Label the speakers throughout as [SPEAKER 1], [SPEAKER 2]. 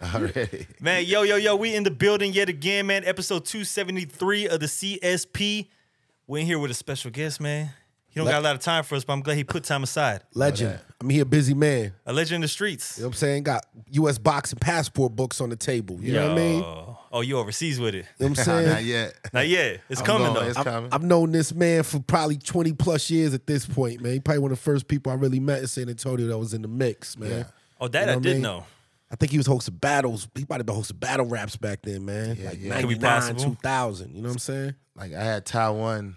[SPEAKER 1] Already.
[SPEAKER 2] Man, yo, yo, yo, we in the building yet again, man. Episode 273 of the CSP. We're in here with a special guest, man. He don't got a lot of time for us, but I'm glad he put time aside.
[SPEAKER 3] Legend. I mean, he a busy man. You
[SPEAKER 2] A legend in the streets.
[SPEAKER 3] know what I'm saying? Got U.S. boxing passport books on the table. You know what I mean? You know
[SPEAKER 2] Oh, oh, you overseas with it.
[SPEAKER 3] what I'm
[SPEAKER 1] Not
[SPEAKER 3] saying?
[SPEAKER 1] yet.
[SPEAKER 2] Now, yeah, it's
[SPEAKER 1] I'm
[SPEAKER 2] coming,
[SPEAKER 1] going,
[SPEAKER 2] though.
[SPEAKER 1] It's coming.
[SPEAKER 3] I've known this man for probably 20 plus years at this point, man. He probably one of the first people I really met in San Antonio that was in the mix, man.
[SPEAKER 1] Yeah.
[SPEAKER 2] oh, that
[SPEAKER 3] You know
[SPEAKER 2] I
[SPEAKER 3] what I
[SPEAKER 2] did
[SPEAKER 3] mean?
[SPEAKER 2] know.
[SPEAKER 3] I think he was hosting battles. He might have been hosting battle raps back then, man.
[SPEAKER 1] Yeah,
[SPEAKER 3] like
[SPEAKER 1] yeah.
[SPEAKER 2] Could be
[SPEAKER 3] 99,
[SPEAKER 2] possible.
[SPEAKER 3] 2000. You know what I'm saying?
[SPEAKER 1] like I had Taiwan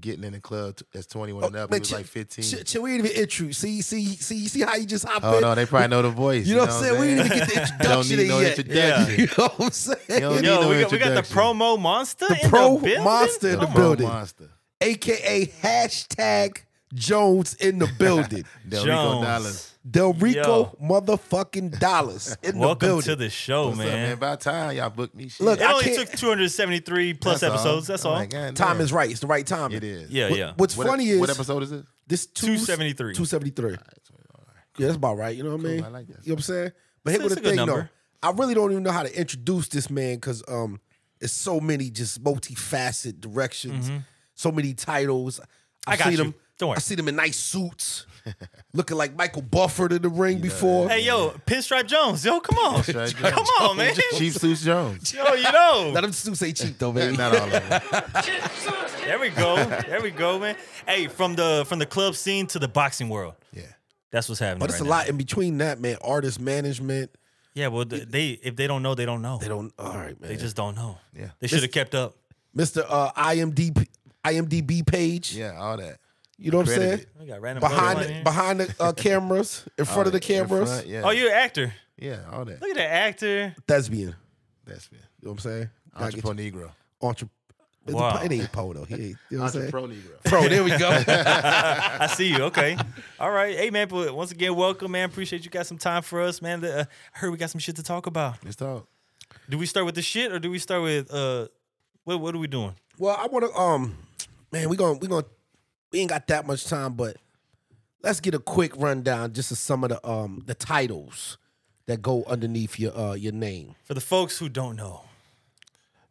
[SPEAKER 1] getting in the club t- as 21 and up. He
[SPEAKER 3] man,
[SPEAKER 1] was
[SPEAKER 3] chill-
[SPEAKER 1] like 15.
[SPEAKER 3] Oh, Shit, chill, we didn't even intro. See, see, see, you see how you just hopped
[SPEAKER 1] oh
[SPEAKER 3] in?
[SPEAKER 1] no, they probably know the voice.
[SPEAKER 3] you know what I'm saying? We didn't even get the
[SPEAKER 1] Don't
[SPEAKER 3] introduction
[SPEAKER 1] need
[SPEAKER 3] in
[SPEAKER 1] no
[SPEAKER 3] yet.
[SPEAKER 1] introduction.
[SPEAKER 3] You know what I'm saying?
[SPEAKER 1] Yo,
[SPEAKER 2] Yo,
[SPEAKER 1] no
[SPEAKER 2] we, got, we got the
[SPEAKER 1] introduction.
[SPEAKER 2] promo monster.
[SPEAKER 3] The
[SPEAKER 2] in
[SPEAKER 3] pro
[SPEAKER 2] the building? Oh,
[SPEAKER 3] monster in the
[SPEAKER 2] Come on.
[SPEAKER 3] building.
[SPEAKER 1] Monster.
[SPEAKER 3] aka hashtag Jones in the building.
[SPEAKER 1] Del Rico
[SPEAKER 2] Jones.
[SPEAKER 1] Dollars.
[SPEAKER 3] Del Rico
[SPEAKER 2] Yo.
[SPEAKER 3] motherfucking dollars in the
[SPEAKER 2] Welcome
[SPEAKER 3] building.
[SPEAKER 2] to the show,
[SPEAKER 1] What's up, man?
[SPEAKER 2] man.
[SPEAKER 1] About time y'all booked me. Shit.
[SPEAKER 3] Look,
[SPEAKER 2] It
[SPEAKER 3] I
[SPEAKER 2] only
[SPEAKER 3] can't-
[SPEAKER 2] took 273 plus
[SPEAKER 1] That's all.
[SPEAKER 2] episodes. That's all.
[SPEAKER 1] I'm like, God
[SPEAKER 3] time
[SPEAKER 1] damn.
[SPEAKER 3] is right. It's the right time.
[SPEAKER 1] It is.
[SPEAKER 2] Yeah,
[SPEAKER 3] What-
[SPEAKER 2] yeah.
[SPEAKER 3] What's
[SPEAKER 1] What,
[SPEAKER 3] funny
[SPEAKER 1] funny
[SPEAKER 3] is
[SPEAKER 1] what episode is this?
[SPEAKER 3] this two-
[SPEAKER 2] 273.
[SPEAKER 3] 273. Yeah, that's about right. You know what I mean?
[SPEAKER 1] I like that.
[SPEAKER 3] You know what I'm saying? But
[SPEAKER 2] It's-
[SPEAKER 3] here with
[SPEAKER 2] it's
[SPEAKER 3] the
[SPEAKER 2] a good
[SPEAKER 3] thing
[SPEAKER 2] number.
[SPEAKER 3] though, I really don't even know how to introduce this man because um, it's so many just multifaceted directions, so many titles.
[SPEAKER 2] Mm-hmm. I got
[SPEAKER 3] seen
[SPEAKER 2] you.
[SPEAKER 3] Him,
[SPEAKER 2] Don't worry.
[SPEAKER 3] I see them in nice suits, looking like Michael Bufford in the ring before.
[SPEAKER 2] Hey, yo, Pinstripe Jones. Yo, come on.
[SPEAKER 1] Pinstripe
[SPEAKER 2] Come
[SPEAKER 1] Jones.
[SPEAKER 2] on, man.
[SPEAKER 1] Chief Suits Jones.
[SPEAKER 2] Yo, you know.
[SPEAKER 3] Now them suits ain't cheap though, baby.
[SPEAKER 1] Not all of them.
[SPEAKER 2] There we go. There we go, man. Hey, from the from the club scene to the boxing world.
[SPEAKER 1] Yeah.
[SPEAKER 2] That's what's happening.
[SPEAKER 3] But it's
[SPEAKER 2] right
[SPEAKER 3] a
[SPEAKER 2] now.
[SPEAKER 3] lot in between that, man. Artist management.
[SPEAKER 2] Yeah, well, th- they if they don't know, they don't know.
[SPEAKER 3] They don't. All right, man.
[SPEAKER 2] They just don't know.
[SPEAKER 1] Yeah.
[SPEAKER 2] They should have kept up.
[SPEAKER 3] Mr. Uh, IMDb IMDb page.
[SPEAKER 1] Yeah, all that.
[SPEAKER 3] You know what I'm saying?
[SPEAKER 1] Credited.
[SPEAKER 2] We got random
[SPEAKER 3] Behind
[SPEAKER 2] brothers
[SPEAKER 3] the,
[SPEAKER 2] in
[SPEAKER 3] behind the uh, cameras, in front of the
[SPEAKER 1] In front,
[SPEAKER 3] cameras,
[SPEAKER 2] here.
[SPEAKER 1] Yeah.
[SPEAKER 2] Oh, you're an actor.
[SPEAKER 1] Yeah, all that.
[SPEAKER 2] Look at that actor.
[SPEAKER 3] thespian.
[SPEAKER 1] That's it.
[SPEAKER 3] You know what I'm saying? Gotta get
[SPEAKER 1] Entrepreneur Negro.
[SPEAKER 3] you- entrep- it's a
[SPEAKER 2] Wow.
[SPEAKER 3] po- It ain't po though. He ain't, you know what I'm saying?
[SPEAKER 1] Entrepreneur Negro.
[SPEAKER 3] Pro, there we go.
[SPEAKER 2] I see you. Okay. All right. Hey, man. But once again, welcome, man. Appreciate you got some time for us, man. The- Uh, I heard we got some shit to talk about.
[SPEAKER 1] Let's talk.
[SPEAKER 2] Do we start with the shit or do we start with uh, what what are we doing?
[SPEAKER 3] well, I want to um, man, we going we going we ain't got that much time, but let's get a quick rundown just of some of the um the titles that go underneath your uh your name.
[SPEAKER 2] For the folks who don't know.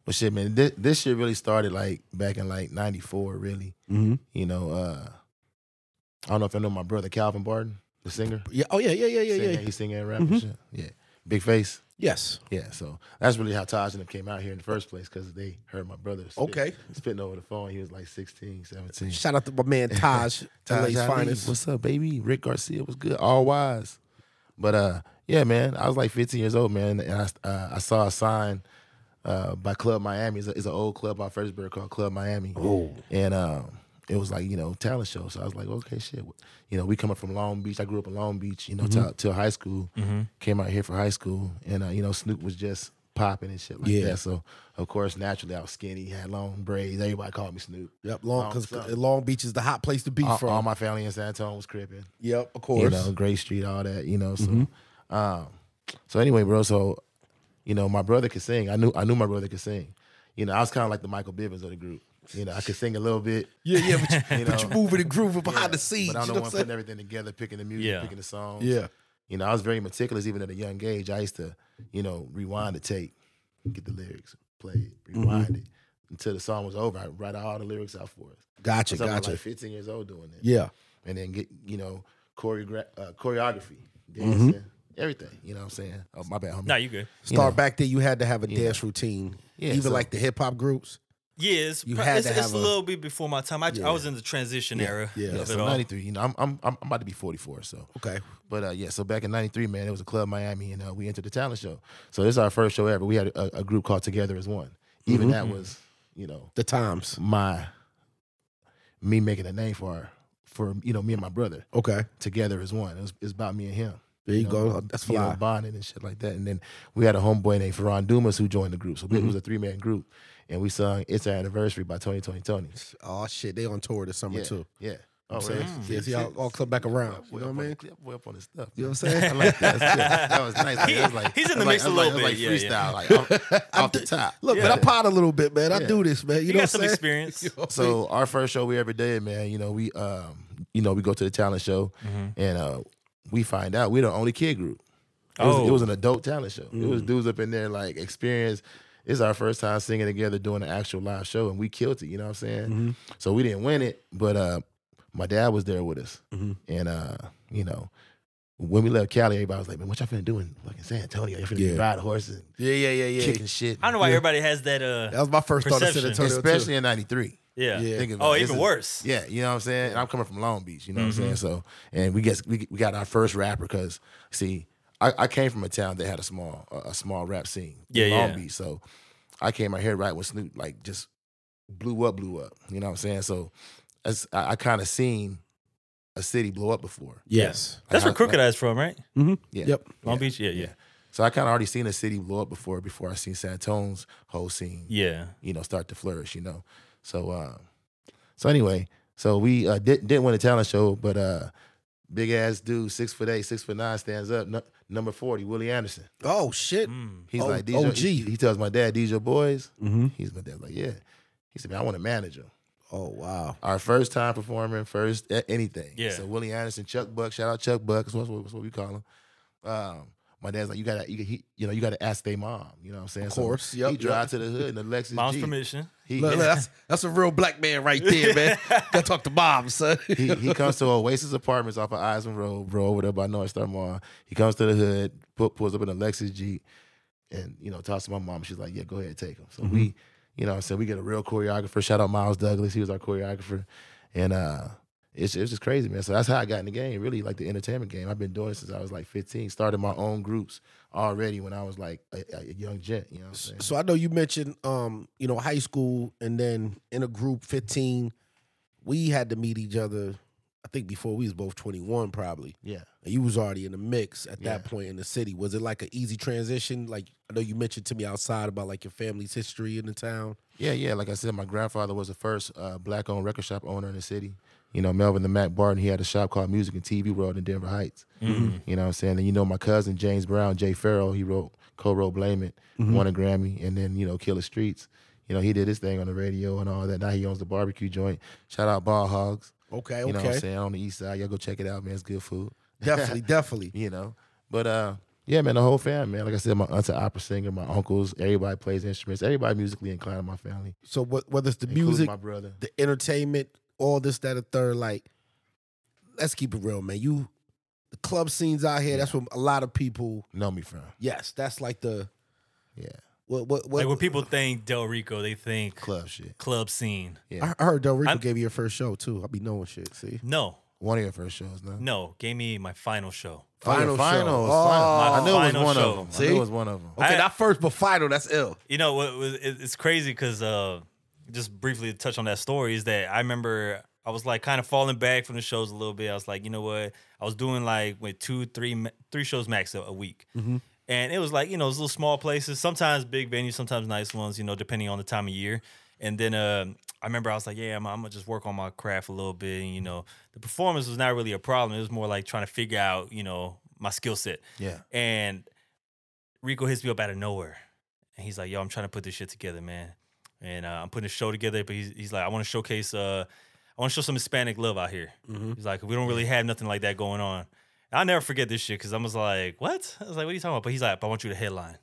[SPEAKER 1] Well, shit, man, this, this shit really started like back in like '94, really.
[SPEAKER 3] Mm-hmm.
[SPEAKER 1] You know, uh I don't know if I know my brother Calvin Barton, the singer.
[SPEAKER 3] Yeah. Oh yeah. Yeah. Yeah. Yeah. Mm-hmm.
[SPEAKER 1] Singer,
[SPEAKER 3] Yeah.
[SPEAKER 1] He's singing and rapping shit. Yeah, big face.
[SPEAKER 3] Yes.
[SPEAKER 1] Yeah, so that's really how Taj and them came out here in the first place because they heard my brother. Spit,
[SPEAKER 3] Okay.
[SPEAKER 1] spitting over the phone. He was like 16, 17.
[SPEAKER 3] Shout out to my man Taj,
[SPEAKER 1] Taj
[SPEAKER 3] LA's
[SPEAKER 1] Ali,
[SPEAKER 3] finest.
[SPEAKER 1] What's up, baby? Rick Garcia was good. All wise. But uh, yeah, man, I was like 15 years old, man, and I uh, I saw a sign uh, by Club Miami. It's, a, it's an old club out Fredericksburg called Club Miami.
[SPEAKER 3] Oh.
[SPEAKER 1] And um, it was like you know talent show. So I was like, okay, shit. You know, we coming from Long Beach. I grew up in Long Beach. You know,
[SPEAKER 3] Mm-hmm.
[SPEAKER 1] till till high school. Came out here for high school, and uh, you know, Snoop was just popping and shit like
[SPEAKER 3] Yeah.
[SPEAKER 1] that. So of course, naturally, I was skinny, had long braids. Everybody called me Snoop.
[SPEAKER 3] Yep. Long
[SPEAKER 1] Oh,
[SPEAKER 3] Uh, because
[SPEAKER 1] so-
[SPEAKER 3] Long Beach is the hot place to be
[SPEAKER 1] All,
[SPEAKER 3] from.
[SPEAKER 1] all my family in San Antonio was cripping.
[SPEAKER 3] yep. Of
[SPEAKER 1] You
[SPEAKER 3] course. Mm-hmm.
[SPEAKER 1] know, Gray Street, all that. You know, so um, so anyway, bro. So you know, my brother could sing. I knew I knew my brother could sing. You know, I was kind of like the Michael Bivins of the group. You know, I could sing a little bit.
[SPEAKER 3] Yeah. Yeah. But you,
[SPEAKER 1] You
[SPEAKER 3] but you
[SPEAKER 1] know.
[SPEAKER 3] moving and grooving behind
[SPEAKER 1] Yeah,
[SPEAKER 3] the scenes.
[SPEAKER 1] But I'm
[SPEAKER 3] you
[SPEAKER 1] the
[SPEAKER 3] know
[SPEAKER 1] one
[SPEAKER 3] what I'm
[SPEAKER 1] putting
[SPEAKER 3] saying?
[SPEAKER 1] everything together, picking the music,
[SPEAKER 2] Yeah.
[SPEAKER 1] picking the songs.
[SPEAKER 3] Yeah.
[SPEAKER 1] You know, I was very meticulous even at a young age. I used to, you know, rewind the tape, get the lyrics, play it, rewind
[SPEAKER 3] Mm-hmm.
[SPEAKER 1] it until the song was over. I write all the lyrics out for us.
[SPEAKER 3] Gotcha.
[SPEAKER 1] So I was
[SPEAKER 3] Gotcha.
[SPEAKER 1] like 15 years old doing that.
[SPEAKER 3] yeah.
[SPEAKER 1] And then get, you know, choreogra- uh, choreography, dancing, everything. You know what I'm saying? Oh, my bad, homie.
[SPEAKER 2] Nah, you good.
[SPEAKER 3] Start back there. You had to have a dance routine.
[SPEAKER 1] Yeah,
[SPEAKER 3] Even
[SPEAKER 1] so-
[SPEAKER 3] like the hip hop groups.
[SPEAKER 2] Yeah, it's,
[SPEAKER 3] You
[SPEAKER 2] pro-
[SPEAKER 3] had
[SPEAKER 2] it's,
[SPEAKER 3] to
[SPEAKER 2] it's
[SPEAKER 3] have
[SPEAKER 2] a
[SPEAKER 3] a-
[SPEAKER 2] little bit before my time. I, I was in the transition era.
[SPEAKER 3] yeah.
[SPEAKER 2] of
[SPEAKER 3] Yeah,
[SPEAKER 1] Yeah,
[SPEAKER 2] it
[SPEAKER 1] so
[SPEAKER 2] all.
[SPEAKER 1] 93, you know, I'm, I'm, I'm I'm about to be 44, so.
[SPEAKER 3] Okay.
[SPEAKER 1] But uh, yeah, so back in '93, man, it was a club Miami, and uh, we entered the talent show. So this is our first show ever. We had a, a group called Together as One. Even that was, you know,
[SPEAKER 3] The times.
[SPEAKER 1] my me making a name for our, for you know me and my brother
[SPEAKER 3] Okay.
[SPEAKER 1] together as one. It was, it's about me and him.
[SPEAKER 3] There you
[SPEAKER 1] know,
[SPEAKER 3] go. That's
[SPEAKER 1] you know,
[SPEAKER 3] fly.
[SPEAKER 1] bonding and shit like that. And then we had a homeboy named Ferran Dumas who joined the group. So it
[SPEAKER 3] Mm-hmm.
[SPEAKER 1] was a three man group, and we sung "It's Our Anniversary" by Tony Tony Tony.
[SPEAKER 3] Oh shit. They on tour this summer
[SPEAKER 1] Yeah,
[SPEAKER 3] too.
[SPEAKER 1] yeah.
[SPEAKER 3] You
[SPEAKER 1] Oh,
[SPEAKER 3] know what I'm saying? Yeah, see, I'll- I'll come back around. You know what I mean?
[SPEAKER 1] Boy up on his stuff.
[SPEAKER 3] You know what I'm saying?
[SPEAKER 1] I like that. That's good. That was nice. Like,
[SPEAKER 2] He-
[SPEAKER 1] that was like,
[SPEAKER 2] he's in the
[SPEAKER 1] that was
[SPEAKER 2] mix a
[SPEAKER 1] like,
[SPEAKER 2] little
[SPEAKER 1] that was
[SPEAKER 2] bit. Yeah, yeah.
[SPEAKER 1] Like freestyle, like off, off the top.
[SPEAKER 3] Look,
[SPEAKER 2] Yeah.
[SPEAKER 3] man, I pot a little bit, man. I do this, man. You,
[SPEAKER 2] You,
[SPEAKER 3] know
[SPEAKER 2] got some
[SPEAKER 3] what I'm saying?
[SPEAKER 2] experience.
[SPEAKER 1] So our first show we ever did, man. You know, we um, you know, we go to the talent show, and uh, we find out we're the only kid group. It was,
[SPEAKER 2] Oh.
[SPEAKER 1] it was an adult talent show. It was dudes up in there like experience. It's our first time singing together doing an actual live show, and we killed it. You know what I'm saying? So we didn't win it, but uh, my dad was there with us,
[SPEAKER 3] Mhm.
[SPEAKER 1] and uh, you know, when we left Cali, everybody was like, "Man, what y'all finna do in fucking San Antonio? Y'all finna
[SPEAKER 3] Yeah.
[SPEAKER 1] ride horses, and
[SPEAKER 3] Yeah, yeah, yeah, yeah.
[SPEAKER 1] kicking shit."
[SPEAKER 2] I don't know why everybody has that. Uh,
[SPEAKER 3] That was my first thought of San
[SPEAKER 2] Perception.
[SPEAKER 3] Antonio.
[SPEAKER 1] especially in '93.
[SPEAKER 2] yeah.
[SPEAKER 3] Yeah.
[SPEAKER 1] Think about
[SPEAKER 2] Oh,
[SPEAKER 1] it.
[SPEAKER 2] even
[SPEAKER 1] This is-
[SPEAKER 2] worse.
[SPEAKER 1] Yeah, you know what I'm saying. And I'm coming from Long Beach. You know what I'm saying. So, and we get we, we got our first rapper because see, I, I came from a town that had a small a, a small rap scene. in
[SPEAKER 2] Yeah,
[SPEAKER 1] Long
[SPEAKER 2] yeah.
[SPEAKER 1] Beach. So, I came out here right when Snoop like just blew up, blew up. You know what I'm saying. So, as I, I kind of seen a city blow up before.
[SPEAKER 3] Yes.
[SPEAKER 2] That's where
[SPEAKER 1] Like,
[SPEAKER 2] Crooked
[SPEAKER 1] like-
[SPEAKER 2] Eye's from, right?
[SPEAKER 1] Yeah.
[SPEAKER 3] Yep.
[SPEAKER 2] Long
[SPEAKER 1] Yeah.
[SPEAKER 2] Beach. Yeah, yeah,
[SPEAKER 1] Yeah. So I kind of already seen a city blow up before before I seen San Antonio's whole scene.
[SPEAKER 2] yeah.
[SPEAKER 1] you know start to flourish you know so uh so anyway so we uh did, didn't win the talent show but uh big ass dude six foot eight six foot nine stands up nu- number 40 willie anderson
[SPEAKER 3] Oh shit.
[SPEAKER 2] Mm.
[SPEAKER 1] he's
[SPEAKER 3] Oh,
[SPEAKER 1] like these your-
[SPEAKER 3] OG.
[SPEAKER 1] he, he tells my dad these your boys
[SPEAKER 3] Mm-hmm.
[SPEAKER 1] he's my dad's like yeah he said man i want to manage him
[SPEAKER 3] Oh wow.
[SPEAKER 1] our first time performing first a- anything
[SPEAKER 2] Yeah.
[SPEAKER 1] so willie anderson chuck buck shout out chuck buck that's what, that's what we call him um my dad's like you gotta you, he, you know you gotta ask their mom you know what i'm saying
[SPEAKER 3] Of course. Yep,
[SPEAKER 1] he
[SPEAKER 3] yep.
[SPEAKER 1] drive to the hood in the lexus
[SPEAKER 2] Mom's
[SPEAKER 1] G.
[SPEAKER 2] permission.
[SPEAKER 1] He-
[SPEAKER 3] Look, look, that's that's a real black man right there, man. Gotta talk to mom, son.
[SPEAKER 1] he, he comes to Oasis Apartments off of Eisman Road, bro, over there by North Star Mall. He comes to the hood, pu- pulls up in a Lexus Jeep, and you know, talks to my mom. She's like, "Yeah, go ahead, take him." So we, you know, what I'm saying we get a real choreographer. Shout out Miles Douglas, he was our choreographer, and uh, it's it's just crazy, man. So that's how I got in the game, really, like the entertainment game. I've been doing it since I was like 15. Started my own groups already when I was like a, a young gent. You know what I'm saying?
[SPEAKER 3] So I know you mentioned, um, you know, high school, and then in a group, fifteen. We had to meet each other. I think before we was both twenty one, probably.
[SPEAKER 1] yeah.
[SPEAKER 3] And you was already in the mix at that
[SPEAKER 1] Yeah.
[SPEAKER 3] point in the city. Was it like an easy transition? Like I know you mentioned to me outside about like your family's history in the town.
[SPEAKER 1] Yeah, yeah. Like I said, my grandfather was the first uh, black-owned record shop owner in the city. You know, Melvin the Mac Barton. He had a shop called Music and TV World in Denver Heights.
[SPEAKER 3] Mm-hmm.
[SPEAKER 1] You know what I'm saying? And you know, my cousin James Brown, Jay Farrell, he wrote co-wrote "Blame It,"
[SPEAKER 3] Mm-hmm.
[SPEAKER 1] won a Grammy, and then you know, "Killer Streets." You know, he did his thing on the radio and all that. Now he owns the barbecue joint. Shout out Ball Hogs.
[SPEAKER 3] Okay,
[SPEAKER 1] You know what I'm
[SPEAKER 3] okay,
[SPEAKER 1] saying? On the east side, y'all go check it out, man. It's good food
[SPEAKER 3] definitely, definitely.
[SPEAKER 1] you know. But uh, yeah, man, the whole fam, man. Like I said, my aunt's an opera singer, my uncles, everybody plays instruments, everybody musically inclined in my family,
[SPEAKER 3] So what, whether it's the
[SPEAKER 1] including
[SPEAKER 3] music,
[SPEAKER 1] my brother.
[SPEAKER 3] the entertainment, all this, that, a third. Like, let's keep it real, man. You, the club scenes out here. That's what a lot of people.
[SPEAKER 1] Know me from
[SPEAKER 3] Yes, that's like the
[SPEAKER 1] yeah,
[SPEAKER 3] what what what.
[SPEAKER 2] Like when people think Del Rico, they think club,
[SPEAKER 1] club shit.
[SPEAKER 2] scene.
[SPEAKER 3] I I heard Del Rico
[SPEAKER 2] I'm-
[SPEAKER 3] gave you your first show too. I be knowing shit. See,
[SPEAKER 2] No,
[SPEAKER 1] One of your first shows, no?
[SPEAKER 2] no. Gave me my final show.
[SPEAKER 1] Oh, your
[SPEAKER 3] Final show.
[SPEAKER 1] finals,
[SPEAKER 3] Oh.
[SPEAKER 1] finals. I knew it
[SPEAKER 2] Final
[SPEAKER 1] was one
[SPEAKER 2] show. Oh.
[SPEAKER 1] of them. I
[SPEAKER 3] See?
[SPEAKER 1] knew it was one of them.
[SPEAKER 3] okay,
[SPEAKER 2] I-
[SPEAKER 3] not first, but final. That's ill.
[SPEAKER 2] You know what was? it- It's crazy because uh, just briefly to touch on that story is that I remember I was like kind of falling back from the shows a little bit. I was like, you know what? I was doing like with two, three, ma- three shows max a, a week, and it was like you know, it was little small places, sometimes big venues, sometimes nice ones, you know, depending on the time of year. And then um I remember I was like, yeah, I'm, I'm gonna just work on my craft a little bit. And, you know, the performance was not really a problem. It was more like trying to figure out, you know, my skill set.
[SPEAKER 1] Yeah,
[SPEAKER 2] And Rico hits me up out of nowhere. And he's like, yo, I'm trying to put this shit together, man. And uh, I'm putting a show together, but he's, he's like, I want to showcase, uh, I want to show some Hispanic love out here.
[SPEAKER 3] Mm-hmm.
[SPEAKER 2] He's like, we don't really have nothing like that going on. And I'll never forget this shit because I was like, what? I was like, what are you talking about? But he's like, but I want you to headline.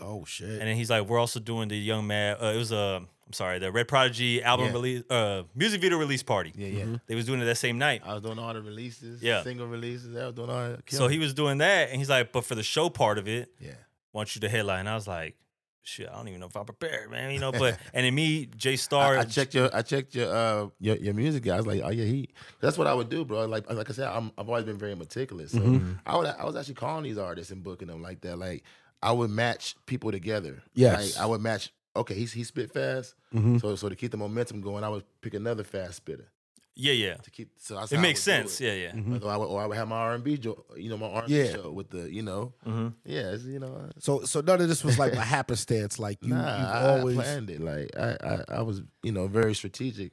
[SPEAKER 3] Oh shit.
[SPEAKER 2] And then he's like, we're also doing the Young Man, uh, it was, uh, I'm sorry, the Red Prodigy album
[SPEAKER 1] Yeah.
[SPEAKER 2] release, uh, music video release party.
[SPEAKER 1] yeah,
[SPEAKER 3] Mm-hmm.
[SPEAKER 1] yeah.
[SPEAKER 2] They was doing it that same night.
[SPEAKER 1] I was doing all the releases,
[SPEAKER 2] Mm-hmm. Yeah.
[SPEAKER 1] single releases. I was doing all that.
[SPEAKER 2] So he was doing that and he's like, but for the show part of it,
[SPEAKER 1] yeah,
[SPEAKER 2] want you to headline. I was like, shit, I don't even know if I'm prepared, man. You know, but and then me, Jay Star,
[SPEAKER 1] I, I checked your I checked your uh your, your music guy. I was like, oh yeah, he. That's what I would do, bro. Like like I said, I'm, I've always been very meticulous. So
[SPEAKER 3] Mm-hmm.
[SPEAKER 2] Mm-hmm.
[SPEAKER 1] I would I was actually calling these artists and booking them like that. Like I would match people together.
[SPEAKER 3] Yes.
[SPEAKER 1] like, I would match. Okay, he's he spit fast.
[SPEAKER 3] Mhm.
[SPEAKER 2] Mm-hmm.
[SPEAKER 1] So so to keep the momentum going, I would pick another fast spitter
[SPEAKER 2] yeah, yeah,
[SPEAKER 1] to keep. So that's
[SPEAKER 2] it
[SPEAKER 1] how I
[SPEAKER 2] makes
[SPEAKER 1] would do
[SPEAKER 2] sense,
[SPEAKER 1] it. Mm-hmm.
[SPEAKER 2] yeah, yeah.
[SPEAKER 3] Mm-hmm.
[SPEAKER 1] Or I would, or I would have my R and B, you know, my R and B
[SPEAKER 3] Yeah.
[SPEAKER 1] show with the, you know,
[SPEAKER 2] Mhm.
[SPEAKER 1] yeah, it's, you know,
[SPEAKER 3] So so none of this was like a happenstance. Like you,
[SPEAKER 1] nah,
[SPEAKER 3] you've
[SPEAKER 1] I,
[SPEAKER 3] always
[SPEAKER 1] I planned it. Like I, I, I was, you know, very strategic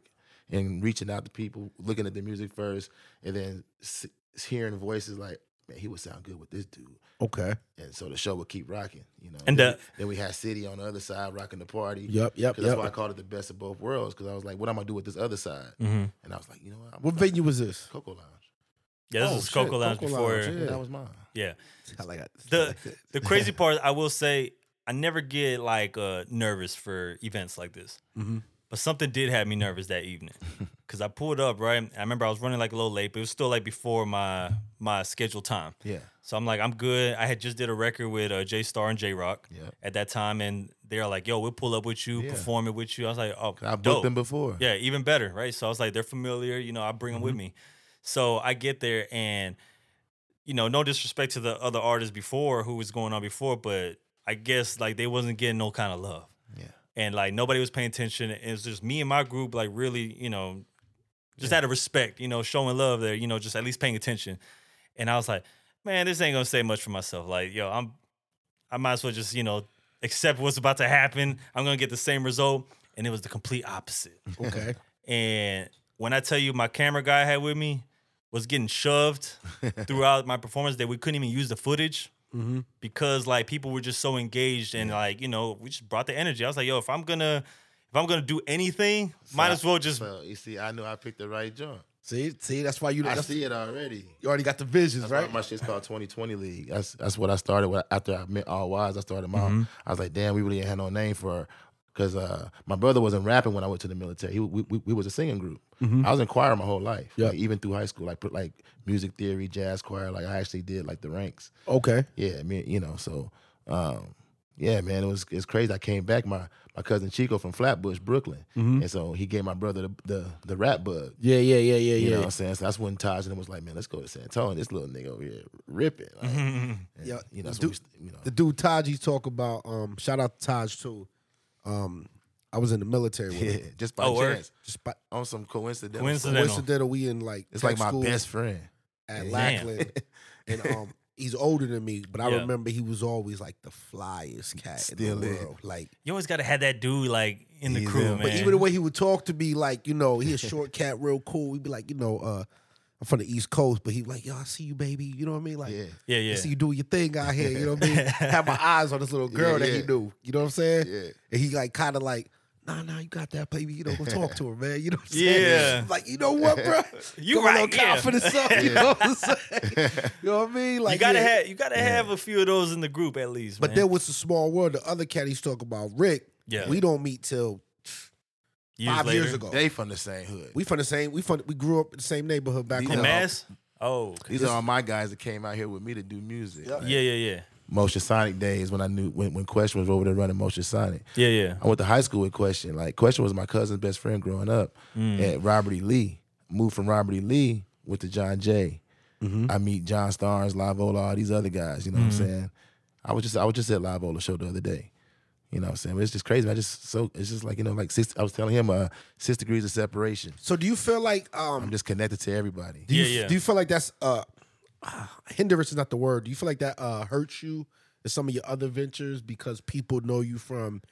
[SPEAKER 1] in reaching out to people, looking at the music first, and then s- hearing voices like, man, he would sound good with this dude.
[SPEAKER 3] okay.
[SPEAKER 1] And so the show would keep rocking, you know.
[SPEAKER 2] And
[SPEAKER 1] then,
[SPEAKER 2] the-
[SPEAKER 1] then we had City on the other side rocking the party.
[SPEAKER 3] Yep, yep,
[SPEAKER 1] 'Cause that's why I
[SPEAKER 3] yep.
[SPEAKER 1] called it the best of both worlds. Because I was like, what am I gonna do with this other side?
[SPEAKER 2] Mhm.
[SPEAKER 1] And I was like, you know what? I'm
[SPEAKER 3] What venue was this?
[SPEAKER 1] Coco Lounge.
[SPEAKER 2] Yeah, this
[SPEAKER 1] Oh,
[SPEAKER 2] was
[SPEAKER 1] shit,
[SPEAKER 2] Coco Lounge
[SPEAKER 1] Coco
[SPEAKER 2] before.
[SPEAKER 1] Lounge, yeah,
[SPEAKER 2] yeah.
[SPEAKER 1] that was mine.
[SPEAKER 3] I like that.
[SPEAKER 2] The the crazy part, I will say, I never get like uh, nervous for events like this.
[SPEAKER 1] Mm-hmm.
[SPEAKER 3] Mhm.
[SPEAKER 2] But something did have me nervous that evening because I pulled up right. I remember I was running like a little late, but it was still like before my my scheduled time.
[SPEAKER 1] Yeah,
[SPEAKER 2] So I'm like, I'm good. I had just did a record with uh, J Star and J Rock
[SPEAKER 1] Yep.
[SPEAKER 2] at that time, and they're like, "Yo, we'll pull up with you,
[SPEAKER 1] Yeah.
[SPEAKER 2] perform it with you." I was like, "Oh,
[SPEAKER 1] I booked
[SPEAKER 2] dope.
[SPEAKER 1] them before.
[SPEAKER 2] Yeah, even better, right? So I was like, they're familiar, you know, I bring them with me. So I get there and you know, no disrespect to the other artists before who was going on before, but I guess like they wasn't getting no kind of love.
[SPEAKER 1] Yeah.
[SPEAKER 2] And like nobody was paying attention. It was just me and my group, like really, you know, just out of respect, you know, showing love there, you know, just at least paying attention. And I was like, man, this ain't gonna say much for myself. Like, yo, I'm I might as well just, you know, accept what's about to happen. I'm gonna get the same result. And it was the complete opposite.
[SPEAKER 3] okay.
[SPEAKER 2] And when I tell you my camera guy I had with me was getting shoved throughout my performance that we couldn't even use the footage
[SPEAKER 3] Mm-hmm.
[SPEAKER 2] because like people were just so engaged and like, you know, we just brought the energy. I was like, yo, if I'm gonna if I'm gonna do anything, might as well just
[SPEAKER 1] So you see, I knew I picked the right joint.
[SPEAKER 3] See, see, that's why you.
[SPEAKER 1] I
[SPEAKER 3] that's-
[SPEAKER 1] see it already.
[SPEAKER 3] You already got the visions,
[SPEAKER 1] That's
[SPEAKER 3] right?
[SPEAKER 1] why my shit's called 2020 League. That's that's what I started with after I met All Wise. I started mine. I was like, damn, we really ain't had no name for her. Cause uh, my brother wasn't rapping when I went to the military. He, we, we, we was a singing group. I was in choir my whole life,
[SPEAKER 3] Yeah.
[SPEAKER 1] like, even through high school. Like put like music theory, jazz choir. Like I actually did like the ranks.
[SPEAKER 3] okay.
[SPEAKER 1] Yeah, me, you know. So, um, yeah, man, it was it's crazy. I came back. My my cousin Chico from Flatbush, Brooklyn,
[SPEAKER 3] Mm-hmm.
[SPEAKER 1] and so he gave my brother the the, the rap bug.
[SPEAKER 3] Yeah, yeah, yeah,
[SPEAKER 1] You
[SPEAKER 3] yeah, yeah.
[SPEAKER 1] know what I'm saying? So that's when Taj and them was like, man, let's go to San Antonio. This little nigga over here ripping. Like, and,
[SPEAKER 3] Yeah,
[SPEAKER 1] you know, that's
[SPEAKER 3] dude-
[SPEAKER 1] what we, st- you know.
[SPEAKER 3] The dude Taj he talk about. Um, shout out to Taj too. Um, I was in the military with him.
[SPEAKER 1] yeah, just by
[SPEAKER 2] Oh, word.
[SPEAKER 1] chance.
[SPEAKER 3] Just by
[SPEAKER 1] On some coincidental.
[SPEAKER 2] Coincidental.
[SPEAKER 3] coincidental, we in like
[SPEAKER 1] It's
[SPEAKER 3] tech
[SPEAKER 1] like my
[SPEAKER 3] school
[SPEAKER 1] best friend.
[SPEAKER 3] at
[SPEAKER 1] Damn.
[SPEAKER 3] Lackland, and um, he's older than me, but I
[SPEAKER 2] Yeah.
[SPEAKER 3] remember he was always like the flyest cat in
[SPEAKER 1] Still
[SPEAKER 3] the
[SPEAKER 1] is.
[SPEAKER 3] world. Like,
[SPEAKER 2] you always gotta have that dude like in the
[SPEAKER 1] Yeah.
[SPEAKER 2] crew, man.
[SPEAKER 1] But
[SPEAKER 3] but even the way he would talk to me, like you know, he a short cat, real cool. We'd be like, you know, uh, I'm from the East Coast, but he like, yo, I see you, baby. You know what I mean? Like,
[SPEAKER 1] Yeah.
[SPEAKER 2] yeah,
[SPEAKER 3] I
[SPEAKER 2] yeah.
[SPEAKER 3] see you doing your thing out here. You know what I mean? Have my eyes on this little girl
[SPEAKER 1] Yeah,
[SPEAKER 3] that he
[SPEAKER 1] yeah.
[SPEAKER 3] knew. You know what I'm saying?
[SPEAKER 1] Yeah.
[SPEAKER 3] And he like kind of like, nah, nah, you got that, baby. You know, go talk to her, man. You know what I'm
[SPEAKER 2] Yeah.
[SPEAKER 3] saying? Like, you know what, bro?
[SPEAKER 2] You
[SPEAKER 3] Come a little
[SPEAKER 2] right, yeah.
[SPEAKER 3] confidence up. You know what I'm saying? you know what I mean? Like,
[SPEAKER 2] you gotta
[SPEAKER 3] yeah.
[SPEAKER 2] have you gotta have a few of those in the group at least.
[SPEAKER 3] But
[SPEAKER 2] man.
[SPEAKER 3] there was a small world. The other cat he's talking about, Rick.
[SPEAKER 2] Yeah.
[SPEAKER 3] We don't meet till five years ago.
[SPEAKER 1] They from the same hood.
[SPEAKER 3] We from the same. We from. We grew up in the same neighborhood back
[SPEAKER 1] These
[SPEAKER 2] In
[SPEAKER 1] are
[SPEAKER 3] home.
[SPEAKER 1] all-
[SPEAKER 2] mass? Oh, okay.
[SPEAKER 1] These are all my guys that came out here with me to do music.
[SPEAKER 3] Yep.
[SPEAKER 1] Like,
[SPEAKER 2] yeah, yeah, yeah.
[SPEAKER 1] Motion Sonic days when I knew when, when Question was over there running Motion Sonic.
[SPEAKER 2] Yeah, yeah.
[SPEAKER 1] I went to high school with Question. Like Question was my cousin's best friend growing up at Robert E. Lee. Moved from Robert E. Lee with the John Jay. I meet John Starnes, Livola, all these other guys. You know what I'm saying? I was just I was just at Livola show the other day. You know what I'm saying? But it's just crazy. I just so it's just like you know like six. I was telling him uh six degrees of separation.
[SPEAKER 3] So do you feel like um?
[SPEAKER 1] I'm just connected to everybody.
[SPEAKER 3] Do you,
[SPEAKER 2] Yeah, yeah.
[SPEAKER 3] Do you feel like that's uh, hindrance is not the word. Do you feel like that uh hurts you in some of your other ventures because people know you from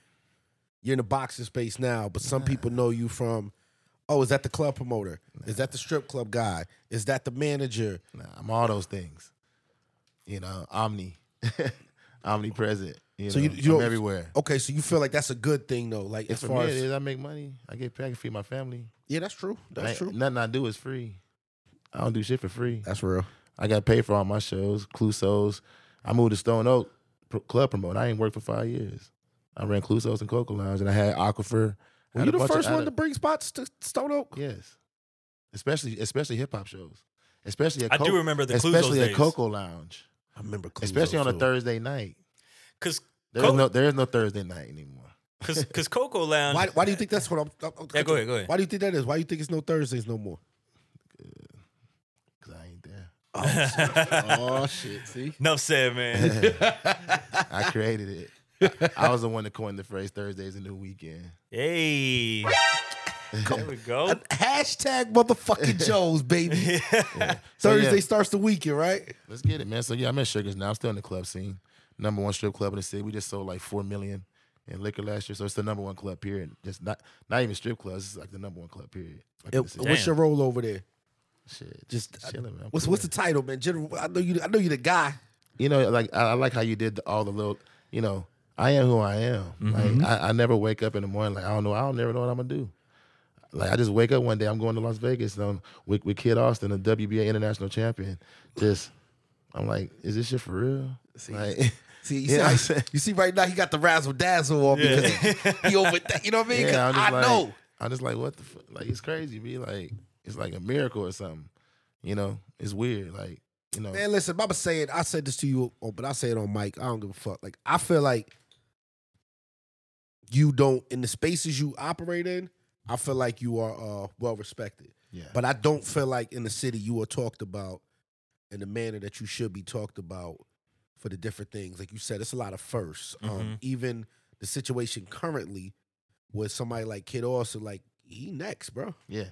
[SPEAKER 3] you're in the boxing space now, but some people know you from oh, is that the club promoter? Is that the strip club guy? Is that the manager?
[SPEAKER 1] Nah, I'm all those things. You know, omni, omnipresent. You
[SPEAKER 3] So
[SPEAKER 1] know,
[SPEAKER 3] you- you
[SPEAKER 1] I'm
[SPEAKER 3] don't-
[SPEAKER 1] everywhere.
[SPEAKER 3] Okay, so you feel like that's a good thing though. Like
[SPEAKER 1] It's
[SPEAKER 3] as
[SPEAKER 1] for me,
[SPEAKER 3] far
[SPEAKER 1] it
[SPEAKER 3] as
[SPEAKER 1] is. I make money. I get paid. I can feed my family.
[SPEAKER 3] yeah, that's true. That's
[SPEAKER 1] Like,
[SPEAKER 3] true.
[SPEAKER 1] Nothing I do is free. I don't do shit for free.
[SPEAKER 3] That's real.
[SPEAKER 1] I got paid for all my shows, Clusos. I moved to Stone Oak pro- Club Promote. I ain't worked for five years. I ran Clusos and Coco Lounge, and I had Aquifer.
[SPEAKER 3] Were
[SPEAKER 1] Had
[SPEAKER 3] you
[SPEAKER 1] a
[SPEAKER 3] the
[SPEAKER 1] bunch of
[SPEAKER 3] first
[SPEAKER 1] out
[SPEAKER 3] one
[SPEAKER 1] of-
[SPEAKER 3] to bring spots to Stone Oak?
[SPEAKER 1] Yes, especially especially hip hop shows, especially at
[SPEAKER 2] I do
[SPEAKER 1] Co-
[SPEAKER 2] remember the Clues those
[SPEAKER 1] especially at
[SPEAKER 2] days.
[SPEAKER 1] Coco Lounge,
[SPEAKER 3] I remember, Cluzo,
[SPEAKER 1] especially on a
[SPEAKER 3] too.
[SPEAKER 1] Thursday night.
[SPEAKER 2] Cause,
[SPEAKER 1] There's
[SPEAKER 2] Co-
[SPEAKER 1] no there's no Thursday night anymore.
[SPEAKER 2] cause, cause Coco Lounge.
[SPEAKER 3] Why, why do you think that's what I'm? I'm- I'm-
[SPEAKER 2] Yeah, go ahead, go ahead.
[SPEAKER 3] Why do you think that is? Why do you think it's no Thursdays no more?
[SPEAKER 1] Cause I ain't there.
[SPEAKER 3] oh shit! See,
[SPEAKER 2] Enough said, man.
[SPEAKER 1] I created it. I, I was the one that coined the phrase Thursday's a new weekend.
[SPEAKER 2] hey, there we go.
[SPEAKER 3] hashtag motherfucking Joes, baby.
[SPEAKER 1] So,
[SPEAKER 3] Thursday
[SPEAKER 1] yeah.
[SPEAKER 3] starts the weekend, right?
[SPEAKER 1] Let's get it, man. So yeah, I'm at Sugars now. I'm still in the club scene. Number one strip club in the city. We just sold like four million in liquor last year. So it's the number one club period. Just not not even strip clubs. It's like the number one club period. Like in the
[SPEAKER 3] And
[SPEAKER 1] city.
[SPEAKER 3] what's your role over there?
[SPEAKER 1] shit?
[SPEAKER 3] Just
[SPEAKER 1] chilling, man. I'm
[SPEAKER 3] what's what's the title, man? General, I know you. I know you the guy.
[SPEAKER 1] you know, like I, I like how you did the, all the little, you know,
[SPEAKER 3] Mm-hmm.
[SPEAKER 1] I am who I am. Like I, I never wake up in the morning like I don't know, I don't never know what I'm gonna do. Like I just wake up one day, I'm going to Las Vegas and I'm with, with Kid Austin, a WBA international champion. Just I'm like, is this shit for real? Like,
[SPEAKER 3] See, you,
[SPEAKER 1] Yeah, I'm
[SPEAKER 3] see,
[SPEAKER 1] saying-
[SPEAKER 3] you see, right now he got the razzle dazzle on
[SPEAKER 2] Yeah.
[SPEAKER 3] because he, he over. You know what I mean? 'Cause
[SPEAKER 1] yeah, I'm just
[SPEAKER 3] I
[SPEAKER 1] like,
[SPEAKER 3] know.
[SPEAKER 1] I'm just like, what the fuck? Like it's crazy, be like it's like a miracle or something. You know, it's weird. Like you know,
[SPEAKER 3] Man, listen, Mama saying I said this to you, oh, but I say it on mic. I don't give a fuck. Like I feel like you don't in the spaces you operate in. I feel like you are uh, well respected,
[SPEAKER 1] yeah,
[SPEAKER 3] but I don't feel like in the city you are talked about in the manner that you should be talked about for the different things. Like you said, it's a lot of 1st Um,
[SPEAKER 2] Mhm.
[SPEAKER 3] even the situation currently with somebody like Kid Austin, like he next, bro.
[SPEAKER 1] yeah.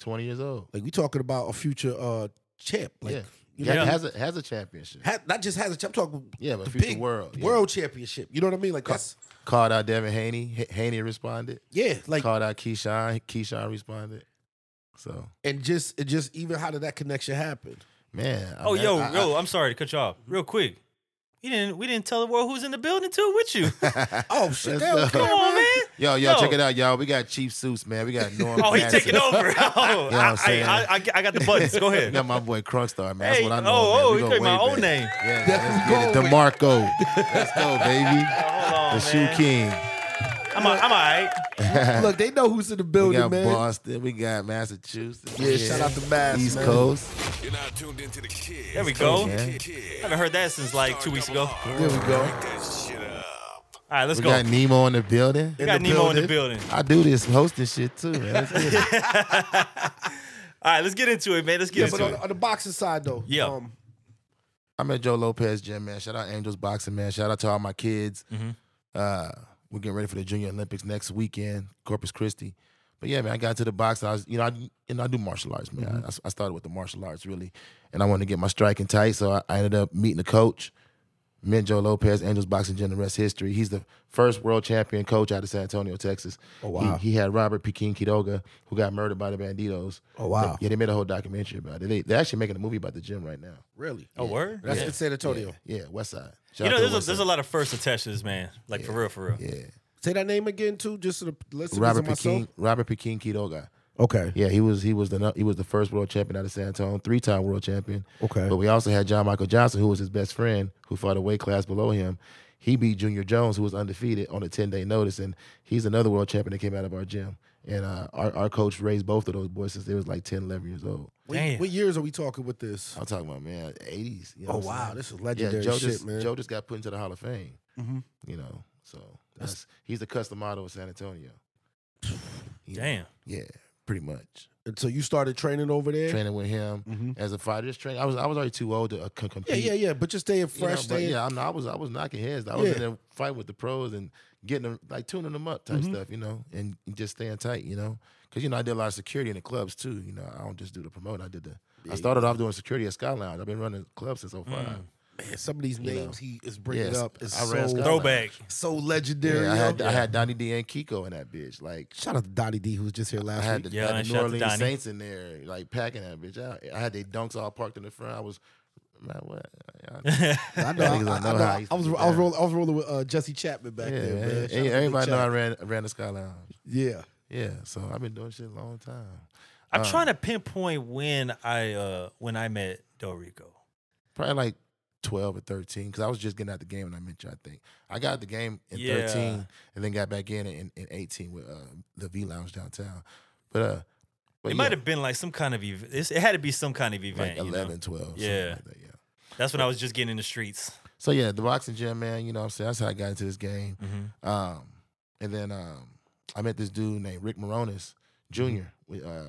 [SPEAKER 1] Twenty years old.
[SPEAKER 3] Like we talking about a future uh, champ. Like
[SPEAKER 1] yeah,
[SPEAKER 3] you
[SPEAKER 1] yeah.
[SPEAKER 2] know-
[SPEAKER 1] Has a has a championship.
[SPEAKER 3] ha- not just has a champ. I'm talking
[SPEAKER 1] yeah, but
[SPEAKER 3] the
[SPEAKER 1] future
[SPEAKER 3] big
[SPEAKER 1] world yeah.
[SPEAKER 3] world championship. You know what I mean? Like that's
[SPEAKER 1] called out Devin Haney. H- Haney responded.
[SPEAKER 3] yeah, like
[SPEAKER 1] called out Keyshawn. Keyshawn responded. So
[SPEAKER 3] and just and just even how did that connection happen?
[SPEAKER 1] man. I
[SPEAKER 2] Oh,
[SPEAKER 1] mean,
[SPEAKER 2] yo,
[SPEAKER 1] I- I-
[SPEAKER 2] yo, I'm sorry to cut you off real quick. You didn't. We didn't tell the world who's in the building too with you.
[SPEAKER 3] Oh shit!
[SPEAKER 1] Let's
[SPEAKER 3] That was
[SPEAKER 1] go.
[SPEAKER 2] Come
[SPEAKER 3] clear,
[SPEAKER 2] on,
[SPEAKER 3] man.
[SPEAKER 2] man.
[SPEAKER 1] Yo, yo,
[SPEAKER 2] Yo.
[SPEAKER 1] check it out, y'all. We got Chief Seuss, man. We got Norm.
[SPEAKER 2] Oh, he's
[SPEAKER 1] Patterson.
[SPEAKER 2] taking over. Oh,
[SPEAKER 1] what I'm
[SPEAKER 2] I, I,
[SPEAKER 1] saying?
[SPEAKER 2] I, I got the buttons. Go
[SPEAKER 1] We
[SPEAKER 2] ahead.
[SPEAKER 1] got my boy Crunkstar, man. That's
[SPEAKER 2] hey,
[SPEAKER 1] what I know.
[SPEAKER 2] oh, oh,
[SPEAKER 1] man.
[SPEAKER 2] you
[SPEAKER 1] We
[SPEAKER 2] took
[SPEAKER 1] go way
[SPEAKER 2] my own
[SPEAKER 1] back.
[SPEAKER 2] name.
[SPEAKER 1] Yeah, let's
[SPEAKER 3] That's
[SPEAKER 1] get it.
[SPEAKER 3] gold.
[SPEAKER 1] DeMarco. let's go, baby.
[SPEAKER 2] Oh, Hold on,
[SPEAKER 1] the
[SPEAKER 2] man.
[SPEAKER 1] Shoe King.
[SPEAKER 2] I'm, a, I'm all right.
[SPEAKER 3] Look, they know who's in the
[SPEAKER 1] We
[SPEAKER 3] building,
[SPEAKER 1] got
[SPEAKER 3] man.
[SPEAKER 1] Boston. We got Massachusetts.
[SPEAKER 3] Yeah, shout out to Mass,
[SPEAKER 1] East
[SPEAKER 3] man.
[SPEAKER 1] Coast.
[SPEAKER 4] You're not tuned into the kids.
[SPEAKER 2] There we go.
[SPEAKER 1] Yeah.
[SPEAKER 2] I haven't heard that since like two weeks ago. All
[SPEAKER 3] There we go.
[SPEAKER 4] That shit up.
[SPEAKER 2] right, let's
[SPEAKER 1] We
[SPEAKER 2] go.
[SPEAKER 1] got Nemo in the building.
[SPEAKER 2] We got
[SPEAKER 3] the
[SPEAKER 2] Nemo in the building.
[SPEAKER 1] I do this hosting shit too, man. Let's get it.
[SPEAKER 2] All right, let's get into it, man. Let's get
[SPEAKER 3] Yeah, but
[SPEAKER 2] into
[SPEAKER 3] on,
[SPEAKER 2] it.
[SPEAKER 3] on the boxing side though,
[SPEAKER 2] Yeah.
[SPEAKER 3] um,
[SPEAKER 1] I'm at Joe Lopez Gym, man. Shout out Angels Boxing, man. Shout out to all my kids.
[SPEAKER 3] Mm-hmm.
[SPEAKER 1] Uh, we're getting ready for the Junior Olympics next weekend, Corpus Christi. But yeah, man, I got into the boxing. I was, you know, I and I do martial arts, man.
[SPEAKER 3] Mm-hmm.
[SPEAKER 1] I- I, started with the martial arts really, and I wanted to get my striking tight, so I, I ended up meeting a coach. Met Joe Lopez, Angels Boxing Gym, the rest history. He's the first world champion coach out of San Antonio, Texas. Oh
[SPEAKER 3] wow.
[SPEAKER 1] He, he had Robert Pekin Kidoga, who got murdered by the Banditos.
[SPEAKER 3] Oh, wow.
[SPEAKER 1] Yeah, they made a whole documentary about it. They, they're actually making a movie about the gym right now.
[SPEAKER 3] really.
[SPEAKER 2] Oh, word?
[SPEAKER 3] That's
[SPEAKER 2] Yeah.
[SPEAKER 3] in San Antonio.
[SPEAKER 1] Yeah, West Side. Shout
[SPEAKER 2] You
[SPEAKER 1] out
[SPEAKER 2] know,
[SPEAKER 1] to
[SPEAKER 2] there's a,
[SPEAKER 1] West
[SPEAKER 2] there's a
[SPEAKER 1] Side.
[SPEAKER 2] lot of first attachments, man. Like for real, for real.
[SPEAKER 1] yeah.
[SPEAKER 3] Say that name again too, just to the listeners
[SPEAKER 1] Robert
[SPEAKER 3] and myself.
[SPEAKER 1] Peking, Robert Peking Kidoga.
[SPEAKER 3] Okay.
[SPEAKER 1] Yeah, he was he was the nu- he was the first world champion out of San Antonio, three time world champion.
[SPEAKER 3] Okay.
[SPEAKER 1] But we also had John Michael Johnson, who was his best friend, who fought a weight class below him. He beat Junior Jones, who was undefeated, on a ten day notice, and he's another world champion that came out of our gym. And uh, our our coach raised both of those boys since they was like 10, 11 years old.
[SPEAKER 2] Damn.
[SPEAKER 3] What, what years are we talking with this?
[SPEAKER 1] I'm talking about man, eighties. You know
[SPEAKER 3] Oh
[SPEAKER 1] what I'm
[SPEAKER 3] wow,
[SPEAKER 1] saying?
[SPEAKER 3] this is
[SPEAKER 1] Yeah,
[SPEAKER 3] legendary
[SPEAKER 1] Joe
[SPEAKER 3] shit,
[SPEAKER 1] just
[SPEAKER 3] man.
[SPEAKER 1] Joe just got put into the Hall of Fame.
[SPEAKER 3] Mhm.
[SPEAKER 1] You know, so that's he's the custom model of San Antonio. You know,
[SPEAKER 2] Damn.
[SPEAKER 1] Yeah, pretty much.
[SPEAKER 3] And so you started training over there.
[SPEAKER 1] Training with him
[SPEAKER 3] Mhm.
[SPEAKER 1] as a fighter. Just training. I was I was already too old to uh, c-
[SPEAKER 3] Yeah,
[SPEAKER 1] compete.
[SPEAKER 3] yeah, yeah. But just staying
[SPEAKER 1] You know,
[SPEAKER 3] fresh,
[SPEAKER 1] but
[SPEAKER 3] staying
[SPEAKER 1] yeah, I'm, I was I was knocking heads. I was
[SPEAKER 3] Yeah.
[SPEAKER 1] in there fighting with the pros and getting them like tuning them up type stuff, you know, and just staying tight, you know, because you know I did a lot of security in the clubs too. You know, I don't just do the promoting. I did the. I started off doing security at Sky Lounge. I've been running clubs since 05.
[SPEAKER 3] Man, some of these names he is bringing
[SPEAKER 1] Yes,
[SPEAKER 3] up is
[SPEAKER 1] I ran
[SPEAKER 3] so,
[SPEAKER 1] Skyline.
[SPEAKER 2] Throwback.
[SPEAKER 3] so legendary.
[SPEAKER 1] Yeah, I
[SPEAKER 3] yo.
[SPEAKER 1] had I had Donnie D and Kiko in that bitch. Like
[SPEAKER 3] Shout out to Dottie D, who was just here
[SPEAKER 1] I
[SPEAKER 3] last
[SPEAKER 1] had
[SPEAKER 3] week.
[SPEAKER 1] the,
[SPEAKER 2] Yeah,
[SPEAKER 1] had the
[SPEAKER 2] and shout
[SPEAKER 1] New
[SPEAKER 2] out to
[SPEAKER 1] Orleans
[SPEAKER 2] Donnie.
[SPEAKER 1] Saints in there, like packing that bitch out. I had their dunks all parked in the front. I was, man, what? I,
[SPEAKER 3] I know. I,
[SPEAKER 1] niggas don't
[SPEAKER 3] I
[SPEAKER 1] know
[SPEAKER 3] know.
[SPEAKER 1] how I
[SPEAKER 3] I,
[SPEAKER 1] used
[SPEAKER 3] was
[SPEAKER 1] to
[SPEAKER 3] I was,
[SPEAKER 1] do that.
[SPEAKER 3] roll, I was rolling with uh, Jesse Chapman back
[SPEAKER 1] yeah,
[SPEAKER 3] there, man.
[SPEAKER 1] man.
[SPEAKER 3] Shout out to
[SPEAKER 1] Everybody
[SPEAKER 3] Big
[SPEAKER 1] know I
[SPEAKER 3] Chap.
[SPEAKER 1] ran ran the Sky Lounge.
[SPEAKER 3] Yeah,
[SPEAKER 1] Yeah, so I've been doing shit a long time.
[SPEAKER 2] I'm trying to pinpoint when I uh when I met Del Rico.
[SPEAKER 1] Probably like twelve or thirteen, because I was just getting out the game when I met you. I think I got out the game in
[SPEAKER 2] Yeah.
[SPEAKER 1] thirteen, and then got back in in, in eighteen with uh, the V Lounge downtown. But uh, but yeah,
[SPEAKER 2] It might have been like some kind of event. It had to be some kind of event.
[SPEAKER 1] like
[SPEAKER 2] you know?
[SPEAKER 1] 11, 12, something
[SPEAKER 2] Yeah.
[SPEAKER 1] like that, yeah.
[SPEAKER 2] That's when I was just getting in the streets.
[SPEAKER 1] So yeah, the boxing gym, man. You know what I'm saying? That's how I got into this game.
[SPEAKER 2] Mm-hmm.
[SPEAKER 1] Um, and then um, I met this dude named Rick Moronis Jr.
[SPEAKER 3] Mm-hmm.
[SPEAKER 1] with uh,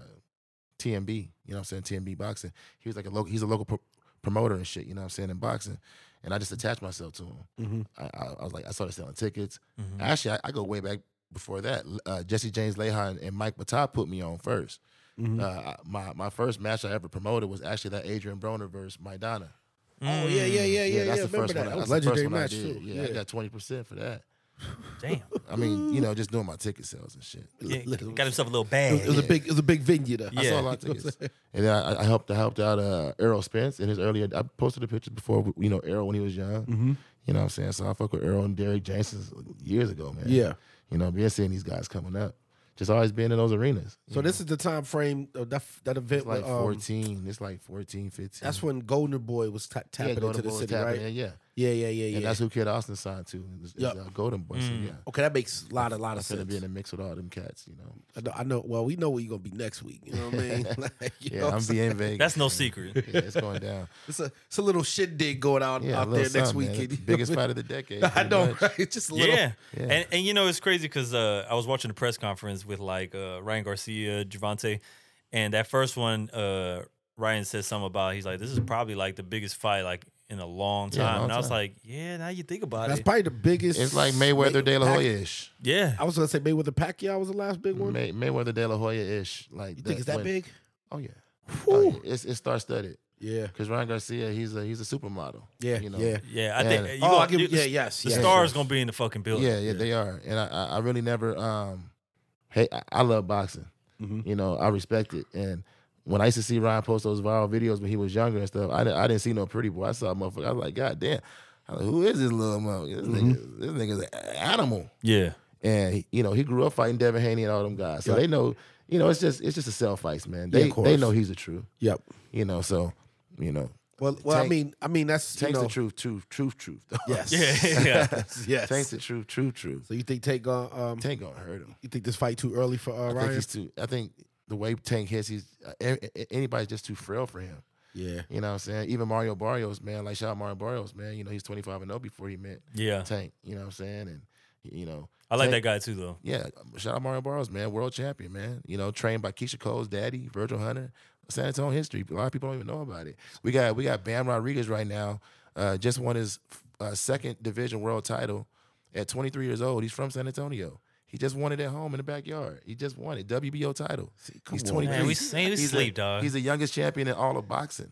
[SPEAKER 1] TMB. You know what I'm saying? TMB boxing. He was like a local. He's a local pro- promoter and shit. You know what I'm saying? In boxing, and I just
[SPEAKER 3] Mm-hmm.
[SPEAKER 1] attached myself to him. I, I, I was like, I started selling tickets.
[SPEAKER 2] Mm-hmm.
[SPEAKER 3] Mm-hmm.
[SPEAKER 1] Actually, I, I go way back before that. Uh, Jesse James Lehan and Mike Batah put me on 1st
[SPEAKER 3] mm-hmm.
[SPEAKER 1] Uh, I- my my first match I ever promoted was actually that Adrian Broner versus Maidana
[SPEAKER 3] Oh yeah, yeah, yeah, yeah. yeah,
[SPEAKER 1] that's the
[SPEAKER 3] Remember
[SPEAKER 1] first
[SPEAKER 3] that?
[SPEAKER 1] one. I-
[SPEAKER 3] That was
[SPEAKER 1] that's the first
[SPEAKER 3] legendary
[SPEAKER 1] one I
[SPEAKER 3] match
[SPEAKER 1] did.
[SPEAKER 3] too.
[SPEAKER 1] Yeah, I got twenty percent for that.
[SPEAKER 2] Mm. Damn.
[SPEAKER 1] I mean, you know, just doing my tickets sales and shit.
[SPEAKER 2] Yeah, got himself a little bag.
[SPEAKER 3] It was a big, it was a big venue though.
[SPEAKER 1] I
[SPEAKER 2] Yeah.
[SPEAKER 1] saw a lot of tickets, and then I, I helped. I helped out uh, Errol Spence in his earlier. I posted the pictures before. You know, Errol when he was young.
[SPEAKER 3] Mm-hmm.
[SPEAKER 1] You know what I'm saying? So I fuck with Errol and Derek Jason years ago, man.
[SPEAKER 3] Yeah.
[SPEAKER 1] You know, been seeing these guys coming up. just always being in those arenas. you
[SPEAKER 3] So
[SPEAKER 1] know.
[SPEAKER 3] this is the time frame of that that event.
[SPEAKER 1] it's like
[SPEAKER 3] where, um,
[SPEAKER 1] 14. It's like 14, 15.
[SPEAKER 3] That's when Golden Boy was ta-
[SPEAKER 1] yeah,
[SPEAKER 3] tapping into
[SPEAKER 1] Golden
[SPEAKER 3] the
[SPEAKER 1] Boy was
[SPEAKER 3] city,
[SPEAKER 1] tapping
[SPEAKER 3] right?
[SPEAKER 1] in, yeah.
[SPEAKER 3] Yeah, yeah, yeah, yeah.
[SPEAKER 1] And that's who Kid Austin signed to. Is, is,
[SPEAKER 3] Yup. Mm.
[SPEAKER 1] uh, Golden Boy. So yeah.
[SPEAKER 3] okay, that makes a lot, a lot of
[SPEAKER 1] Instead
[SPEAKER 3] sense.
[SPEAKER 1] of being in the mix with all them cats, you know.
[SPEAKER 3] I know, I know. Well, we know where you're gonna be next week. You know what I mean? Like, you know
[SPEAKER 1] Yeah,
[SPEAKER 3] what
[SPEAKER 1] I'm
[SPEAKER 3] saying?
[SPEAKER 1] being Vegas.
[SPEAKER 2] That's no
[SPEAKER 1] man.
[SPEAKER 2] secret.
[SPEAKER 1] Yeah, it's going down.
[SPEAKER 3] It's a it's a little shindig going out
[SPEAKER 1] Yeah, a
[SPEAKER 3] out
[SPEAKER 1] little
[SPEAKER 3] there next
[SPEAKER 1] something, man. It's
[SPEAKER 3] weekend. you
[SPEAKER 1] the
[SPEAKER 3] know
[SPEAKER 1] Biggest
[SPEAKER 3] what
[SPEAKER 1] fight of the decade.
[SPEAKER 3] I mean? I
[SPEAKER 1] pretty
[SPEAKER 3] know,
[SPEAKER 1] much.
[SPEAKER 3] right? Just a little.
[SPEAKER 2] Yeah.
[SPEAKER 1] Yeah.
[SPEAKER 2] And and you know it's crazy because uh, I was watching the press conference with like uh, Ryan Garcia, Javante, and that first one, uh, Ryan said something about he's like, This is probably like the biggest fight like in a long
[SPEAKER 1] Yeah,
[SPEAKER 2] time.
[SPEAKER 1] long
[SPEAKER 2] and I was
[SPEAKER 1] time.
[SPEAKER 2] like, Yeah, now you think about
[SPEAKER 3] That's
[SPEAKER 2] it.
[SPEAKER 3] probably the biggest.
[SPEAKER 1] It's like Mayweather De La
[SPEAKER 3] Pac-
[SPEAKER 1] Hoya ish.
[SPEAKER 2] yeah.
[SPEAKER 3] I was gonna say Mayweather Pacquiao was the last big one.
[SPEAKER 1] May, Mayweather De La Hoya ish. Like
[SPEAKER 3] you think it's that
[SPEAKER 1] when-
[SPEAKER 3] big?
[SPEAKER 1] Oh yeah. Oh,
[SPEAKER 3] Whew.
[SPEAKER 1] yeah. It's it star studded
[SPEAKER 3] Yeah,
[SPEAKER 1] because Ryan Garcia he's a he's a supermodel.
[SPEAKER 3] yeah,
[SPEAKER 1] you know?
[SPEAKER 3] yeah.
[SPEAKER 2] yeah, I
[SPEAKER 1] Yeah.
[SPEAKER 2] think uh, you
[SPEAKER 3] oh, I
[SPEAKER 2] gonna-
[SPEAKER 3] give,
[SPEAKER 2] you-
[SPEAKER 3] yeah, yes,
[SPEAKER 2] the
[SPEAKER 3] yes,
[SPEAKER 2] stars
[SPEAKER 3] yes.
[SPEAKER 2] gonna be in the fucking building.
[SPEAKER 1] yeah, yeah, they are. And I, I, I really never um, hey, I, I love boxing.
[SPEAKER 3] Mhm.
[SPEAKER 1] You know, I respect it. And when I used to see Ryan post those viral videos when he was younger and stuff, I, di- I didn't see no pretty boy. I saw a motherfucker. I was like, God damn, I was like, who is this little motherfucker? This
[SPEAKER 3] Mm-hmm.
[SPEAKER 1] nigga, this nigga's an animal.
[SPEAKER 2] Yeah.
[SPEAKER 1] And he- you know, he grew up fighting Devin Haney and all them guys. So
[SPEAKER 3] Yeah.
[SPEAKER 1] they know, you know, it's just it's just a self fights, man.
[SPEAKER 3] Yeah,
[SPEAKER 1] They
[SPEAKER 3] of course.
[SPEAKER 1] they know he's the truth.
[SPEAKER 3] Yep.
[SPEAKER 1] You know, so you know,
[SPEAKER 3] Well, well, I
[SPEAKER 1] Tank-
[SPEAKER 3] mean, I mean that's you
[SPEAKER 1] Tank's
[SPEAKER 3] know,
[SPEAKER 1] the truth, truth, truth, truth.
[SPEAKER 3] Yes.
[SPEAKER 2] Yeah, yeah.
[SPEAKER 3] yes.
[SPEAKER 1] Tank's the truth, truth, truth.
[SPEAKER 3] So you think Tank gonna um
[SPEAKER 1] Tank gonna hurt him.
[SPEAKER 3] you think this fight too early for uh,
[SPEAKER 1] I think
[SPEAKER 3] Ryan?
[SPEAKER 1] he's too. I think the way Tank hits, he's uh, a- a- anybody's just too frail for him.
[SPEAKER 3] Yeah.
[SPEAKER 1] You know what I'm saying? Even Mario Barrios, man, like shout out Mario Barrios, man. You know he's 25 and 0 before he met
[SPEAKER 2] Yeah.
[SPEAKER 1] Tank. You know what I'm saying? And you know,
[SPEAKER 2] I like that
[SPEAKER 1] Tank-
[SPEAKER 2] guy too though.
[SPEAKER 1] Yeah, um, shout out Mario Barrios, man, world champion, man. You know, trained by Keisha Cole's daddy, Virgil Hunter. San Antonio history. A lot of people don't even know about it. We got we got Bam Rodriguez right now. Uh, just won his uh, second division world title at 23 years old. He's from San Antonio. He just won it at home in the backyard. He just won it WBO title. he's
[SPEAKER 3] on,
[SPEAKER 1] 23.
[SPEAKER 2] Man, we, we
[SPEAKER 1] He's
[SPEAKER 2] sleep,
[SPEAKER 1] a,
[SPEAKER 2] dog.
[SPEAKER 1] He's the youngest champion in all of boxing.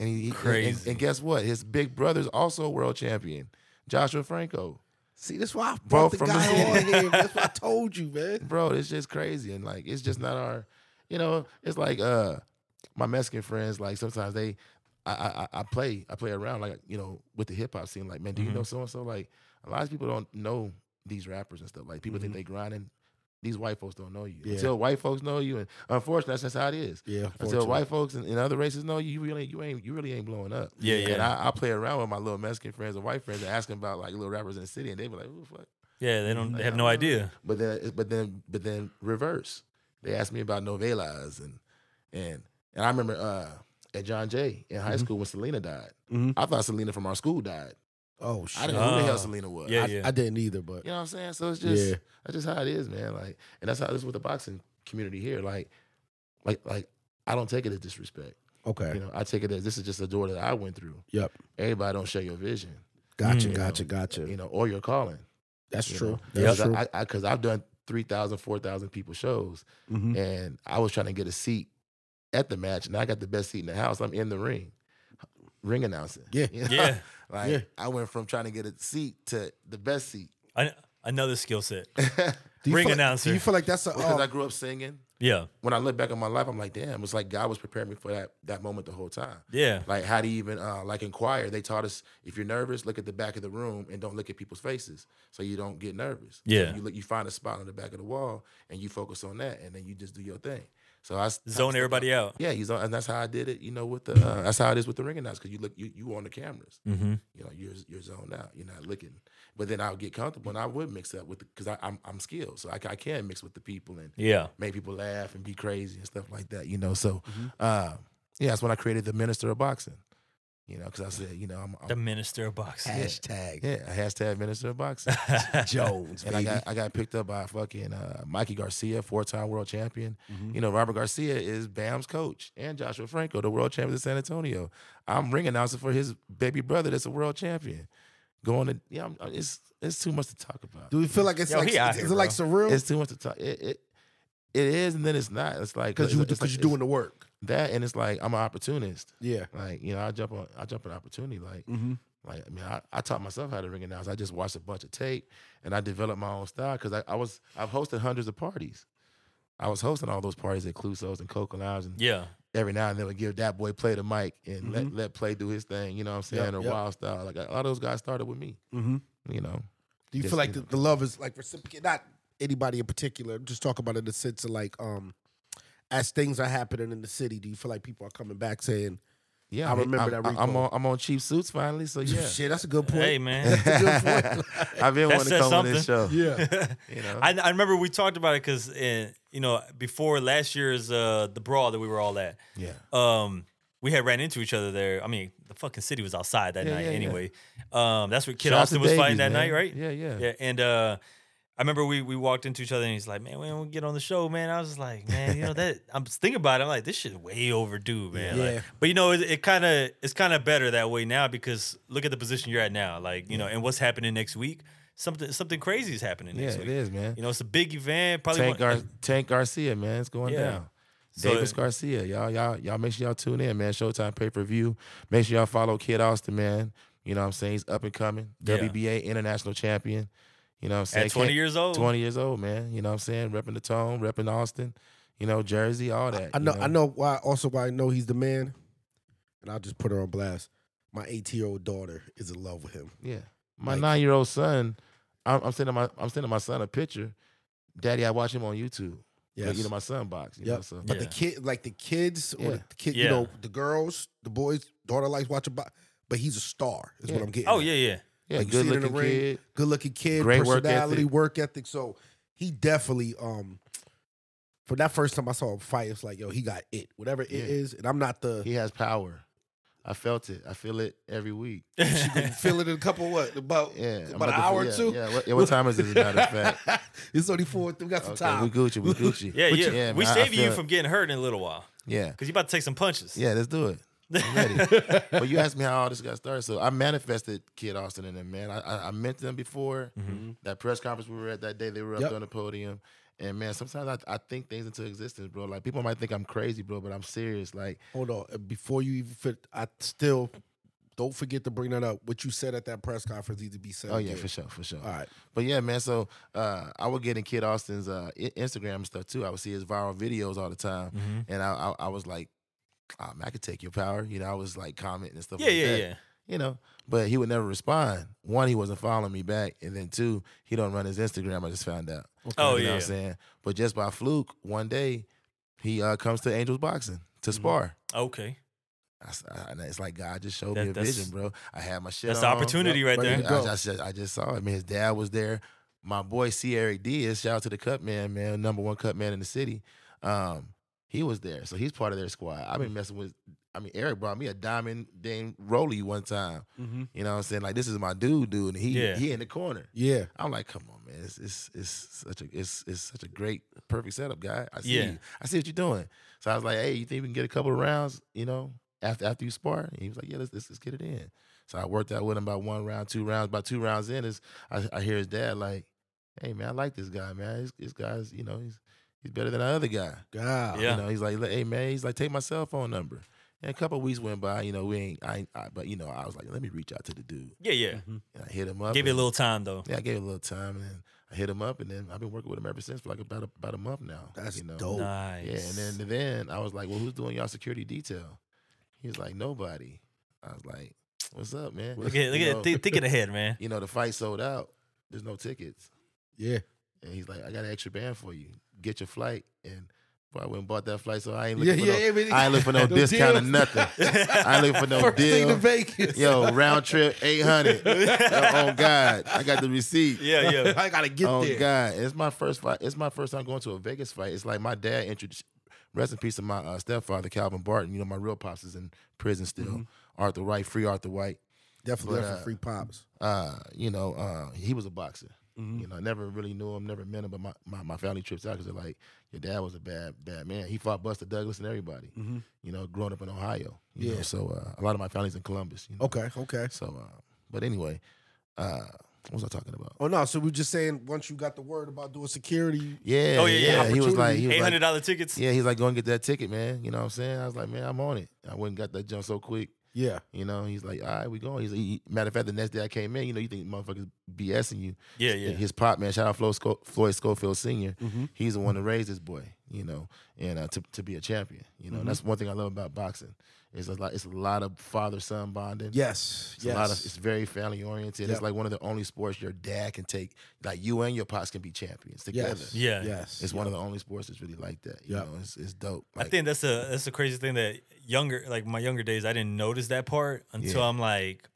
[SPEAKER 1] And he, he- and- And,
[SPEAKER 2] Crazy.
[SPEAKER 1] and guess what? His big brother's also a world champion, Joshua Franco.
[SPEAKER 3] See, that's why I
[SPEAKER 1] Bro,
[SPEAKER 3] brought the
[SPEAKER 1] from
[SPEAKER 3] guy
[SPEAKER 1] the-
[SPEAKER 3] on here. That's what I told you, man.
[SPEAKER 1] bro, it's just crazy. And like, it's just not our, you know, it's like uh my Mexican friends, like sometimes they I I, I- I play, I play around like, you know, with the hip hop scene, like, man, do you know
[SPEAKER 2] Mm-hmm.
[SPEAKER 1] so and so? Like a lot of people don't know these rappers and stuff. Like people
[SPEAKER 2] Mm-hmm.
[SPEAKER 1] think they grinding. These white folks don't know you.
[SPEAKER 3] Yeah.
[SPEAKER 1] Until white folks know you. And unfortunately, that's just how it is.
[SPEAKER 3] Yeah.
[SPEAKER 1] Until white folks and, and other races know you, you really you ain't you really ain't blowing up.
[SPEAKER 2] Yeah,
[SPEAKER 1] And
[SPEAKER 2] yeah.
[SPEAKER 1] I, I play around with my little Mexican friends and white friends and ask them about like little rappers in the city and they be like, who the fuck?
[SPEAKER 2] Yeah, they don't they have
[SPEAKER 1] I
[SPEAKER 2] no
[SPEAKER 1] don't
[SPEAKER 2] idea.
[SPEAKER 1] But then, but then, but then reverse. They asked me about novelas and and and I remember uh, at John Jay in high
[SPEAKER 3] Mm-hmm.
[SPEAKER 1] school when Selena died.
[SPEAKER 3] Mhm.
[SPEAKER 1] I thought Selena from our school died.
[SPEAKER 3] Oh shit.
[SPEAKER 1] I didn't know who the
[SPEAKER 2] Ah.
[SPEAKER 1] hell Selena was.
[SPEAKER 2] Yeah,
[SPEAKER 1] I-
[SPEAKER 2] yeah.
[SPEAKER 3] I didn't either, but
[SPEAKER 1] you know what I'm saying. So it's just
[SPEAKER 3] Yeah.
[SPEAKER 1] that's just how it is, man. Like, and that's how it is with the boxing community here. Like, like, like I don't take it as disrespect.
[SPEAKER 3] okay.
[SPEAKER 1] You know, I take it as this is just a door that I went through.
[SPEAKER 3] Yep.
[SPEAKER 1] Everybody don't share your vision,
[SPEAKER 3] Gotcha,
[SPEAKER 2] Mm.
[SPEAKER 3] gotcha, gotcha.
[SPEAKER 1] you know, or your calling.
[SPEAKER 3] That's
[SPEAKER 1] you
[SPEAKER 3] true.
[SPEAKER 1] know?
[SPEAKER 3] That's
[SPEAKER 1] Because
[SPEAKER 3] true.
[SPEAKER 1] I, I, cause I've done 3,000, 4,000 people shows.
[SPEAKER 3] Mhm.
[SPEAKER 1] and I was trying to get a seat at the match, and I got the best seat in the house. I'm in the ring, ring announcing.
[SPEAKER 3] Yeah.
[SPEAKER 1] You know?
[SPEAKER 2] Yeah.
[SPEAKER 1] Like
[SPEAKER 3] Yeah.
[SPEAKER 1] I went from trying to get a seat to the best seat
[SPEAKER 2] An- another skill set.
[SPEAKER 1] because
[SPEAKER 3] Do you
[SPEAKER 2] Ring
[SPEAKER 3] feel like-
[SPEAKER 2] announcer.
[SPEAKER 3] do you feel like that's a um,
[SPEAKER 1] I grew up singing.
[SPEAKER 2] Yeah.
[SPEAKER 1] When I look back on my life, I'm like, damn, it's like God was preparing me for that that moment the whole time.
[SPEAKER 2] Yeah.
[SPEAKER 1] Like how to even uh, like inquire. They taught us if you're nervous, look at the back of the room and don't look at people's faces, so you don't get nervous. So
[SPEAKER 2] Yeah.
[SPEAKER 1] you look, you find a spot on the back of the wall and you focus on that, and then you just do your thing. So I s-
[SPEAKER 2] Zone everybody out.
[SPEAKER 1] Yeah, he's on, and that's how I did it. You know, with the uh, that's how it is with the ring announce because you look you you on the cameras.
[SPEAKER 2] Mm-hmm.
[SPEAKER 1] You know, you're you're zoned out. You're not looking. But then I'll get comfortable and I would mix up with because I'm I'm skilled, so I, ca- I can mix with the people and
[SPEAKER 2] Yeah.
[SPEAKER 1] make people laugh and be crazy and stuff like that. You know, so uh, yeah, that's when I created the Minister of Boxing. You know, because I said you know I'm,
[SPEAKER 2] The
[SPEAKER 1] I'm
[SPEAKER 2] minister of boxing.
[SPEAKER 3] hashtag
[SPEAKER 1] yeah hashtag Minister of Boxing.
[SPEAKER 3] Jones,
[SPEAKER 1] And
[SPEAKER 3] baby.
[SPEAKER 1] I got I got picked up by fucking uh, Mikey Garcia, four time world champion.
[SPEAKER 3] Mhm.
[SPEAKER 1] You know, Robert Garcia is Bam's coach and Joshua Franco, the world champion of San Antonio. I'm ring announcer for his baby brother that's a world champion. Going to yeah, I'm, it's it's too much to talk about.
[SPEAKER 3] Do we feel like it's
[SPEAKER 2] Yo,
[SPEAKER 3] like
[SPEAKER 2] he out
[SPEAKER 3] is,
[SPEAKER 2] here,
[SPEAKER 3] it like
[SPEAKER 2] bro.
[SPEAKER 3] surreal?
[SPEAKER 1] It's too much to talk. It, it it is and then it's not. It's like
[SPEAKER 3] Because you
[SPEAKER 1] it's- it's
[SPEAKER 3] because
[SPEAKER 1] like-
[SPEAKER 3] you're doing the work.
[SPEAKER 1] it's that and it's like I'm an opportunist.
[SPEAKER 3] Yeah.
[SPEAKER 1] Like you know, I jump on I jump on opportunity. Like
[SPEAKER 3] Mm-hmm.
[SPEAKER 1] like I mean, I, I taught myself how to ring announce. I just watched a bunch of tape and I developed my own style because I, I was I've hosted hundreds of parties. I was hosting all those parties at Cluso's and Coco Lounge, and
[SPEAKER 2] Yeah.
[SPEAKER 1] every now and then would give that boy play the mic and let let play do his thing. You know what I'm saying?
[SPEAKER 3] Mm-hmm. Yep,
[SPEAKER 1] or
[SPEAKER 3] yep.
[SPEAKER 1] wild style. Like a lot of those guys started with me.
[SPEAKER 3] Mm-hmm.
[SPEAKER 1] You know,
[SPEAKER 3] Do you
[SPEAKER 1] Yes,
[SPEAKER 3] feel like
[SPEAKER 1] you
[SPEAKER 3] the,
[SPEAKER 1] know.
[SPEAKER 3] the love is like reciprocated? Not anybody in particular. Just talk about it in the sense of like, um, as things are happening in the city, do you feel like people are coming back saying,
[SPEAKER 1] Yeah,
[SPEAKER 3] I
[SPEAKER 1] mean,
[SPEAKER 3] remember
[SPEAKER 1] I'm-
[SPEAKER 3] that
[SPEAKER 1] I- I'm
[SPEAKER 3] recall.
[SPEAKER 1] on I'm on cheap suits finally, so yeah.
[SPEAKER 3] "Shit, that's a good point."
[SPEAKER 2] Hey man,
[SPEAKER 1] I've been wanting
[SPEAKER 2] That
[SPEAKER 1] to
[SPEAKER 2] says
[SPEAKER 1] come on this show.
[SPEAKER 3] yeah,
[SPEAKER 1] You know,
[SPEAKER 2] I, I remember we talked about it because you know before last year's uh, the brawl that we were all at.
[SPEAKER 1] yeah.
[SPEAKER 2] um we had ran into each other there. I mean, the fucking city was outside that
[SPEAKER 1] Yeah,
[SPEAKER 2] night
[SPEAKER 1] yeah, yeah.
[SPEAKER 2] anyway. Um that's where Kid
[SPEAKER 1] Shout out
[SPEAKER 2] Austin
[SPEAKER 1] to
[SPEAKER 2] was fighting that
[SPEAKER 1] Davies,
[SPEAKER 2] night,
[SPEAKER 1] man.
[SPEAKER 2] right?
[SPEAKER 1] Yeah, yeah.
[SPEAKER 2] Yeah, and uh I remember we we walked into each other and he's like, "Man, when we get on the show, man." I was just like, "Man, you know that I'm just thinking about it. I'm like, this shit way overdue, man." Like,
[SPEAKER 3] Yeah.
[SPEAKER 2] but you know, it, it kind of it's kind of better that way now because look at the position you're at now, like you know, and what's happening next week. Something something crazy is happening
[SPEAKER 1] Yeah,
[SPEAKER 2] next
[SPEAKER 1] it
[SPEAKER 2] week.
[SPEAKER 1] is, man.
[SPEAKER 2] You know, it's a big event. Probably
[SPEAKER 1] Tank,
[SPEAKER 2] one-
[SPEAKER 1] Gar- Tank Garcia, man, it's going
[SPEAKER 2] Yeah.
[SPEAKER 1] down.
[SPEAKER 2] So-
[SPEAKER 1] Davis Garcia, y'all, y'all, y'all, make sure y'all tune in, man. Showtime pay per view. Make sure y'all follow Kid Austin, man. You know what I'm saying? He's up and coming,
[SPEAKER 2] Yeah.
[SPEAKER 1] WBA international champion. You know what I'm saying?
[SPEAKER 2] at 20
[SPEAKER 1] Can't-
[SPEAKER 2] years old.
[SPEAKER 1] 20 years old, man. You know what I'm saying? Repping the tone, repping Austin, you know, Jersey, all that.
[SPEAKER 3] I
[SPEAKER 1] you
[SPEAKER 3] know. I know why. Also, why I know he's the man, and I'll just put her on blast. My 18 year old daughter is in love with him.
[SPEAKER 1] Yeah. My
[SPEAKER 3] Like-
[SPEAKER 1] nine year old son, I'm, I'm sending my I'm sending my son a picture. Daddy, I watch him on YouTube. Yeah,
[SPEAKER 3] Yes.
[SPEAKER 1] You know, my son box. You know,
[SPEAKER 3] Yep.
[SPEAKER 1] so
[SPEAKER 3] But the
[SPEAKER 2] Yeah.
[SPEAKER 3] kid, like the kids, or
[SPEAKER 1] Yeah.
[SPEAKER 3] the kid,
[SPEAKER 2] Yeah.
[SPEAKER 3] you know, the girls, the boys, daughter likes watching, bo- but he's a star. Is
[SPEAKER 1] Yeah.
[SPEAKER 3] what I'm getting.
[SPEAKER 2] oh
[SPEAKER 3] at.
[SPEAKER 2] yeah, yeah.
[SPEAKER 1] yeah,
[SPEAKER 3] Like, you
[SPEAKER 1] good
[SPEAKER 3] see it in the
[SPEAKER 1] looking
[SPEAKER 3] ring.
[SPEAKER 1] kid.
[SPEAKER 3] good looking kid,
[SPEAKER 1] Great work
[SPEAKER 3] personality,
[SPEAKER 1] ethic.
[SPEAKER 3] work ethic. So he definitely, um, for that first time I saw him fight, it's like, yo, he got it, whatever it
[SPEAKER 1] Yeah.
[SPEAKER 3] is. And I'm not the
[SPEAKER 1] He has power. I felt it. I feel it every week.
[SPEAKER 3] feel it in a couple what about
[SPEAKER 1] Yeah, I'm
[SPEAKER 3] about an
[SPEAKER 1] to-
[SPEAKER 3] hour
[SPEAKER 1] yeah,
[SPEAKER 3] or two.
[SPEAKER 1] Yeah, what, yeah, what time is it? As a matter of fact,
[SPEAKER 3] it's only four. We got some
[SPEAKER 1] okay,
[SPEAKER 3] time.
[SPEAKER 1] we Gucci, we Gucci.
[SPEAKER 2] Yeah,
[SPEAKER 1] But
[SPEAKER 2] yeah.
[SPEAKER 1] you-
[SPEAKER 2] we
[SPEAKER 1] man, I- I
[SPEAKER 2] saving you
[SPEAKER 1] feel it.
[SPEAKER 2] from getting hurt in a little while
[SPEAKER 1] Yeah,
[SPEAKER 2] because you about to take some punches.
[SPEAKER 1] yeah. Let's do it. I'm ready. but you asked me how all this got started, so I manifested Kid Austin and them. Man, I, I, I met them before
[SPEAKER 2] Mm-hmm.
[SPEAKER 1] that press conference we were at that day. They were up
[SPEAKER 3] Yep.
[SPEAKER 1] there on the podium, and man, sometimes I, I think things into existence, bro. Like people might think I'm crazy, bro, but I'm serious. Like
[SPEAKER 3] Hold on, uh, before you even fit, I still don't forget to bring that up. What you said at that press conference needs to be said.
[SPEAKER 1] Oh yeah,
[SPEAKER 3] again.
[SPEAKER 1] for sure, for sure.
[SPEAKER 3] All right.
[SPEAKER 1] but yeah, man. So uh, I would get in Kid Austin's uh, I- Instagram and stuff too. I would see his viral videos all the time,
[SPEAKER 2] Mm-hmm.
[SPEAKER 1] and I, I I was like, oh, man, I could take your power. You know, I was like commenting and stuff.
[SPEAKER 2] Yeah,
[SPEAKER 1] like
[SPEAKER 2] yeah,
[SPEAKER 1] that,
[SPEAKER 2] yeah.
[SPEAKER 1] You know, but he would never respond. One, he wasn't following me back, and then two, he don't run his Instagram. I just found out.
[SPEAKER 2] Oh,
[SPEAKER 1] you know
[SPEAKER 2] yeah.
[SPEAKER 1] what I'm saying. But just by fluke, one day he uh, comes to Angels Boxing to
[SPEAKER 2] Mm-hmm.
[SPEAKER 1] spar.
[SPEAKER 2] Okay.
[SPEAKER 1] I s- I- and it's like God just showed
[SPEAKER 2] That-
[SPEAKER 1] me a
[SPEAKER 2] that's-
[SPEAKER 1] vision, bro. I had my shit.
[SPEAKER 2] That's the
[SPEAKER 1] on.
[SPEAKER 2] opportunity
[SPEAKER 1] Yep.
[SPEAKER 2] right
[SPEAKER 3] Let
[SPEAKER 2] there.
[SPEAKER 3] it
[SPEAKER 1] Yeah,
[SPEAKER 3] go.
[SPEAKER 1] I, just, I just saw it, man. His dad was there. My boy C. Eric Diaz, shout out to the cut man, man, number one cut man in the city. Um, he was there, so he's part of their squad. I've been messing with. I mean, Eric brought me a diamond Dame Roly one time. You know what I'm saying? Like this is my dude, dude. And he
[SPEAKER 2] Mm-hmm. Yeah.
[SPEAKER 1] he in the corner.
[SPEAKER 3] Yeah.
[SPEAKER 1] I'm like, come on, man. It's it's, it's such a it's it's such a great perfect setup, guy. I see
[SPEAKER 2] Yeah.
[SPEAKER 1] you. I see what you're doing. So I was like, hey, you think we can get a couple of rounds? You know, after after you spar. And he was like, yeah, let's let's, let's get it in. So I worked out with him about one round, two rounds. About two rounds in, is I, I hear his dad like, hey man, I like this guy, man. This, this guy's you know he's he's better than the other guy.
[SPEAKER 3] God.
[SPEAKER 2] Yeah.
[SPEAKER 1] You know, he's like, hey man, he's like, take my cell phone number. And a couple of weeks went by, you know, we ain't, I, ain't- I, but you know, I was like, let me reach out to the dude.
[SPEAKER 2] Yeah, yeah.
[SPEAKER 1] And I hit him up.
[SPEAKER 2] Give it a
[SPEAKER 1] and-
[SPEAKER 2] little time though.
[SPEAKER 1] yeah, I gave it a little time, and then I hit him up, and then I've been working with him ever since for like about a, about a month now.
[SPEAKER 3] That's
[SPEAKER 1] you know?
[SPEAKER 3] dope.
[SPEAKER 1] Oh,
[SPEAKER 2] Nice.
[SPEAKER 1] Yeah, and then and then I was like, "Well, who's doing y'all security detail?" He was like, "Nobody." I was like, "What's up, man?"
[SPEAKER 2] look at look
[SPEAKER 1] you
[SPEAKER 2] at
[SPEAKER 1] know,
[SPEAKER 2] thi- thinking ahead, man.
[SPEAKER 1] you know the fight sold out. There's no tickets,
[SPEAKER 3] Yeah.
[SPEAKER 1] and he's like, "I got an extra band for you. Get your flight." And boy, I went and bought that flight, so I ain't
[SPEAKER 3] Yeah.
[SPEAKER 1] looking for
[SPEAKER 3] Yeah.
[SPEAKER 1] no, I ain't looking for no, discount or
[SPEAKER 3] deals.
[SPEAKER 1] nothing. I ain't looking for no
[SPEAKER 3] First thing to
[SPEAKER 1] deal.
[SPEAKER 3] Vegas.
[SPEAKER 1] Yo, round trip eight hundred. oh God, I got the receipt.
[SPEAKER 2] Yeah, yeah.
[SPEAKER 3] I gotta get
[SPEAKER 1] oh
[SPEAKER 3] there.
[SPEAKER 1] God, it's my first fight. It's my first time going to a Vegas fight. It's like my dad introduced. Rest in peace to my uh, stepfather, Calvin Barton. You know, my real pops is in prison still.
[SPEAKER 3] Mm-hmm.
[SPEAKER 1] Arthur White, free Arthur White.
[SPEAKER 3] Definitely
[SPEAKER 1] But,
[SPEAKER 3] up
[SPEAKER 1] uh,
[SPEAKER 3] for free pops.
[SPEAKER 1] Uh, you know, uh, he was a boxer.
[SPEAKER 3] Mm-hmm.
[SPEAKER 1] You know, I never really knew him, never met him, but my, my, my family trips out because they're like, your dad was a bad, bad man. He fought Buster Douglas and everybody, you know, growing up in Ohio. You know,
[SPEAKER 3] Mm-hmm. Yeah.
[SPEAKER 1] so uh, a lot of my family's in Columbus. You know?
[SPEAKER 3] Okay. Okay.
[SPEAKER 1] So, uh, but anyway, uh, what was I talking about?
[SPEAKER 3] Oh no! So we are just saying once you got the word about doing security,
[SPEAKER 1] Yeah,
[SPEAKER 2] Oh, yeah, yeah.
[SPEAKER 1] He was like, he was
[SPEAKER 2] Eight
[SPEAKER 1] like,
[SPEAKER 2] hundred dollar tickets.
[SPEAKER 1] Yeah, he's like, go and get that ticket, man. You know what I'm saying? I was like, man, I'm on it. I went and got that jump so quick.
[SPEAKER 3] yeah,
[SPEAKER 1] You know, he's like, all right, we going. He's like, he- matter of fact, the next day I came in, you know, you think motherfuckers BSing you.
[SPEAKER 2] Yeah, yeah.
[SPEAKER 1] His pop, man, shout out Flo Sco- Floyd Schofield senior He's the
[SPEAKER 3] Mm-hmm.
[SPEAKER 1] one that raised this boy, you know, and uh, to, to be a champion. You know, and that's one thing I love about boxing It's a lot. It's a lot of father son bonding.
[SPEAKER 3] Yes.
[SPEAKER 1] It's
[SPEAKER 3] yes.
[SPEAKER 1] a lot of it's very family oriented.
[SPEAKER 3] Yep.
[SPEAKER 1] It's like one of the only sports your dad can take. Like you and your pops can be champions together.
[SPEAKER 3] yes.
[SPEAKER 2] Yeah.
[SPEAKER 3] Yes.
[SPEAKER 1] It's one of the only sports that's really like that. You
[SPEAKER 3] Yep.
[SPEAKER 1] know, it's, it's dope.
[SPEAKER 2] I
[SPEAKER 1] Like,
[SPEAKER 2] think that's a that's the crazy thing that younger like my younger days I didn't notice that part until
[SPEAKER 1] Yeah.
[SPEAKER 2] I'm like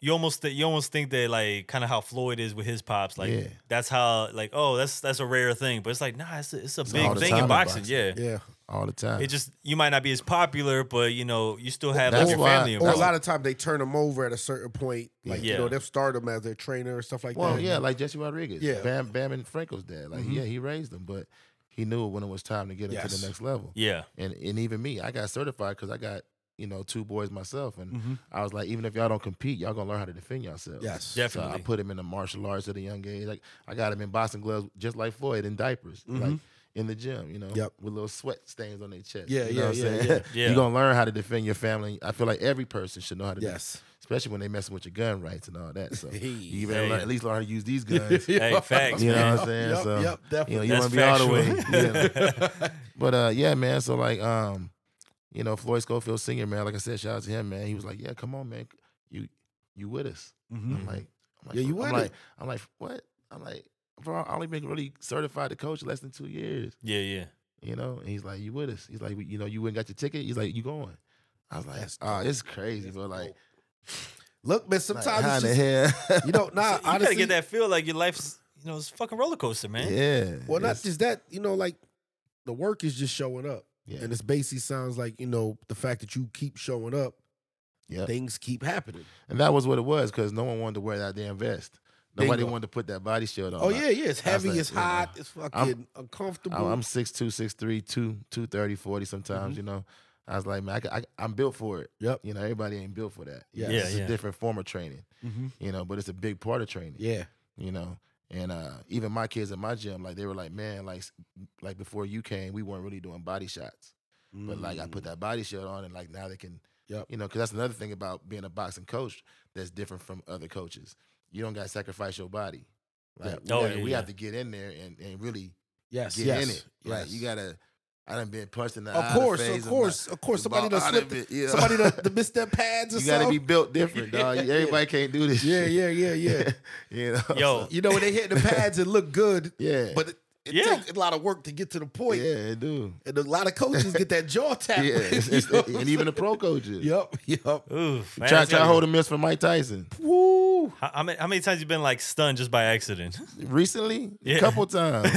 [SPEAKER 2] you almost th- you almost think that like kind of how Floyd is with his pops like
[SPEAKER 1] Yeah.
[SPEAKER 2] that's how like oh that's that's a rare thing but it's like nah it's a, it's a
[SPEAKER 1] It's all
[SPEAKER 2] big
[SPEAKER 1] the
[SPEAKER 2] thing
[SPEAKER 1] time
[SPEAKER 2] in
[SPEAKER 1] in
[SPEAKER 2] boxing,
[SPEAKER 1] boxing.
[SPEAKER 2] yeah.
[SPEAKER 3] yeah.
[SPEAKER 1] all the time.
[SPEAKER 2] it just you might not be as popular but you know you still have like
[SPEAKER 1] That's
[SPEAKER 2] your
[SPEAKER 1] why-
[SPEAKER 2] family
[SPEAKER 1] or
[SPEAKER 3] Or a
[SPEAKER 2] involved.
[SPEAKER 3] lot of times they turn them over at a certain point. Like you
[SPEAKER 2] Yeah.
[SPEAKER 3] know, they'll start them as their trainer or stuff like
[SPEAKER 1] well,
[SPEAKER 3] that.
[SPEAKER 1] yeah, like Jesse Rodriguez.
[SPEAKER 3] Yeah. Mm-hmm.
[SPEAKER 1] Bam, Bam and Franco's dad. Like, yeah, he raised them, but he knew when it was time to get him to
[SPEAKER 3] Yes.
[SPEAKER 1] the next level.
[SPEAKER 2] yeah
[SPEAKER 1] and and even me, I got certified because I got you know two boys myself, and I was like, even if y'all don't compete, y'all gonna learn how to defend yourselves.
[SPEAKER 3] Mm-hmm. Yes.
[SPEAKER 1] So I
[SPEAKER 2] Definitely.
[SPEAKER 1] put him in the martial arts at a young age. Like I got him in boxing gloves, just like Floyd, in diapers, like in the gym. You know,
[SPEAKER 3] Mm-hmm. Yep.
[SPEAKER 1] with little sweat stains on their chest.
[SPEAKER 3] Yeah,
[SPEAKER 1] you know
[SPEAKER 3] yeah,
[SPEAKER 1] what I'm
[SPEAKER 3] yeah,
[SPEAKER 1] saying?
[SPEAKER 3] yeah.
[SPEAKER 2] Yeah.
[SPEAKER 1] You're gonna learn how to defend your family. I feel like every person should know how to. do-
[SPEAKER 3] Yes.
[SPEAKER 1] especially when they messing with your gun rights and all that. So
[SPEAKER 3] Hey.
[SPEAKER 1] you better
[SPEAKER 2] Hey.
[SPEAKER 1] learn, at least learn how to use these guns.
[SPEAKER 2] hey facts
[SPEAKER 1] You know
[SPEAKER 2] man.
[SPEAKER 1] what I'm saying?
[SPEAKER 3] Yep,
[SPEAKER 1] so
[SPEAKER 3] yep, definitely.
[SPEAKER 1] You, know, you want
[SPEAKER 2] That's
[SPEAKER 1] to be all the way. Yeah. but uh, yeah, man. So like, um, you know, Floyd Schofield Senior, man. Like I said, shout out to him, man. He was like, yeah, come on, man. You you with us? I'm like, I'm like,
[SPEAKER 3] Mm-hmm. Yeah, you
[SPEAKER 1] I'm
[SPEAKER 3] with
[SPEAKER 1] like,
[SPEAKER 3] it.
[SPEAKER 1] I'm like, what? I'm like, bro, I only been really certified to coach less than two years.
[SPEAKER 2] yeah yeah
[SPEAKER 1] You know, and he's like, you with us? He's like, you know, you went and got your ticket. He's like, you going? I was like,
[SPEAKER 3] That's
[SPEAKER 1] oh, it's crazy, but like,
[SPEAKER 3] Look, man,
[SPEAKER 1] like,
[SPEAKER 3] sometimes
[SPEAKER 1] how
[SPEAKER 3] it's
[SPEAKER 1] in the
[SPEAKER 3] just,
[SPEAKER 1] hell?
[SPEAKER 3] you know, nah,
[SPEAKER 2] So you
[SPEAKER 3] honestly,
[SPEAKER 2] gotta get that feel like your life's you know it's a fucking roller coaster man
[SPEAKER 1] yeah.
[SPEAKER 3] well, not
[SPEAKER 1] it's-
[SPEAKER 3] just that, you know, like the work is just showing up.
[SPEAKER 1] Yeah.
[SPEAKER 3] And it's basically sounds like, you know, the fact that you keep showing up,
[SPEAKER 1] Yep.
[SPEAKER 3] things keep happening.
[SPEAKER 1] And that was what it was because no one wanted to wear that damn vest. Nobody
[SPEAKER 3] Bingo.
[SPEAKER 1] wanted to put that body shield on.
[SPEAKER 3] Oh, yeah, yeah. It's
[SPEAKER 1] I was
[SPEAKER 3] heavy,
[SPEAKER 1] like,
[SPEAKER 3] it's
[SPEAKER 1] you know,
[SPEAKER 3] hot, it's fucking
[SPEAKER 1] I,
[SPEAKER 3] uncomfortable.
[SPEAKER 1] I'm I'm 6'2, 6'3, 2, 230, 40 sometimes,
[SPEAKER 3] Mm-hmm.
[SPEAKER 1] you know. I was like, man, I, ca- I, I'm built for it.
[SPEAKER 3] Yep.
[SPEAKER 1] You know, everybody ain't built for that.
[SPEAKER 3] Yeah.
[SPEAKER 2] Yeah,
[SPEAKER 1] It's
[SPEAKER 2] yeah.
[SPEAKER 1] a different form of training,
[SPEAKER 3] Mhm.
[SPEAKER 1] you know, but it's a big part of training,
[SPEAKER 3] Yeah.
[SPEAKER 1] you know. And uh, even my kids at my gym, like, they were like, man, like, s- like before you came, we weren't really doing body shots. But like I
[SPEAKER 3] Mm.
[SPEAKER 1] put that body shield on, and like now they can,
[SPEAKER 3] Yep.
[SPEAKER 1] you know, because that's another thing about being a boxing coach that's different from other coaches. You don't got to sacrifice your body. Right?
[SPEAKER 3] Yep.
[SPEAKER 1] We,
[SPEAKER 2] Oh,
[SPEAKER 1] gotta-
[SPEAKER 2] yeah,
[SPEAKER 1] we
[SPEAKER 2] yeah.
[SPEAKER 1] have to get in there and, and really
[SPEAKER 3] yes,
[SPEAKER 1] get
[SPEAKER 3] yes,
[SPEAKER 1] in it. Right?
[SPEAKER 3] yes.
[SPEAKER 1] You gotta. I done been punched in the eye.
[SPEAKER 3] Of
[SPEAKER 1] the
[SPEAKER 3] course,
[SPEAKER 1] face,
[SPEAKER 3] of
[SPEAKER 1] I'm
[SPEAKER 3] course, of course.
[SPEAKER 1] the
[SPEAKER 3] Somebody
[SPEAKER 1] ball
[SPEAKER 3] done
[SPEAKER 1] out
[SPEAKER 3] slipped.
[SPEAKER 1] of it, yeah.
[SPEAKER 3] Somebody done, done missed their pads or
[SPEAKER 1] Like, you gotta be
[SPEAKER 3] something.
[SPEAKER 1] built different, dog.
[SPEAKER 3] Yeah, yeah.
[SPEAKER 1] Everybody can't do this.
[SPEAKER 3] yeah,
[SPEAKER 1] shit.
[SPEAKER 3] yeah, yeah, yeah.
[SPEAKER 1] you know.
[SPEAKER 2] Yo.
[SPEAKER 1] so,
[SPEAKER 3] you know, when they hit the pads, it looked good,
[SPEAKER 1] yeah.
[SPEAKER 3] but it, it
[SPEAKER 2] Yeah.
[SPEAKER 3] takes a lot of work to get to the point.
[SPEAKER 1] yeah, it do.
[SPEAKER 3] And a lot of coaches get that jaw tap.
[SPEAKER 1] Yeah, it's-
[SPEAKER 3] You
[SPEAKER 1] it's-
[SPEAKER 3] know what I'm
[SPEAKER 1] and even the pro coaches.
[SPEAKER 3] saying? Yep, yep.
[SPEAKER 2] Ooh, man,
[SPEAKER 1] Try try
[SPEAKER 2] that's gotta-
[SPEAKER 1] to hold a miss from Mike Tyson.
[SPEAKER 3] Woo.
[SPEAKER 2] how, how many, how many times you been like stunned just by accident
[SPEAKER 1] Recently,
[SPEAKER 2] Yeah.
[SPEAKER 1] a couple times.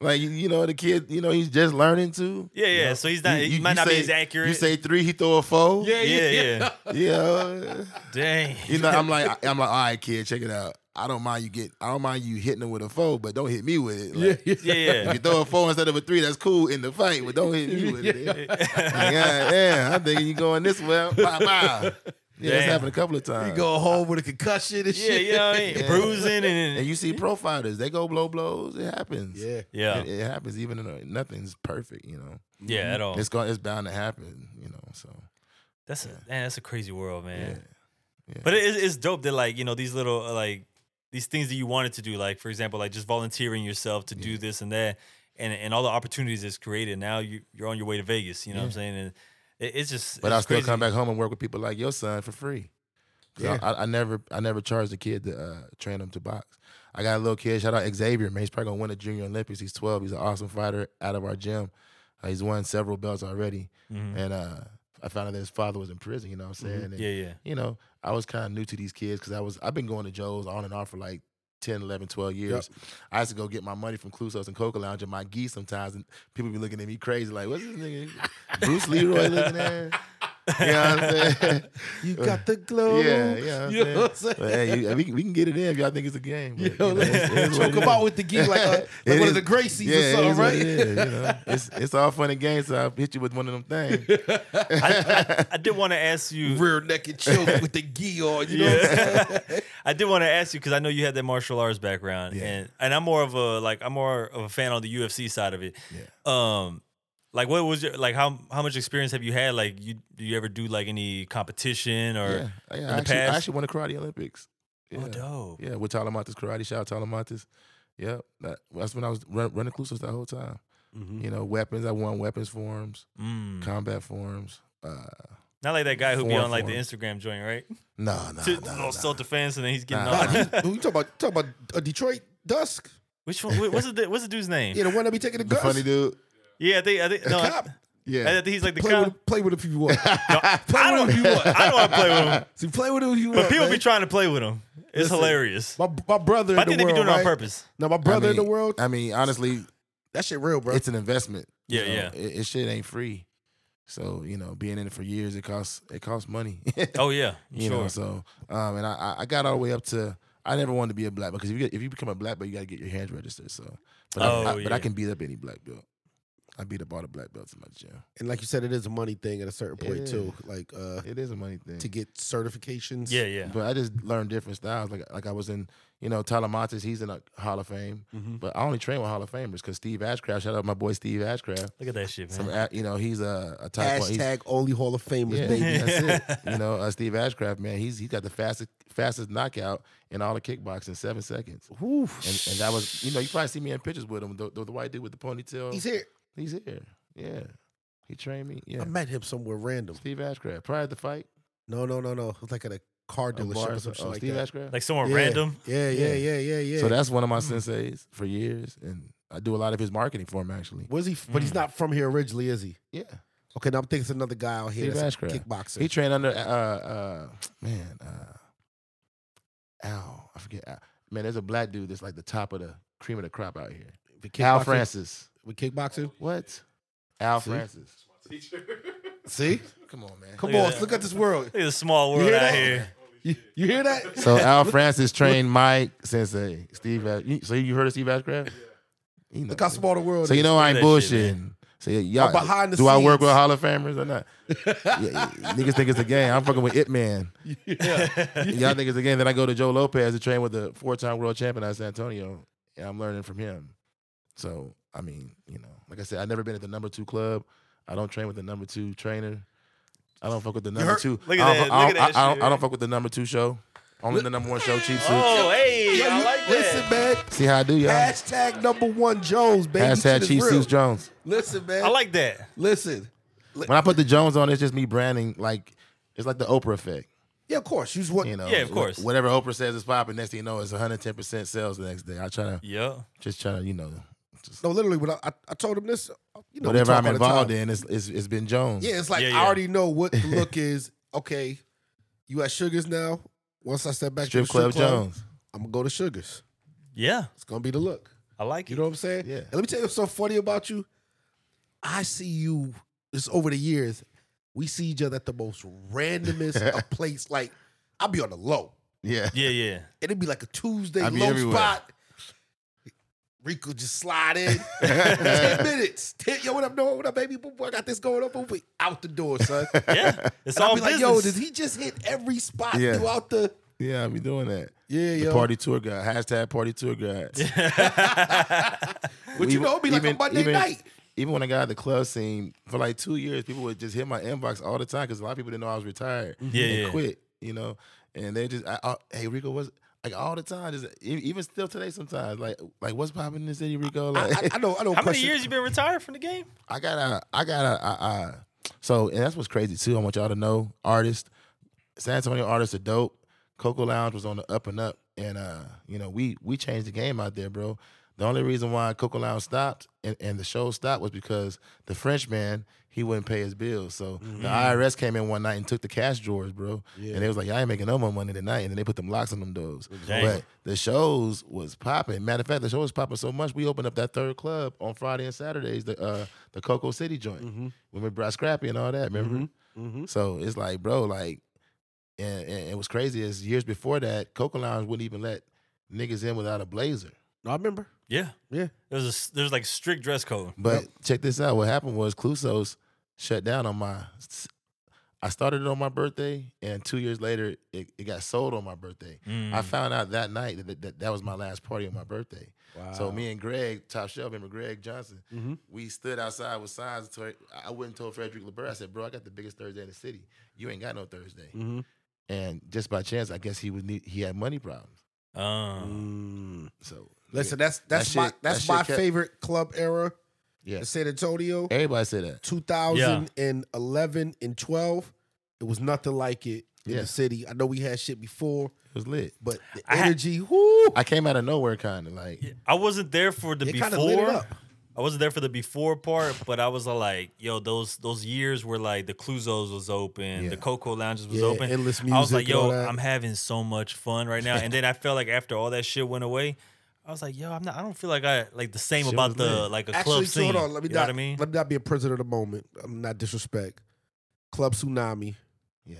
[SPEAKER 1] like you, you know, the kid, you know, he's just learning to.
[SPEAKER 2] Yeah, yeah. So he's not. he might not
[SPEAKER 1] say-
[SPEAKER 2] be as accurate.
[SPEAKER 1] You say three, he throw a four.
[SPEAKER 3] Yeah,
[SPEAKER 2] yeah, yeah.
[SPEAKER 1] yeah.
[SPEAKER 2] Dang.
[SPEAKER 1] You know, I'm like, I'm like, all right, kid, check it out. I don't mind you get, I don't mind you hitting him with a four, but don't hit me with it. Like,
[SPEAKER 3] yeah.
[SPEAKER 2] Yeah,
[SPEAKER 1] If
[SPEAKER 2] yeah.
[SPEAKER 1] you throw a four instead of a three, that's cool in the fight, but don't hit me with it. Yeah, yeah. I'm thinking you going this way. Bye, bye. Yeah,
[SPEAKER 2] Damn.
[SPEAKER 1] that's happened a couple of times.
[SPEAKER 3] You go home with a concussion and
[SPEAKER 2] yeah,
[SPEAKER 3] shit.
[SPEAKER 2] you know what I mean?
[SPEAKER 1] Yeah.
[SPEAKER 2] Bruising
[SPEAKER 1] and
[SPEAKER 2] and
[SPEAKER 1] you see profilers, they go blow blows. It happens.
[SPEAKER 3] Yeah.
[SPEAKER 2] yeah,
[SPEAKER 1] It, it happens even in a, nothing's perfect, you know.
[SPEAKER 2] yeah, at all.
[SPEAKER 1] It's going it's bound to happen, you know. So
[SPEAKER 2] That's a, man, that's a crazy world, man.
[SPEAKER 1] Yeah.
[SPEAKER 2] But it, it's dope that like you know these little uh, like these things that you wanted to do, like for example, like just volunteering yourself to do this and that, and and all the opportunities it's created. Now you you're on your way to Vegas. You know what I'm saying? And it, it's just.
[SPEAKER 1] But
[SPEAKER 2] it's
[SPEAKER 1] I still
[SPEAKER 2] crazy.
[SPEAKER 1] come back home and work with people like your son for free. 'Cause I-
[SPEAKER 3] Yeah.
[SPEAKER 1] I, I never I never charged a kid to uh, train him to box. I got a little kid, shout out Xavier, man. He's probably gonna win the junior Olympics. He's 12. He's an awesome fighter out of our gym. Uh, he's won several belts already. And uh, I found out that his father was in prison, you know what I'm saying? And,
[SPEAKER 2] Mm-hmm. Yeah, yeah.
[SPEAKER 1] You know, I was kind of new to these kids because I was I've been going to Joe's on and off for like 10, 11, 12 years. I used to go get my money from Clusos and Coca Lounge and my gi sometimes, and people be looking at me crazy, like, what's this nigga? Bruce Leroy looking at? You know what I'm saying?
[SPEAKER 3] You got the glow.
[SPEAKER 1] Yeah, yeah.
[SPEAKER 3] You know what I'm saying?
[SPEAKER 1] But, hey, you, we, can- we can get it in if y'all think it's a game. But,
[SPEAKER 3] Yo,
[SPEAKER 1] you know, it's- it's what it
[SPEAKER 3] choke him
[SPEAKER 1] is.
[SPEAKER 3] out with the gear like, a, like
[SPEAKER 1] It
[SPEAKER 3] one of
[SPEAKER 1] is-
[SPEAKER 3] the Gracies
[SPEAKER 1] yeah,
[SPEAKER 3] or
[SPEAKER 1] it
[SPEAKER 3] something,
[SPEAKER 1] is what
[SPEAKER 3] right?
[SPEAKER 1] it is, you know? it's, it's all fun and games, so I'll hit you with one of them things.
[SPEAKER 2] I, I, I did want to ask you.
[SPEAKER 3] Rear naked choke with the gi on. You know what I'm saying?
[SPEAKER 2] Yeah. I did want to ask you because I know you had that martial arts background,
[SPEAKER 1] Yeah.
[SPEAKER 2] and and I'm more of a like I'm more of a fan on the UFC side of it. Um, like what was your like how how much experience have you had? Like you do you ever do like any competition or?
[SPEAKER 1] Yeah, yeah. I, actually, I
[SPEAKER 2] past?
[SPEAKER 1] actually won the karate Olympics. Yeah.
[SPEAKER 2] Oh, dope.
[SPEAKER 1] Yeah, with Talamantes Karate. Shout out Talamantes. Yep. That, that's when I was run, running Clusos that whole time. You know, weapons. I won weapons forms,
[SPEAKER 2] Mm-hmm. Mm.
[SPEAKER 1] combat forms, uh,
[SPEAKER 2] Not like that guy who be
[SPEAKER 1] Form,
[SPEAKER 2] on like the
[SPEAKER 1] form.
[SPEAKER 2] Instagram joint, right?
[SPEAKER 1] no, no,
[SPEAKER 2] To-
[SPEAKER 1] no,
[SPEAKER 2] little self defense, and then he's getting
[SPEAKER 1] Nah.
[SPEAKER 2] on.
[SPEAKER 3] Who you talking about? Talking about uh, Detroit Dusk?
[SPEAKER 2] Which one? What's the what's the dude's name?
[SPEAKER 3] Yeah, the one that be taking the,
[SPEAKER 1] the
[SPEAKER 3] guns.
[SPEAKER 1] funny dude.
[SPEAKER 2] Yeah, I think I think no, I,
[SPEAKER 3] cop.
[SPEAKER 2] I
[SPEAKER 1] Yeah,
[SPEAKER 2] think he's like the
[SPEAKER 3] play,
[SPEAKER 2] cop.
[SPEAKER 3] with, play with him if you want.
[SPEAKER 2] I don't. You, I don't want to play with him.
[SPEAKER 3] See, play with him if you want.
[SPEAKER 2] But people
[SPEAKER 3] man.
[SPEAKER 2] be trying to play with him. It's
[SPEAKER 3] Listen,
[SPEAKER 2] hilarious.
[SPEAKER 3] My, my brother in
[SPEAKER 2] But I think
[SPEAKER 3] the
[SPEAKER 2] they
[SPEAKER 3] world.
[SPEAKER 2] be doing it on
[SPEAKER 3] right?
[SPEAKER 2] purpose.
[SPEAKER 3] Now, my brother in the world,
[SPEAKER 1] I mean, honestly,
[SPEAKER 3] that shit real, bro.
[SPEAKER 1] it's an investment. you
[SPEAKER 2] Yeah,
[SPEAKER 1] know?
[SPEAKER 2] yeah.
[SPEAKER 1] It, it shit ain't free. So you know, being in it for years, it costs it costs money.
[SPEAKER 2] Oh yeah,
[SPEAKER 1] you
[SPEAKER 2] sure.
[SPEAKER 1] know, so um, and I I- I got all the way up to I never wanted to be a black belt because if you get, if you become a black belt, you got to get your hands registered. So, but
[SPEAKER 2] Oh,
[SPEAKER 1] I, I, but I
[SPEAKER 2] yeah.
[SPEAKER 1] can beat up any black belt. I beat up all the black belts in my gym.
[SPEAKER 3] and like you said, it is a money thing at a certain point
[SPEAKER 1] Yeah.
[SPEAKER 3] too. Like uh,
[SPEAKER 1] It is a money thing.
[SPEAKER 3] to get certifications.
[SPEAKER 2] Yeah, yeah.
[SPEAKER 1] But I just learned different styles. Like like I was in, you know, Tyler Montes, he's in a Hall of Fame.
[SPEAKER 2] Mm-hmm.
[SPEAKER 1] But I only train with Hall of Famers because Steve Ashcraft, shout out my boy Steve Ashcraft.
[SPEAKER 2] Look at that shit,
[SPEAKER 1] Some,
[SPEAKER 2] man.
[SPEAKER 1] a- you know, he's a, a top one. He's,
[SPEAKER 3] Hashtag only Hall of Famers,
[SPEAKER 1] yeah,
[SPEAKER 3] baby.
[SPEAKER 1] that's it. You know, uh, Steve Ashcraft, man, he's he got the fastest fastest knockout in all the kickboxing in seven seconds. And, and that was, you know, you probably see me in pictures with him. The, the, the white dude with the ponytail.
[SPEAKER 3] He's here.
[SPEAKER 1] He's here. Yeah. He trained me. Yeah.
[SPEAKER 3] I met him somewhere random.
[SPEAKER 1] Steve Ashcraft. Prior to the fight,
[SPEAKER 3] No, no, no, no. It was like at a car
[SPEAKER 1] a
[SPEAKER 3] dealership
[SPEAKER 1] bar,
[SPEAKER 3] or some shit
[SPEAKER 1] oh,
[SPEAKER 3] like
[SPEAKER 1] Steve
[SPEAKER 3] that.
[SPEAKER 1] Ashcraft.
[SPEAKER 2] Like someone
[SPEAKER 3] yeah.
[SPEAKER 2] random.
[SPEAKER 3] Yeah, yeah, yeah, yeah, yeah.
[SPEAKER 1] So that's one of my
[SPEAKER 3] Hmm.
[SPEAKER 1] senseis for years, and I do a lot of his marketing for him actually.
[SPEAKER 3] was he? But
[SPEAKER 2] Mm.
[SPEAKER 3] he's not from here originally, is he?
[SPEAKER 1] Yeah,
[SPEAKER 3] Okay, now I'm thinking it's another guy out here
[SPEAKER 1] Steve
[SPEAKER 3] that's a
[SPEAKER 1] Ashcraft.
[SPEAKER 3] kickboxer.
[SPEAKER 1] he trained under uh, uh man, uh, Al. I forget. Al. Man, there's a black dude that's like the top of the cream of the crop out here.
[SPEAKER 3] The
[SPEAKER 1] Al
[SPEAKER 3] kickboxing-
[SPEAKER 1] Francis.
[SPEAKER 3] with kickboxing.
[SPEAKER 1] What? Al
[SPEAKER 3] See?
[SPEAKER 1] Francis.
[SPEAKER 3] See,
[SPEAKER 1] Come on, man.
[SPEAKER 3] come
[SPEAKER 2] Look at
[SPEAKER 3] on,
[SPEAKER 2] that.
[SPEAKER 3] look at this world.
[SPEAKER 2] Look at the small
[SPEAKER 3] You
[SPEAKER 2] world
[SPEAKER 3] hear
[SPEAKER 2] out
[SPEAKER 3] that?
[SPEAKER 2] here.
[SPEAKER 3] You, you hear that?
[SPEAKER 1] So Al Francis trained Mike Sensei Steve. Ash- you- So you heard of Steve Ashcraft? Yeah.
[SPEAKER 3] Look how small the world
[SPEAKER 1] So you
[SPEAKER 3] is.
[SPEAKER 1] know I ain't
[SPEAKER 2] Look at that shit,
[SPEAKER 1] bullshitting. So yeah, y'all
[SPEAKER 3] I'm behind the
[SPEAKER 1] do I work
[SPEAKER 3] scenes.
[SPEAKER 1] with Hall of Famers or not? yeah, yeah, niggas think it's a game. I'm fucking with Ip Man. Y'all think it's a game. Then I go to Joe Lopez to train with the four-time world champion out of San Antonio, and I'm learning from him. So I mean, you know, like I said, I've never been at the number two club. I don't train with the number two trainer. I don't fuck with the number
[SPEAKER 3] heard-
[SPEAKER 1] two.
[SPEAKER 2] Look at
[SPEAKER 1] I don't,
[SPEAKER 2] that-
[SPEAKER 1] fu- I
[SPEAKER 2] look at
[SPEAKER 1] don't-
[SPEAKER 2] that
[SPEAKER 1] I- I don't-
[SPEAKER 2] shit.
[SPEAKER 1] I don't fuck with the number two show. Only the number one show, Cheap Suits.
[SPEAKER 2] Oh, hey,
[SPEAKER 3] Yeah,
[SPEAKER 2] I
[SPEAKER 3] you-
[SPEAKER 2] like
[SPEAKER 3] listen,
[SPEAKER 2] that.
[SPEAKER 3] man.
[SPEAKER 1] See how I do, y'all?
[SPEAKER 3] Hashtag number one Jones, baby. Shit
[SPEAKER 1] Hashtag
[SPEAKER 3] is
[SPEAKER 1] Chief
[SPEAKER 3] real.
[SPEAKER 1] Suits Jones.
[SPEAKER 3] Listen, man.
[SPEAKER 2] I like that.
[SPEAKER 3] Listen.
[SPEAKER 1] When I put the Jones on, it's just me branding. Like it's like the Oprah effect.
[SPEAKER 3] Yeah, of course. You just want.
[SPEAKER 1] You know,
[SPEAKER 2] Yeah, of course.
[SPEAKER 1] wh- Whatever Oprah says is popping. Next thing you know, it's 110 percent sales the next day. I try to
[SPEAKER 2] Yeah.
[SPEAKER 1] just try to you know, just
[SPEAKER 3] No, literally. When I, I, I told him this, you know, we
[SPEAKER 1] whatever
[SPEAKER 3] talk
[SPEAKER 1] I'm
[SPEAKER 3] all the time.
[SPEAKER 1] involved in, it's, it's it's been Jones.
[SPEAKER 3] Yeah, it's like
[SPEAKER 2] Yeah, yeah.
[SPEAKER 3] I already know what the look is. Okay, you at Sugars now. Once I step back to
[SPEAKER 1] Strip
[SPEAKER 3] the strip
[SPEAKER 1] Club
[SPEAKER 3] club,
[SPEAKER 1] Jones.
[SPEAKER 3] I'm gonna go to Sugars.
[SPEAKER 2] Yeah.
[SPEAKER 3] It's gonna be the look.
[SPEAKER 2] I like
[SPEAKER 3] You
[SPEAKER 2] it.
[SPEAKER 3] know what I'm saying?
[SPEAKER 1] Yeah.
[SPEAKER 3] And let me tell you what's so funny about you. I see you. It's over the years. We see each other at the most randomest of place. Like I'll be on the low.
[SPEAKER 1] Yeah,
[SPEAKER 2] Yeah, yeah.
[SPEAKER 3] It'd be like a Tuesday
[SPEAKER 1] I be
[SPEAKER 3] low
[SPEAKER 1] everywhere.
[SPEAKER 3] spot. Rico just slide in. Ten minutes. Ten, yo, what up, no, what up, baby? Boom, boom, I got this going on. Boom, boom. Out the door, son.
[SPEAKER 2] Yeah. It's
[SPEAKER 3] I'll
[SPEAKER 2] all
[SPEAKER 3] be like,
[SPEAKER 2] business.
[SPEAKER 3] yo, did he just hit every spot
[SPEAKER 1] Yeah.
[SPEAKER 3] throughout the
[SPEAKER 1] yeah. I be doing that.
[SPEAKER 3] yeah,
[SPEAKER 1] The party tour guide. Hashtag party tour guide.
[SPEAKER 3] But you know, it'd be like a Monday night.
[SPEAKER 1] Even when I got out of the club scene for like two years, people would just hit my inbox all the time because a lot of people didn't know I was retired.
[SPEAKER 2] Mm-hmm. Yeah,
[SPEAKER 1] and
[SPEAKER 2] yeah.
[SPEAKER 1] quit. You know, and they just, I, I, hey Rico, what's like all the time? Just e- even still today, sometimes like like what's popping in the city, Rico? Like
[SPEAKER 3] I, I know, I know.
[SPEAKER 2] How many
[SPEAKER 3] question.
[SPEAKER 2] years you been retired from the game?
[SPEAKER 1] I gotta, I gotta, I, I, so and that's what's crazy too. I want y'all to know, artists, San Antonio artists are dope. Coco Lounge was on the up and up, and uh, you know, we we changed the game out there, bro. The only reason why Coco Lounge stopped and, and the show stopped was because the Frenchman he wouldn't pay his bills. So the IRS came in one night and took the cash drawers, bro. And they was like, "Y'all ain't making no more money tonight." And then they put them locks on them doors.
[SPEAKER 2] Dang.
[SPEAKER 1] But the shows was popping. Matter of fact, the show was popping so much we opened up that third club on Friday and Saturdays, the uh, the Coco City joint
[SPEAKER 3] Mm. Mm-hmm,
[SPEAKER 1] when we brought Scrappy and all that. Remember? So it's like, bro, like, and, and it was crazy. As years before that, Coco Lounge wouldn't even let niggas in without a blazer.
[SPEAKER 3] No, I remember.
[SPEAKER 2] Yeah.
[SPEAKER 3] Yeah.
[SPEAKER 2] There's a s- there's like strict dress code.
[SPEAKER 1] But check this out. What happened was Clusos shut down on my. I started it on my birthday, and two years later, it, it got sold on my birthday.
[SPEAKER 2] Mm.
[SPEAKER 1] I found out that night that, that that was my last party on my birthday.
[SPEAKER 3] Wow.
[SPEAKER 1] So me and Greg, top shelf, remember Greg Johnson,
[SPEAKER 3] Mhm.
[SPEAKER 1] we stood outside with signs. To, I went and told Frederick LeBert, I said, bro, I got the biggest Thursday in the city. You ain't got no Thursday.
[SPEAKER 3] Mhm.
[SPEAKER 1] And just by chance, I guess he was need, he had money problems.
[SPEAKER 2] Um,
[SPEAKER 1] So
[SPEAKER 3] Mm. Listen, that's that's
[SPEAKER 1] That
[SPEAKER 3] my
[SPEAKER 1] shit-
[SPEAKER 3] that's
[SPEAKER 1] that shit
[SPEAKER 3] my
[SPEAKER 1] kept-
[SPEAKER 3] favorite club era.
[SPEAKER 1] Yeah.
[SPEAKER 3] in San Antonio,
[SPEAKER 1] Everybody said that.
[SPEAKER 3] 2011 and 12. It was nothing like it in
[SPEAKER 1] Yeah.
[SPEAKER 3] the city. I know we had shit before,
[SPEAKER 1] It was lit.
[SPEAKER 3] but the
[SPEAKER 2] I had-
[SPEAKER 3] energy, whoo,
[SPEAKER 1] I came out of nowhere, kind of like
[SPEAKER 2] I wasn't there for the
[SPEAKER 3] it kind of lit it
[SPEAKER 2] before.
[SPEAKER 3] up.
[SPEAKER 2] I wasn't there for the before part, but I was uh, like, yo, those those years where like the Cluzos was open,
[SPEAKER 1] Yeah.
[SPEAKER 2] the Coco Lounges was
[SPEAKER 3] Yeah,
[SPEAKER 2] open.
[SPEAKER 3] endless
[SPEAKER 2] I was
[SPEAKER 3] music
[SPEAKER 2] like,
[SPEAKER 3] and all
[SPEAKER 2] yo,
[SPEAKER 3] that.
[SPEAKER 2] I'm having so much fun right now. And then I felt like after all that shit went away, I was like, yo, I'm not. I don't feel like I like the same
[SPEAKER 1] Shit
[SPEAKER 2] about
[SPEAKER 1] was
[SPEAKER 2] the
[SPEAKER 1] lit.
[SPEAKER 2] like a
[SPEAKER 3] Actually,
[SPEAKER 2] club
[SPEAKER 3] so
[SPEAKER 2] scene.
[SPEAKER 3] hold on. Let me
[SPEAKER 2] you know
[SPEAKER 3] not.
[SPEAKER 2] what I mean?
[SPEAKER 3] Let me not be a prisoner of the moment. I'm not disrespect. Club Tsunami,
[SPEAKER 1] yeah.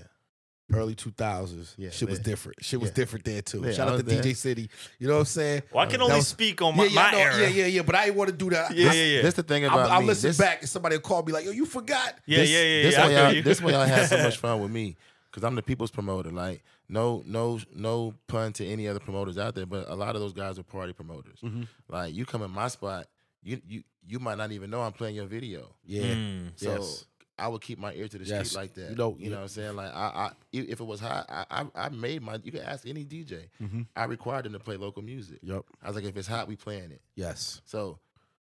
[SPEAKER 3] early 2000s.
[SPEAKER 1] Yeah,
[SPEAKER 3] shit was
[SPEAKER 1] lit.
[SPEAKER 3] different. Shit was
[SPEAKER 1] Yeah.
[SPEAKER 3] different there too.
[SPEAKER 1] Lit.
[SPEAKER 3] Shout
[SPEAKER 1] I
[SPEAKER 3] out to
[SPEAKER 1] was there.
[SPEAKER 3] DJ City. You know what I'm saying?
[SPEAKER 2] Well, I can
[SPEAKER 3] That
[SPEAKER 2] only
[SPEAKER 3] was-
[SPEAKER 2] speak on my,
[SPEAKER 3] yeah, yeah,
[SPEAKER 2] my
[SPEAKER 3] I know.
[SPEAKER 2] era.
[SPEAKER 3] Yeah, yeah, yeah. But I didn't want to do that.
[SPEAKER 2] Yeah,
[SPEAKER 3] I,
[SPEAKER 2] yeah, yeah.
[SPEAKER 1] That's the thing
[SPEAKER 3] I,
[SPEAKER 1] about
[SPEAKER 3] I
[SPEAKER 1] me.
[SPEAKER 3] listen
[SPEAKER 1] this,
[SPEAKER 3] back and somebody called me like, "Yo, you forgot."
[SPEAKER 2] yeah,
[SPEAKER 1] this,
[SPEAKER 2] yeah, yeah,
[SPEAKER 1] This
[SPEAKER 2] yeah, I
[SPEAKER 1] way,
[SPEAKER 2] feel
[SPEAKER 1] y'all,
[SPEAKER 2] you.
[SPEAKER 1] this way, y'all had so much fun with me because I'm the people's promoter. Like, no, no, no pun to any other promoters out there, but a lot of those guys are party promoters.
[SPEAKER 2] Mm-hmm.
[SPEAKER 1] Like, you come in my spot, you you you might not even know I'm playing your video.
[SPEAKER 3] Yeah.
[SPEAKER 2] Mm.
[SPEAKER 1] So
[SPEAKER 3] Yes.
[SPEAKER 1] I would keep my ear to the
[SPEAKER 3] Yes.
[SPEAKER 1] street like that.
[SPEAKER 3] You
[SPEAKER 1] You
[SPEAKER 3] know-
[SPEAKER 1] know, you know what I'm saying? Like I, I if if it was hot, I, I I made my you can ask any DJ.
[SPEAKER 2] Mm-hmm.
[SPEAKER 1] I required them to play local music.
[SPEAKER 3] Yep.
[SPEAKER 1] I was like, if it's hot, we playing it.
[SPEAKER 3] Yes.
[SPEAKER 1] So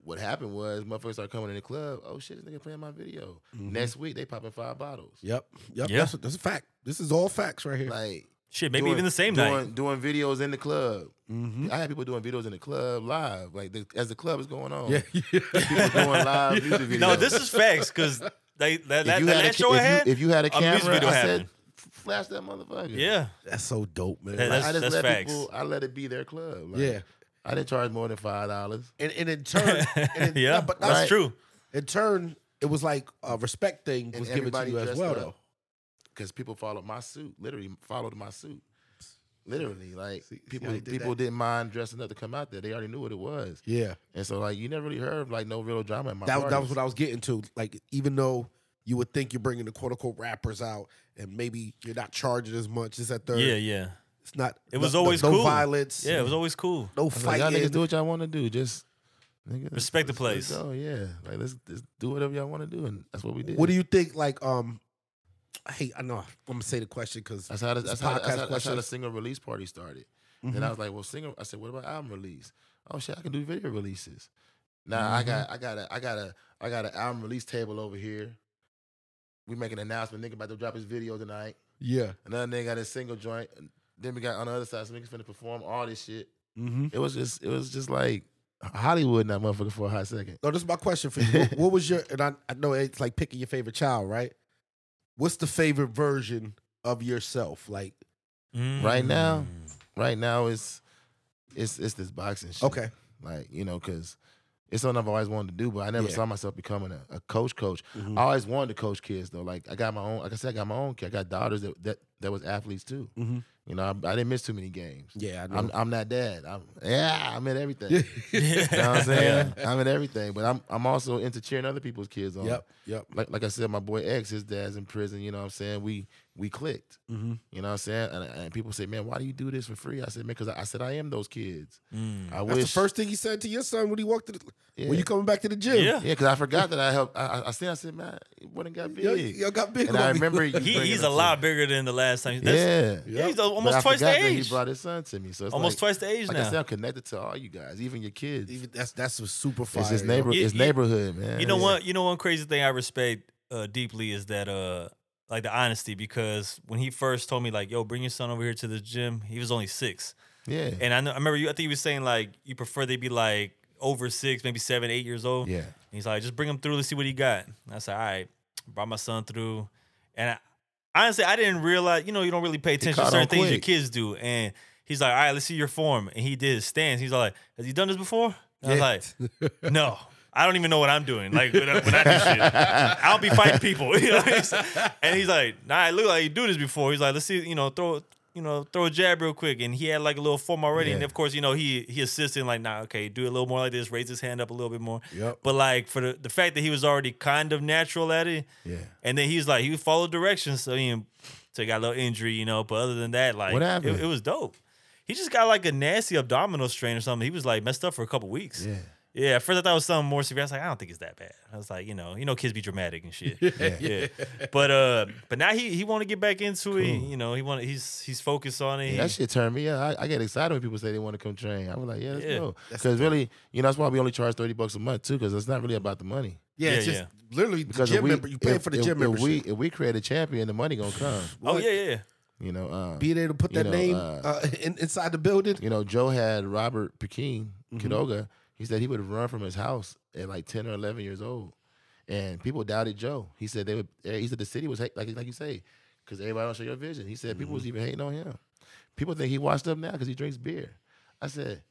[SPEAKER 1] what happened was motherfuckers started coming in the club, oh shit, this nigga playing my video. Next week they popping five bottles.
[SPEAKER 3] Yep. Yep.
[SPEAKER 2] Mm-hmm. Yeah.
[SPEAKER 3] That's, a, that's a fact. This is all facts right here.
[SPEAKER 1] Like
[SPEAKER 2] Shit, maybe
[SPEAKER 1] doing-
[SPEAKER 2] even the same
[SPEAKER 1] doing,
[SPEAKER 2] night.
[SPEAKER 1] Doing videos in the club.
[SPEAKER 3] mm-hmm.
[SPEAKER 1] I had people doing videos in the club live. Like the, as the club is going on.
[SPEAKER 3] Yeah.
[SPEAKER 1] People doing live music videos.
[SPEAKER 2] No, this is facts because they that,
[SPEAKER 1] if
[SPEAKER 2] that,
[SPEAKER 1] you,
[SPEAKER 2] that
[SPEAKER 1] had a,
[SPEAKER 2] last
[SPEAKER 1] ca-
[SPEAKER 2] show I
[SPEAKER 1] if, you-
[SPEAKER 2] had.
[SPEAKER 1] if you had a
[SPEAKER 2] a music
[SPEAKER 1] camera,
[SPEAKER 2] video
[SPEAKER 1] I said,
[SPEAKER 2] happened.
[SPEAKER 1] "F- flash that motherfucker.
[SPEAKER 2] yeah,
[SPEAKER 3] That's so dope, man.
[SPEAKER 2] That-
[SPEAKER 1] Like,
[SPEAKER 2] that's-
[SPEAKER 1] I just let
[SPEAKER 2] facts.
[SPEAKER 1] people. I let it be their club. Like,
[SPEAKER 3] yeah.
[SPEAKER 1] I didn't charge more than five dollars.
[SPEAKER 3] And, and in turn, and in,
[SPEAKER 2] yeah,
[SPEAKER 3] no, but
[SPEAKER 2] that's
[SPEAKER 1] right.
[SPEAKER 2] true.
[SPEAKER 3] in turn, it was like a respect thing was given to
[SPEAKER 1] everybody
[SPEAKER 3] you as
[SPEAKER 1] dressed
[SPEAKER 3] well,
[SPEAKER 1] up.
[SPEAKER 3] though.
[SPEAKER 1] Because people followed my suit. Literally followed my suit. Literally, like
[SPEAKER 3] See- see
[SPEAKER 1] people,
[SPEAKER 3] how he did
[SPEAKER 1] people
[SPEAKER 3] that?
[SPEAKER 1] didn't mind dressing up to come out there. They already knew what it was,
[SPEAKER 3] Yeah.
[SPEAKER 1] and so like you never really heard of, like no real drama in my.
[SPEAKER 3] That, that was what I was getting to. Like, even though you would think you're bringing the quote unquote rappers out and maybe you're not charging as much, this, that, third.
[SPEAKER 2] Yeah, yeah.
[SPEAKER 3] It's not.
[SPEAKER 2] It was
[SPEAKER 3] no,
[SPEAKER 2] always
[SPEAKER 3] no,
[SPEAKER 2] cool.
[SPEAKER 3] No violence.
[SPEAKER 2] Yeah, it was always cool.
[SPEAKER 3] No
[SPEAKER 1] Like, y'all
[SPEAKER 3] fighting.
[SPEAKER 1] niggas do what y'all want to do. Just niggas,
[SPEAKER 2] Respect the
[SPEAKER 1] let's-
[SPEAKER 2] place.
[SPEAKER 1] Let's go, yeah. Like let's, let's do whatever y'all want to do, and that's what we did.
[SPEAKER 3] What do you think? Like, um, hey, I know I'm gonna say the question because
[SPEAKER 1] That's how the,
[SPEAKER 3] It's
[SPEAKER 1] that's how, the-
[SPEAKER 3] podcast
[SPEAKER 1] that's, how, that's how
[SPEAKER 3] question.
[SPEAKER 1] the single release party started. And
[SPEAKER 3] Mm-hmm.
[SPEAKER 1] I was like, well, single. I said, what about album release? Oh shit, I can do video releases. Now I
[SPEAKER 3] Mm-hmm.
[SPEAKER 1] got I got a I got a I got an album release table over here. We make an announcement. Nigga about to drop his video tonight.
[SPEAKER 3] yeah,
[SPEAKER 1] Another nigga got his single joint. And Then we got on the other side some niggas finna perform all this shit.
[SPEAKER 3] mm-hmm.
[SPEAKER 1] It was just it was just like Hollywood in that motherfucker for a hot second.
[SPEAKER 3] No, this is my question for you. What, what was your? And I, I know it's like picking your favorite child, right? What's the favorite version of yourself? Like,
[SPEAKER 1] Mm. Right now? Right now it's it's it's this boxing shit.
[SPEAKER 3] okay,
[SPEAKER 1] Like, you know, cause it's something I've always wanted to do, but I never
[SPEAKER 3] Yeah.
[SPEAKER 1] saw myself becoming a, a coach coach.
[SPEAKER 3] Mhm.
[SPEAKER 1] I always wanted to coach kids though. Like I got my own like I said, I got my own kid. I got daughters that that, that was athletes too.
[SPEAKER 3] Mhm.
[SPEAKER 1] You know, I, I didn't miss too many games.
[SPEAKER 3] yeah, I know.
[SPEAKER 1] I'm I'm not dad. I'm yeah, I'm in everything. you
[SPEAKER 2] Yeah.
[SPEAKER 1] know what I'm saying?
[SPEAKER 2] Yeah.
[SPEAKER 1] I'm in everything. But I'm I'm also into cheering other people's kids on.
[SPEAKER 3] yep, yep.
[SPEAKER 1] Like like I said, my boy X, his dad's in prison, you know what I'm saying? We we clicked.
[SPEAKER 3] Mm-hmm.
[SPEAKER 1] You know what I'm saying? And, and people say, Man, why do you do this for free? I said, Man, because I, I said I am those kids.
[SPEAKER 2] Mm.
[SPEAKER 1] I
[SPEAKER 3] That's
[SPEAKER 1] wish
[SPEAKER 3] the first thing he said to your son when he walked to the.
[SPEAKER 1] Yeah.
[SPEAKER 3] When you coming back to the gym?
[SPEAKER 2] Yeah.
[SPEAKER 1] Yeah, because I forgot that I helped. I, I- I said, I said, man, it wouldn't got big.
[SPEAKER 3] Yo, yo got big.
[SPEAKER 1] and I
[SPEAKER 3] on me.
[SPEAKER 1] remember you
[SPEAKER 2] He,
[SPEAKER 1] bringing
[SPEAKER 2] he's
[SPEAKER 1] it
[SPEAKER 2] a
[SPEAKER 1] to
[SPEAKER 2] lot bigger than the last time.
[SPEAKER 1] me.
[SPEAKER 2] That's-
[SPEAKER 1] yeah,
[SPEAKER 2] yeah, he's
[SPEAKER 1] But I
[SPEAKER 2] almost twice the
[SPEAKER 1] forgot that
[SPEAKER 2] age.
[SPEAKER 1] He brought his son to me, so it's
[SPEAKER 2] Almost
[SPEAKER 1] like,
[SPEAKER 2] twice the age
[SPEAKER 1] Like I
[SPEAKER 2] now.
[SPEAKER 1] said, I'm connected to all you guys, even your kids.
[SPEAKER 3] Even- That's that's what's super fire.
[SPEAKER 1] it's his
[SPEAKER 3] yo.
[SPEAKER 1] neighbor.
[SPEAKER 2] You-
[SPEAKER 1] It's
[SPEAKER 2] you-
[SPEAKER 1] neighborhood, man.
[SPEAKER 2] You know
[SPEAKER 1] Yeah.
[SPEAKER 2] what? You know one crazy thing I respect uh, deeply is that uh like the honesty because when he first told me like yo bring your son over here to the gym he was only six
[SPEAKER 1] Yeah,
[SPEAKER 2] and I know I remember you I think you were saying like you prefer they be like over six maybe seven eight years old
[SPEAKER 1] yeah.
[SPEAKER 2] And he's like, just bring him through. Let's see what he got. And I said, all right. Brought my son through. And I, honestly, I didn't realize, you know, you don't really pay attention to
[SPEAKER 1] caught
[SPEAKER 2] certain
[SPEAKER 1] on
[SPEAKER 2] things your
[SPEAKER 1] quick.
[SPEAKER 2] kids do. And he's like, all right, let's see your form. And he did his stance. He's like, has he done this before? And I was like, no. I don't even know what I'm doing. Like when I, when I do shit, I'll be fighting people. You know what I'm saying? and he's like, "Nah, it look like you do this before." He's like, "Let's see, you know, throw, you know, throw a jab real quick." And he had like a little form already. And
[SPEAKER 1] Yeah.
[SPEAKER 2] of course, you know, he he assisted like, "Nah, okay, do it a little more like this. Raise his hand up a little bit more."
[SPEAKER 3] Yep.
[SPEAKER 2] But like for the, the fact that he was already kind of natural at it,
[SPEAKER 1] Yeah.
[SPEAKER 2] and then he was like he followed directions. So he so he got a little injury, you know. But other than that, like
[SPEAKER 1] What
[SPEAKER 2] it,
[SPEAKER 1] happened?
[SPEAKER 2] it was dope. He just got like a nasty abdominal strain or something. He was like messed up for a couple weeks.
[SPEAKER 1] Yeah.
[SPEAKER 2] Yeah, at first I thought it was something more severe. I was like, I don't think it's that bad. I was like, you know, you know, kids be dramatic and shit. yeah. But uh, but now he he want to get back into it. You know, he want he's he's focused on it.
[SPEAKER 1] Yeah, that shit turned me. Yeah, I, I get excited when people say they want to come train. I was like, yeah, let's
[SPEAKER 2] Yeah.
[SPEAKER 1] go. Because really, you know, that's why we only charge thirty bucks a month too. Because it's not really about the money.
[SPEAKER 3] Yeah, it's
[SPEAKER 2] Yeah,
[SPEAKER 3] just literally the
[SPEAKER 1] Because
[SPEAKER 3] gym
[SPEAKER 1] if we,
[SPEAKER 3] member. You pay
[SPEAKER 1] if-
[SPEAKER 3] for the
[SPEAKER 1] if-
[SPEAKER 3] gym
[SPEAKER 1] if,
[SPEAKER 3] membership.
[SPEAKER 1] we if we create a champion, the money gonna come.
[SPEAKER 2] oh yeah, yeah.
[SPEAKER 1] You know, uh,
[SPEAKER 3] Be there to put
[SPEAKER 1] you
[SPEAKER 3] that
[SPEAKER 1] know,
[SPEAKER 3] name
[SPEAKER 1] uh,
[SPEAKER 3] uh, in, inside the building.
[SPEAKER 1] you know, Joe had Robert Pekin
[SPEAKER 2] Mm-hmm.
[SPEAKER 1] Kidoga. He said he would run from his house at like ten or eleven years old, and people doubted Joe. He said they would. eh, He said the city was hate, like like you say, because everybody don't share your vision. He said people was
[SPEAKER 2] Mm-hmm.
[SPEAKER 1] even hating on him. People think he washed up now because he drinks beer. I said.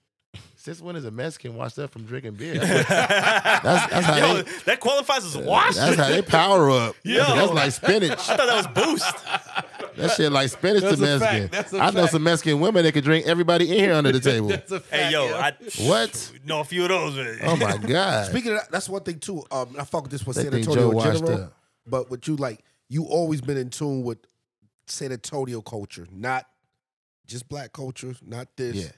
[SPEAKER 1] Since when is a Mexican washed up from drinking beer? That's, that's how they,
[SPEAKER 2] Yo, that qualifies as wash.
[SPEAKER 1] That's how they power up.
[SPEAKER 2] Yo.
[SPEAKER 1] That's like spinach.
[SPEAKER 2] I thought that was boost.
[SPEAKER 1] That shit like spinach to
[SPEAKER 3] That's a fact.
[SPEAKER 1] Mexican.
[SPEAKER 3] That's a
[SPEAKER 1] I know
[SPEAKER 3] fact.
[SPEAKER 1] some Mexican women that could drink everybody in here under the table.
[SPEAKER 2] hey yo, I
[SPEAKER 1] What?
[SPEAKER 2] know a few of those. man.
[SPEAKER 1] Oh my god!
[SPEAKER 3] Speaking of that, that's one thing too. Um, I fuck with this with
[SPEAKER 1] They
[SPEAKER 3] San
[SPEAKER 1] think
[SPEAKER 3] Antonio
[SPEAKER 1] Joe washed
[SPEAKER 3] General,
[SPEAKER 1] up.
[SPEAKER 3] but with you like you always been in tune with San Antonio culture, not just black culture, not this.
[SPEAKER 1] yeah, yeah.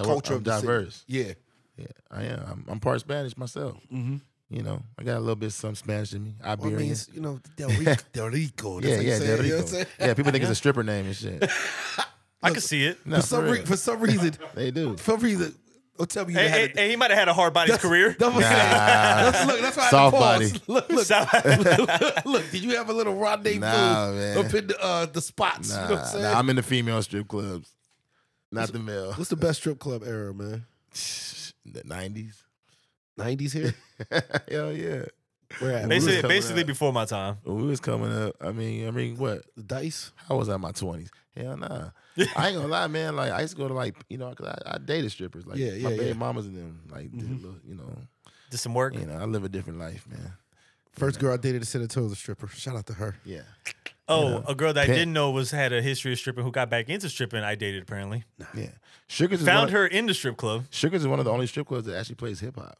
[SPEAKER 1] well,
[SPEAKER 2] uh,
[SPEAKER 3] culture
[SPEAKER 1] I'm
[SPEAKER 3] of the city.
[SPEAKER 1] diverse.
[SPEAKER 3] Yeah,
[SPEAKER 1] Yeah, I am. I'm, I'm part Spanish myself. You know, I got a little bit of some Spanish in me.
[SPEAKER 3] Mm-hmm. well, I
[SPEAKER 1] Iberian.
[SPEAKER 3] mean, it's, you know, Del Rico, Del Rico. That's
[SPEAKER 1] yeah,
[SPEAKER 3] how you
[SPEAKER 1] yeah,
[SPEAKER 3] say
[SPEAKER 1] Del
[SPEAKER 3] it, you know
[SPEAKER 1] Rico.
[SPEAKER 3] what I'm saying?
[SPEAKER 1] yeah, people think it's a stripper name and shit.
[SPEAKER 2] I could see it.
[SPEAKER 1] No, for
[SPEAKER 3] for some
[SPEAKER 1] real.
[SPEAKER 3] re- for some reason,
[SPEAKER 1] they do.
[SPEAKER 3] for some reason, don't tell me you
[SPEAKER 2] Hey,
[SPEAKER 3] had
[SPEAKER 2] hey,
[SPEAKER 3] a-
[SPEAKER 2] hey, he might have had a hard body's career.
[SPEAKER 3] That was- That's- look, that's why
[SPEAKER 1] Soft
[SPEAKER 3] I had to
[SPEAKER 1] body.
[SPEAKER 3] pause. Look, look,
[SPEAKER 2] So-
[SPEAKER 3] look, look, did you have a little rendezvous
[SPEAKER 1] Nah, man.
[SPEAKER 3] up in the, uh, the spots? you know what I'm
[SPEAKER 1] Nah,
[SPEAKER 3] saying?
[SPEAKER 1] nah, I'm in the female strip clubs, not the male.
[SPEAKER 3] What's the best strip club era, man?
[SPEAKER 1] The '90s.
[SPEAKER 3] 90s here?
[SPEAKER 1] Hell yeah.
[SPEAKER 3] Where
[SPEAKER 1] They said-
[SPEAKER 3] at? Where
[SPEAKER 2] basically,
[SPEAKER 1] coming
[SPEAKER 2] basically
[SPEAKER 1] up.
[SPEAKER 2] before my time.
[SPEAKER 1] When we was coming up, I mean, I mean, what?
[SPEAKER 3] the dice?
[SPEAKER 1] How was I in my twenties? Hell nah. I ain't gonna lie, man. Like I used to go to like you know, 'cause I, I dated strippers. Like
[SPEAKER 3] Yeah, yeah,
[SPEAKER 1] my baby
[SPEAKER 3] yeah. Mm-hmm.
[SPEAKER 1] mamas and them. Like did a little, you know,
[SPEAKER 2] Did some work.
[SPEAKER 1] you know, I live a different life, man.
[SPEAKER 3] First girl I dated in San Antonio was a stripper. Shout out to her.
[SPEAKER 1] Yeah.
[SPEAKER 2] oh, a girl that I
[SPEAKER 1] Pimp.
[SPEAKER 2] didn't know was had a history of stripping who got back into stripping. I dated apparently.
[SPEAKER 1] Yeah. Sugars is one
[SPEAKER 2] Found
[SPEAKER 1] of-
[SPEAKER 2] her in the strip club.
[SPEAKER 1] Sugars is one of the only strip clubs that actually plays hip hop.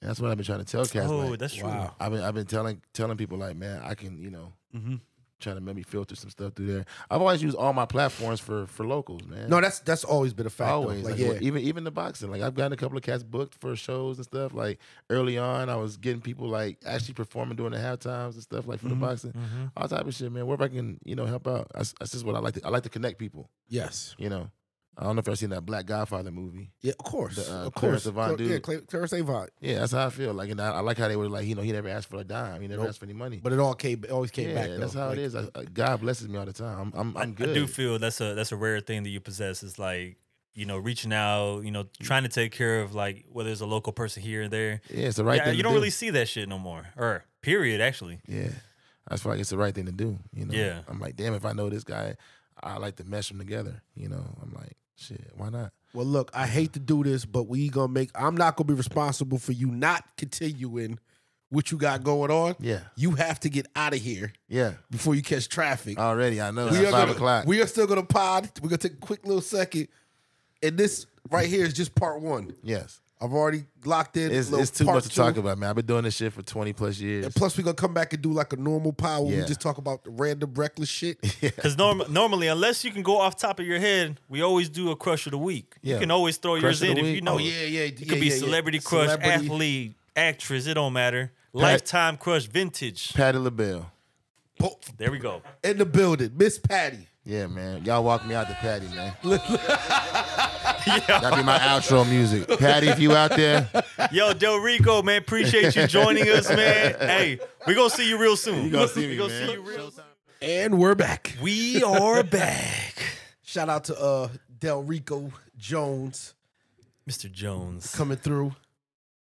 [SPEAKER 1] And that's what I've been trying to tell cats.
[SPEAKER 2] oh,
[SPEAKER 1] like,
[SPEAKER 2] that's true.
[SPEAKER 3] wow.
[SPEAKER 1] I've been I've been telling telling people like, man, I can, you know,
[SPEAKER 2] Mm-hmm.
[SPEAKER 1] trying to make me filter some stuff through there. I've always used all my platforms for for locals, man.
[SPEAKER 3] No, that's that's always been a fact. though.
[SPEAKER 1] Always,
[SPEAKER 3] Like,
[SPEAKER 1] like,
[SPEAKER 3] yeah.
[SPEAKER 1] well, even even the boxing. Like I've gotten a couple of cats booked for shows and stuff. Like early on, I was getting people like actually performing during the half times and stuff. Like for
[SPEAKER 2] Mm-hmm.
[SPEAKER 1] the boxing, all type of shit, man. Wherever I can, you know, help out. That's, that's just what I like. to I like to connect people.
[SPEAKER 3] yes.
[SPEAKER 1] You know, I don't know if y'all seen that Black Godfather movie.
[SPEAKER 3] Yeah, of course.
[SPEAKER 1] The, uh,
[SPEAKER 3] of
[SPEAKER 1] Clarence
[SPEAKER 3] course.
[SPEAKER 1] Avant
[SPEAKER 3] Cla- yeah,
[SPEAKER 1] dude.
[SPEAKER 3] Cla- Clarence Avant.
[SPEAKER 1] Yeah, that's how I feel. Like, and I, I like how they were like, you know, he never asked for a dime. He never asked for any money.
[SPEAKER 3] But it all came it always came
[SPEAKER 1] yeah,
[SPEAKER 3] back.
[SPEAKER 1] that's
[SPEAKER 3] though.
[SPEAKER 1] how
[SPEAKER 3] Like, uh,
[SPEAKER 1] it is. I, I- God blesses me all the time. I'm I'm, I'm good.
[SPEAKER 2] I do feel that's a that's a rare thing that you possess. Is like you know reaching out, you
[SPEAKER 1] Mm.
[SPEAKER 2] know, trying to take care of like whether it's a local person here or there.
[SPEAKER 1] yeah, it's the right
[SPEAKER 2] yeah,
[SPEAKER 1] thing. to
[SPEAKER 2] you don't
[SPEAKER 1] do.
[SPEAKER 2] really see that shit no more. Or period, actually.
[SPEAKER 1] Yeah. I just feel like it's the right thing to do. You know.
[SPEAKER 2] Yeah.
[SPEAKER 1] I'm like, damn, if I know this guy, I like to mesh them together. You know. I'm like, shit, why not?
[SPEAKER 3] Well, look, I hate to do this, but we gonna make. I'm not gonna be responsible for you not continuing what you got going on.
[SPEAKER 1] Yeah.
[SPEAKER 3] you have to get out of here
[SPEAKER 1] Yeah.
[SPEAKER 3] before you catch traffic.
[SPEAKER 1] Already, I know. it's
[SPEAKER 3] we are
[SPEAKER 1] Uh, five
[SPEAKER 3] gonna,
[SPEAKER 1] o'clock.
[SPEAKER 3] We are still gonna pod. We're gonna take a quick little second, and this right here is just part one.
[SPEAKER 1] yes.
[SPEAKER 3] I've already locked in.
[SPEAKER 1] It's,
[SPEAKER 3] little
[SPEAKER 1] it's too
[SPEAKER 3] part
[SPEAKER 1] much to talk
[SPEAKER 3] two.
[SPEAKER 1] about, man. I've been doing this shit for 20 plus years.
[SPEAKER 3] And plus, we're gonna come back and do like a normal pod where
[SPEAKER 1] Yeah.
[SPEAKER 3] we just talk about the random reckless shit.
[SPEAKER 2] Because norm- normally, unless you can go off top of your head, we always do a crush of the week. You
[SPEAKER 1] Yeah.
[SPEAKER 2] can always throw
[SPEAKER 1] Crush
[SPEAKER 2] yours
[SPEAKER 1] of
[SPEAKER 2] in
[SPEAKER 1] the
[SPEAKER 2] if
[SPEAKER 1] week.
[SPEAKER 2] you know.
[SPEAKER 1] Oh,
[SPEAKER 2] it.
[SPEAKER 3] yeah, yeah,
[SPEAKER 2] It
[SPEAKER 3] yeah,
[SPEAKER 2] could be
[SPEAKER 3] yeah, yeah.
[SPEAKER 2] celebrity crush,
[SPEAKER 3] Celebrity-
[SPEAKER 2] athlete, actress. It don't matter. Lifetime crush, vintage.
[SPEAKER 1] Patty LaBelle.
[SPEAKER 3] Bo-
[SPEAKER 2] There we go.
[SPEAKER 3] In the building, Miss Patty.
[SPEAKER 1] Yeah, man. Y'all walk me out to Patty, man. That'd be my outro music. Patty, if you out there,
[SPEAKER 2] Yo, Del Rico, man, appreciate you joining us, man. Hey, we gonna see you real soon.
[SPEAKER 1] you gonna see me,
[SPEAKER 2] we gonna
[SPEAKER 1] man.
[SPEAKER 2] see you real soon.
[SPEAKER 3] And we're back.
[SPEAKER 2] We are back.
[SPEAKER 3] Shout out to uh Del Rico Jones
[SPEAKER 2] Mr. Jones.
[SPEAKER 3] coming through.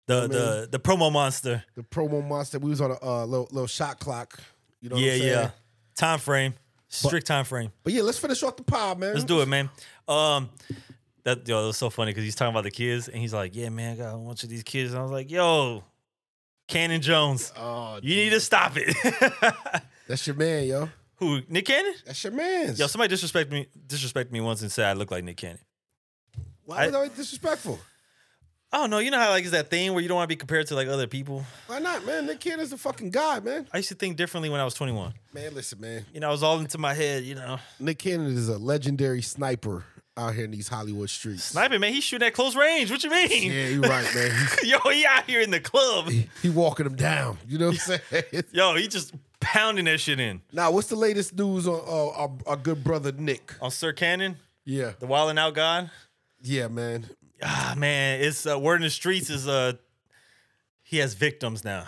[SPEAKER 2] The the the promo monster.
[SPEAKER 3] the promo monster. We was on a uh, little, little shot clock. You know, what
[SPEAKER 2] Yeah,
[SPEAKER 3] I'm saying?
[SPEAKER 2] yeah. Time frame. Strict time frame.
[SPEAKER 3] But yeah, let's finish off the pod, man.
[SPEAKER 2] Let's do it, man. Um, that yo, that was so funny because he's talking about the kids, and he's like, "Yeah, man, I got a bunch of these kids." And I was like, "Yo, Cannon Jones,
[SPEAKER 3] Oh,
[SPEAKER 2] you need to stop it."
[SPEAKER 3] that's your man, yo.
[SPEAKER 2] Who Nick Cannon?
[SPEAKER 3] That's your man.
[SPEAKER 2] Yo, somebody disrespected me, disrespected me once and said I look like Nick Cannon.
[SPEAKER 3] Why was I disrespectful?
[SPEAKER 2] I don't know. You know how like is that thing where you don't want to be compared to like other people.
[SPEAKER 3] Why not, man? That kid is a fucking guy, man.
[SPEAKER 2] I used to think differently when I was 21.
[SPEAKER 3] Man, listen, man.
[SPEAKER 2] You know, I was all into my head. You know,
[SPEAKER 3] Nick Cannon is a legendary sniper out here in these Hollywood streets.
[SPEAKER 2] Sniping, man, he's shooting at close range. What you mean?
[SPEAKER 3] Yeah, you're right, man.
[SPEAKER 2] Yo, he out here in the club.
[SPEAKER 3] He, he walking them down. You know what I'm saying?
[SPEAKER 2] Yo, he just pounding that shit in.
[SPEAKER 3] now, what's the latest news on uh, our, our good brother Nick?
[SPEAKER 2] On Sir Cannon,
[SPEAKER 3] Yeah,
[SPEAKER 2] the wild and out god.
[SPEAKER 3] yeah, man.
[SPEAKER 2] Ah, man, it's uh, word in the streets is uh he has victims now.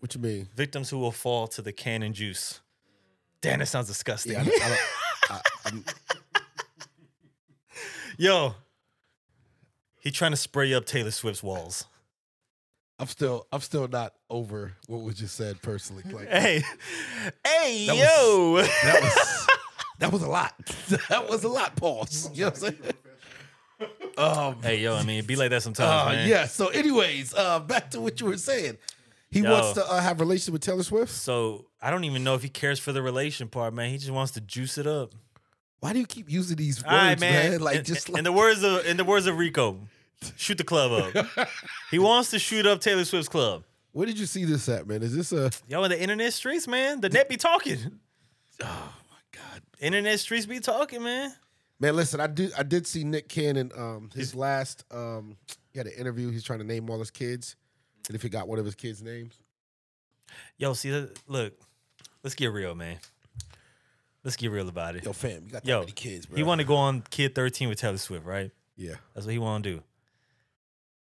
[SPEAKER 3] What you mean?
[SPEAKER 2] Victims who will fall to the cannon juice. Damn, that sounds disgusting.
[SPEAKER 3] Yeah, I, don't- I don't-
[SPEAKER 2] Yo, he trying to spray up Taylor Swift's walls.
[SPEAKER 3] I'm still, I'm still not over what was just said personally. Like,
[SPEAKER 2] Hey, hey,
[SPEAKER 3] That was-
[SPEAKER 2] yo.
[SPEAKER 3] That was that was a lot. That was a lot, pause. You know what I'm saying? Um
[SPEAKER 2] hey, yo, I mean, it be like that sometimes,
[SPEAKER 3] uh,
[SPEAKER 2] man.
[SPEAKER 3] yeah. So anyways, uh back to what you were saying. He
[SPEAKER 2] Yo.
[SPEAKER 3] wants to uh, have a relationship with Taylor Swift.
[SPEAKER 2] So I don't even know if he cares for the relation part, man. He just wants to juice it up.
[SPEAKER 3] Why do you keep using these words,
[SPEAKER 2] All right,
[SPEAKER 3] man.
[SPEAKER 2] man.
[SPEAKER 3] Like
[SPEAKER 2] in,
[SPEAKER 3] just
[SPEAKER 2] in-
[SPEAKER 3] like
[SPEAKER 2] in the words of in the words of Rico, shoot the club up. he wants to shoot up Taylor Swift's club.
[SPEAKER 3] where did you see this at, man? Is this a
[SPEAKER 2] Yo, in the internet streets, man, the net be talking.
[SPEAKER 3] God
[SPEAKER 2] Internet streets be talking, man.
[SPEAKER 3] Man, listen, I did I did see Nick Cannon um his last um he had an interview, he's trying to name all his kids. And if he got one of his kids' names.
[SPEAKER 2] Yo, see, that- look, let's get real, man. Let's get real about it.
[SPEAKER 3] Yo, fam, you got that
[SPEAKER 2] Yo,
[SPEAKER 3] many kids, bro.
[SPEAKER 2] He want to go on Kid 13 with Taylor Swift, right?
[SPEAKER 3] yeah.
[SPEAKER 2] That's what he want to do.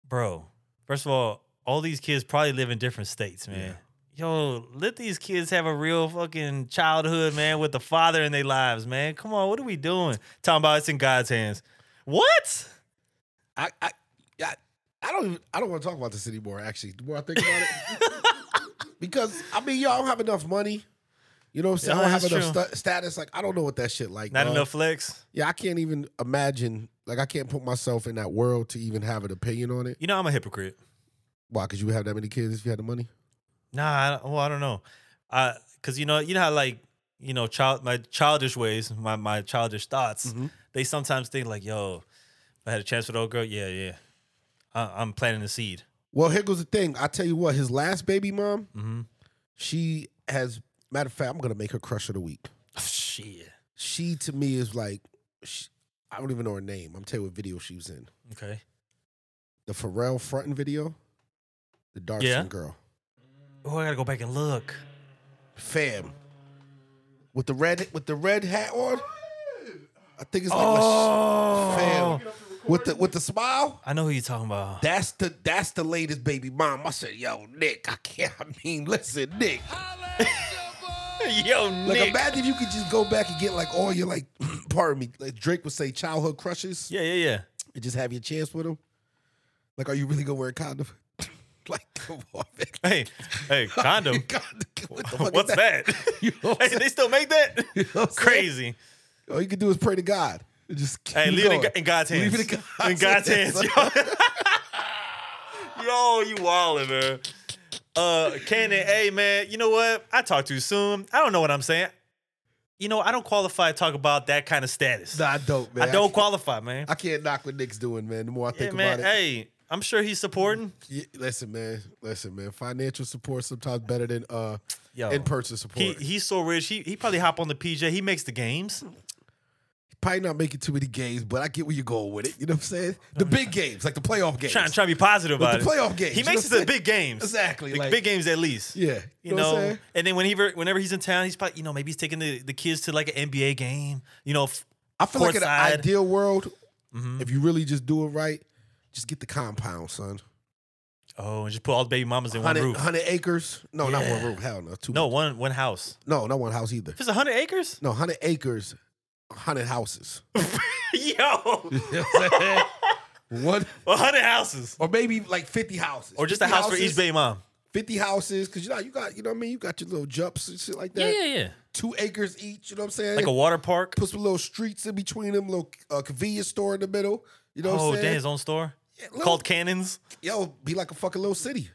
[SPEAKER 2] Bro, first of all, all these kids probably live in different states, man. Yo, let these kids have a real fucking childhood, man, with the father in their lives, man. Come on, what are we doing? Talking about it's in God's hands. What?
[SPEAKER 3] I, I, I, I don't even, I don't want to talk about this anymore. Actually, the more I think about it, because I mean, y'all don't have enough money. You know what I'm saying?
[SPEAKER 2] Yeah,
[SPEAKER 3] I don't have
[SPEAKER 2] that's
[SPEAKER 3] enough stu- status. Like, I don't know what that shit like.
[SPEAKER 2] Not
[SPEAKER 3] dog.
[SPEAKER 2] enough flex.
[SPEAKER 3] Yeah, I can't even imagine. Like, I can't put myself in that world to even have an opinion on it.
[SPEAKER 2] You know I'm a hypocrite.
[SPEAKER 3] Why? Because you would have that many kids if you had the money.
[SPEAKER 2] Nah, I, well, I don't know. I cuz you know, you know how like, you know, child my childish ways, my my childish thoughts, they sometimes think like, yo, if I had a chance with old girl. Yeah, yeah. I, I'm planting the seed.
[SPEAKER 3] Well, here goes the thing. I tell you what, his last baby mom,
[SPEAKER 2] Mhm.
[SPEAKER 3] she has. Matter of fact, I'm gonna make her crush of the week.
[SPEAKER 2] Shit.
[SPEAKER 3] She to me is like, she, I don't even know her name. I'm tell you what video she was in.
[SPEAKER 2] Okay.
[SPEAKER 3] the Pharrell fronting video, the dark
[SPEAKER 2] Yeah.
[SPEAKER 3] skin girl,
[SPEAKER 2] Oh, I gotta go back and look.
[SPEAKER 3] fam, with the red with the red hat on. I think it's like
[SPEAKER 2] Oh,
[SPEAKER 3] my sh- fam with the with the smile.
[SPEAKER 2] I know who you're talking about.
[SPEAKER 3] That's the that's the latest baby mom. I said, yo, Nick, I can't. I mean, listen, Nick.
[SPEAKER 2] Yo,
[SPEAKER 3] Like,
[SPEAKER 2] Nick.
[SPEAKER 3] imagine if you could just go back and get like all your like, pardon me, like Drake would say, childhood crushes,
[SPEAKER 2] yeah, yeah, yeah.
[SPEAKER 3] and just have your chance with them. Like, are you really gonna wear a condom? like, come on, man.
[SPEAKER 2] Hey, hey, condom.
[SPEAKER 3] What the fuck is
[SPEAKER 2] What's that?
[SPEAKER 3] You know what I'm
[SPEAKER 2] hey, they still make that?
[SPEAKER 3] know what I'm saying?
[SPEAKER 2] Crazy.
[SPEAKER 3] All you can do is pray to God. And Just keep
[SPEAKER 2] Hey, leave it in,
[SPEAKER 3] going.
[SPEAKER 2] Go- in God's hands.
[SPEAKER 3] Leave it in God's
[SPEAKER 2] In God's hands. Yo, Yo, you wildin', man. Uh, Cannon, hey man, you know what? I talked too soon. I don't know what I'm saying. You know, I don't qualify to talk about that kind of status.
[SPEAKER 3] Nah, I don't, man.
[SPEAKER 2] I don't
[SPEAKER 3] can't-
[SPEAKER 2] qualify, man.
[SPEAKER 3] I can't knock what Nick's doing, man. The more I
[SPEAKER 2] Yeah,
[SPEAKER 3] think
[SPEAKER 2] man.
[SPEAKER 3] about it, Mm,
[SPEAKER 2] Hey, I'm sure he's supporting.
[SPEAKER 3] Yeah, listen, man. Listen, man. Financial support sometimes better than uh
[SPEAKER 2] Yo,
[SPEAKER 3] in-person support.
[SPEAKER 2] he
[SPEAKER 3] He,
[SPEAKER 2] he's so rich. He he probably hop on the PJ. He makes the games.
[SPEAKER 3] probably not making too many games, but I get where you're going with it. You know what I'm saying?
[SPEAKER 2] Oh,
[SPEAKER 3] The big games, like the playoff games.
[SPEAKER 2] Trying trying to be positive
[SPEAKER 3] With
[SPEAKER 2] about
[SPEAKER 3] the
[SPEAKER 2] it.
[SPEAKER 3] playoff games,
[SPEAKER 2] He
[SPEAKER 3] you know
[SPEAKER 2] makes it to
[SPEAKER 3] what
[SPEAKER 2] the
[SPEAKER 3] I'm saying?
[SPEAKER 2] big games.
[SPEAKER 3] Exactly,
[SPEAKER 2] The
[SPEAKER 3] like-
[SPEAKER 2] big games at least.
[SPEAKER 3] Yeah,
[SPEAKER 2] You,
[SPEAKER 3] you know
[SPEAKER 2] know,
[SPEAKER 3] what I'm saying?
[SPEAKER 2] and then when he ver- whenever he's in town, he's probably you know maybe he's taking the, the kids to like an NBA game. You know, f-
[SPEAKER 3] I feel like in an
[SPEAKER 2] courtside. Mm-hmm.
[SPEAKER 3] ideal world, if you really just do it right, just get the compound, son.
[SPEAKER 2] oh, and just put all the baby mamas in one
[SPEAKER 3] 100,
[SPEAKER 2] roof.
[SPEAKER 3] 100 acres. No, not one
[SPEAKER 2] Yeah.
[SPEAKER 3] room. Hell no. Two.
[SPEAKER 2] No, one one house.
[SPEAKER 3] no, not one house either.
[SPEAKER 2] If it's hundred acres,
[SPEAKER 3] No, 100 acres, 100 houses.
[SPEAKER 2] yo,
[SPEAKER 3] One
[SPEAKER 2] hundred houses,
[SPEAKER 3] or maybe like 50 houses.
[SPEAKER 2] or just a
[SPEAKER 3] 50
[SPEAKER 2] house for each
[SPEAKER 3] houses,
[SPEAKER 2] baby mom.
[SPEAKER 3] 50 houses, because you know, you got, you know what I mean? You got your little jumps and shit like
[SPEAKER 2] Yeah,
[SPEAKER 3] that.
[SPEAKER 2] yeah, yeah.
[SPEAKER 3] Two acres each, you know what I'm saying?
[SPEAKER 2] Like a water park.
[SPEAKER 3] Put some little streets in between them, little uh, convenience store in the middle. You know
[SPEAKER 2] Oh,
[SPEAKER 3] what I'm
[SPEAKER 2] damn,
[SPEAKER 3] saying?
[SPEAKER 2] his own store
[SPEAKER 3] little-
[SPEAKER 2] called Cannons.
[SPEAKER 3] Yo, be like a fucking little city.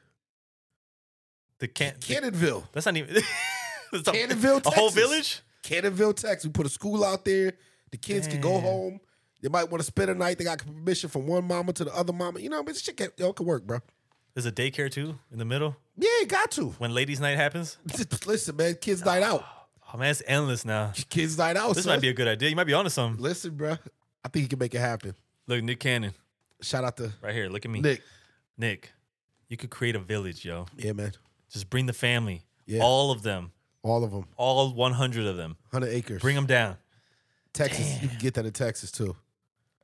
[SPEAKER 2] The can-
[SPEAKER 3] Cannonville.
[SPEAKER 2] That's not even. that's a-
[SPEAKER 3] Cannonville,
[SPEAKER 2] a whole
[SPEAKER 3] Texas.
[SPEAKER 2] village.
[SPEAKER 3] Cannonville, Texas. We put a school out there. The kids can go
[SPEAKER 2] Damn.
[SPEAKER 3] home. They might want to spend a night. They got permission from one mama to the other mama. You know, what I mean? This shit can, yo, it can work, bro.
[SPEAKER 2] There's a daycare too in the middle
[SPEAKER 3] Yeah, got to.
[SPEAKER 2] when ladies' night happens.
[SPEAKER 3] Listen, man, kids night out.
[SPEAKER 2] Oh man, it's endless now.
[SPEAKER 3] Kids night out.
[SPEAKER 2] This
[SPEAKER 3] son.
[SPEAKER 2] might be a good idea. You might be onto something.
[SPEAKER 3] Listen, bro. I think he can make it happen.
[SPEAKER 2] Look, Nick Cannon,
[SPEAKER 3] Shout out to
[SPEAKER 2] right here. Look at me,
[SPEAKER 3] Nick.
[SPEAKER 2] Nick, you could create a village, yo.
[SPEAKER 3] Yeah, man.
[SPEAKER 2] Just bring the family,
[SPEAKER 3] Yeah.
[SPEAKER 2] all of them,
[SPEAKER 3] All of them.
[SPEAKER 2] all 100 of them.
[SPEAKER 3] 100 acres.
[SPEAKER 2] Bring them down.
[SPEAKER 3] Texas. You can get that in Texas, too.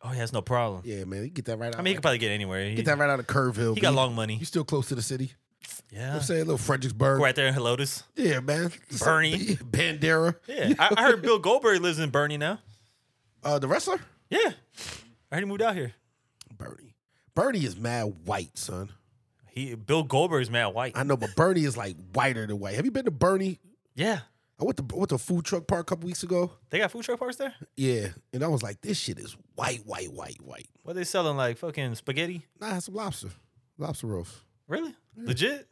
[SPEAKER 2] Oh, he has no problem.
[SPEAKER 3] Yeah, man. You can get that right out.
[SPEAKER 2] I mean, he could probably get anywhere. He,
[SPEAKER 3] get that right out of Curve Hill.
[SPEAKER 2] he got
[SPEAKER 3] B.
[SPEAKER 2] long money. Uh-huh.
[SPEAKER 3] You still close to the city.
[SPEAKER 2] Yeah,
[SPEAKER 3] I'm saying, little Fredericksburg.
[SPEAKER 2] right there in Helotes.
[SPEAKER 3] Yeah, man.
[SPEAKER 2] Bernie.
[SPEAKER 3] Bandera.
[SPEAKER 2] Yeah, I, I heard Bill Goldberg lives in Bernie now.
[SPEAKER 3] Uh, the wrestler?
[SPEAKER 2] Yeah, I heard he moved out here.
[SPEAKER 3] Bernie. Bernie is mad white, son.
[SPEAKER 2] He Bill Goldberg's mad white.
[SPEAKER 3] I know, but Bernie is like whiter than white. Have you been to Bernie?
[SPEAKER 2] yeah,
[SPEAKER 3] I went to went to a food truck park a couple weeks ago.
[SPEAKER 2] they got food truck parks there.
[SPEAKER 3] Yeah, and I was like, this shit is white, white, white, white.
[SPEAKER 2] What they selling like fucking spaghetti?
[SPEAKER 3] Nah, I had some lobster, lobster rolls.
[SPEAKER 2] Really? Legit?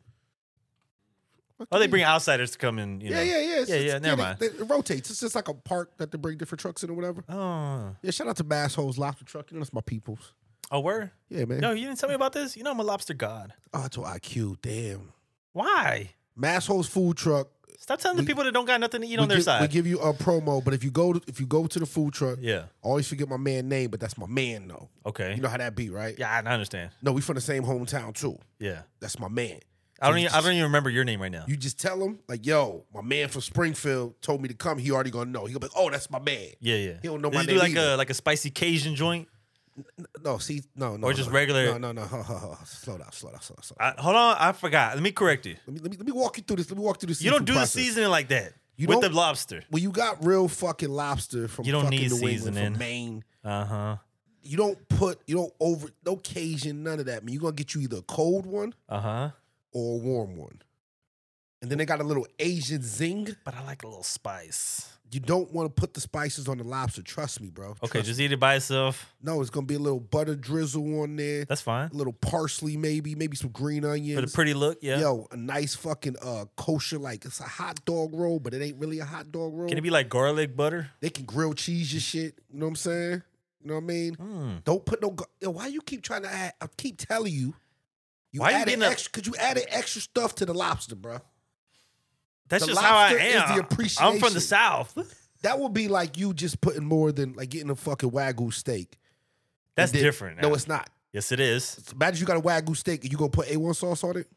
[SPEAKER 3] What
[SPEAKER 2] Oh, they
[SPEAKER 3] the-
[SPEAKER 2] bring outsiders to come and you know.
[SPEAKER 3] Yeah, yeah, yeah. It's
[SPEAKER 2] yeah,
[SPEAKER 3] just-
[SPEAKER 2] yeah. Never
[SPEAKER 3] they-
[SPEAKER 2] mind.
[SPEAKER 3] they- it rotates. It's just like a park that they bring different trucks in or whatever.
[SPEAKER 2] Oh,
[SPEAKER 3] Yeah, shout out to Bass Holes Lobster Truck. You know, that's my people's.
[SPEAKER 2] oh, where?
[SPEAKER 3] Yeah, man.
[SPEAKER 2] No, you didn't tell me about this. You know I'm a lobster god.
[SPEAKER 3] Oh, that's what IQ. Damn.
[SPEAKER 2] Why?
[SPEAKER 3] Bass Holes Food Truck.
[SPEAKER 2] Stop telling
[SPEAKER 3] We-
[SPEAKER 2] the people that don't got nothing to eat
[SPEAKER 3] we
[SPEAKER 2] on their
[SPEAKER 3] give, We
[SPEAKER 2] side.
[SPEAKER 3] give you a promo, but if you go to, if you go to the food truck,
[SPEAKER 2] yeah.
[SPEAKER 3] always forget my man name, but that's my man though.
[SPEAKER 2] Okay.
[SPEAKER 3] You know how that be, right?
[SPEAKER 2] yeah, I I understand.
[SPEAKER 3] No, we from the same hometown too.
[SPEAKER 2] Yeah.
[SPEAKER 3] That's my man.
[SPEAKER 2] I don't.
[SPEAKER 3] you
[SPEAKER 2] Even, I
[SPEAKER 3] just-
[SPEAKER 2] don't even remember your name right now.
[SPEAKER 3] You just tell him, like, yo, my man from Springfield told me to come. He already gonna know. He gonna be like, oh, that's my man.
[SPEAKER 2] yeah, yeah.
[SPEAKER 3] He don't know
[SPEAKER 2] Did
[SPEAKER 3] my
[SPEAKER 2] you
[SPEAKER 3] name
[SPEAKER 2] do like
[SPEAKER 3] either.
[SPEAKER 2] a like a spicy Cajun joint?
[SPEAKER 3] No, see, no, no.
[SPEAKER 2] Or just
[SPEAKER 3] no.
[SPEAKER 2] regular-
[SPEAKER 3] No, no, no. Huh, huh, huh. Slow down, slow down, slow down. Slow down.
[SPEAKER 2] I, hold on, I forgot. Let me correct you.
[SPEAKER 3] let, me, let, me, let me walk you through this. Let me walk through this.
[SPEAKER 2] You don't do the seasoning like that
[SPEAKER 3] You
[SPEAKER 2] with
[SPEAKER 3] don't-
[SPEAKER 2] the lobster.
[SPEAKER 3] When you got real fucking lobster from
[SPEAKER 2] You don't
[SPEAKER 3] fucking
[SPEAKER 2] need
[SPEAKER 3] New England,
[SPEAKER 2] seasoning.
[SPEAKER 3] from Maine,
[SPEAKER 2] Uh huh.
[SPEAKER 3] you don't put, you don't over, no Cajun, none of that. Man, you gonna get you either a cold one
[SPEAKER 2] Uh huh.
[SPEAKER 3] or a warm one. And then they got a little Asian zing.
[SPEAKER 2] But I like a little spice.
[SPEAKER 3] You don't want to put the spices on the lobster. Trust me, bro.
[SPEAKER 2] Okay,
[SPEAKER 3] Trust
[SPEAKER 2] just eat it by itself.
[SPEAKER 3] No, it's gonna be a little butter drizzle on there,
[SPEAKER 2] That's fine.
[SPEAKER 3] a little parsley, maybe, maybe some green onions.
[SPEAKER 2] For the pretty look, yeah.
[SPEAKER 3] Yo, a nice fucking uh kosher like it's a hot dog roll, but it ain't really a hot dog roll.
[SPEAKER 2] Can it be like garlic butter?
[SPEAKER 3] they can grill cheese your shit. You know what I'm saying? You know what I mean?
[SPEAKER 2] Mm.
[SPEAKER 3] Don't put no. gar- Yo, why you keep trying to add? I keep telling you. You
[SPEAKER 2] Why you
[SPEAKER 3] added
[SPEAKER 2] getting a-
[SPEAKER 3] extra because you added extra stuff to the lobster, bro.
[SPEAKER 2] That's
[SPEAKER 3] The
[SPEAKER 2] just how I
[SPEAKER 3] lobster is the
[SPEAKER 2] am. I'm from
[SPEAKER 3] appreciation.
[SPEAKER 2] the south.
[SPEAKER 3] That would be like you just putting more than like getting a fucking wagyu steak.
[SPEAKER 2] That's
[SPEAKER 3] And then-
[SPEAKER 2] different.
[SPEAKER 3] No,
[SPEAKER 2] now.
[SPEAKER 3] it's not.
[SPEAKER 2] yes, it is.
[SPEAKER 3] Imagine you got a wagyu steak and you gonna put A1 sauce on it.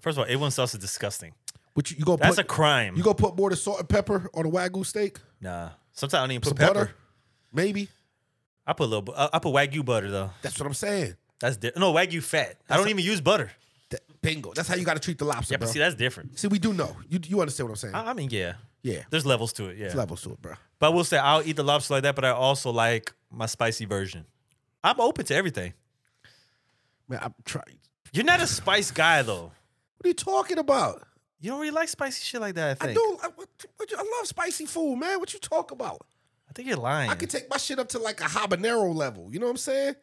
[SPEAKER 2] First of all, A1 sauce is disgusting.
[SPEAKER 3] Which you, you gonna
[SPEAKER 2] That's
[SPEAKER 3] put,
[SPEAKER 2] a crime.
[SPEAKER 3] You gonna put more than salt and pepper on a wagyu steak?
[SPEAKER 2] nah. Sometimes I don't even put
[SPEAKER 3] Some
[SPEAKER 2] pepper.
[SPEAKER 3] butter, maybe.
[SPEAKER 2] I put a little. bu- uh, I, I put wagyu butter though.
[SPEAKER 3] That's what I'm saying.
[SPEAKER 2] That's di- no wagyu fat. I don't even use butter.
[SPEAKER 3] That- bingo. That's how you gotta treat the lobster,
[SPEAKER 2] Yeah,
[SPEAKER 3] bro.
[SPEAKER 2] but see, that's different.
[SPEAKER 3] See, we do know. You you understand what I'm saying?
[SPEAKER 2] I, I mean, yeah.
[SPEAKER 3] yeah.
[SPEAKER 2] There's levels to it. Yeah.
[SPEAKER 3] It's levels to it, bro.
[SPEAKER 2] But I will say I'll eat the lobster like that, but I also like my spicy version. I'm open to everything.
[SPEAKER 3] Man, I'm trying. What
[SPEAKER 2] You're not a spice guy though.
[SPEAKER 3] are you talking about?
[SPEAKER 2] You don't really like spicy shit like that. I think.
[SPEAKER 3] I do. I, what, what you- I love spicy food, man. What you talk about?
[SPEAKER 2] I think you're lying.
[SPEAKER 3] I can take my shit up to like a habanero level. You know what I'm saying?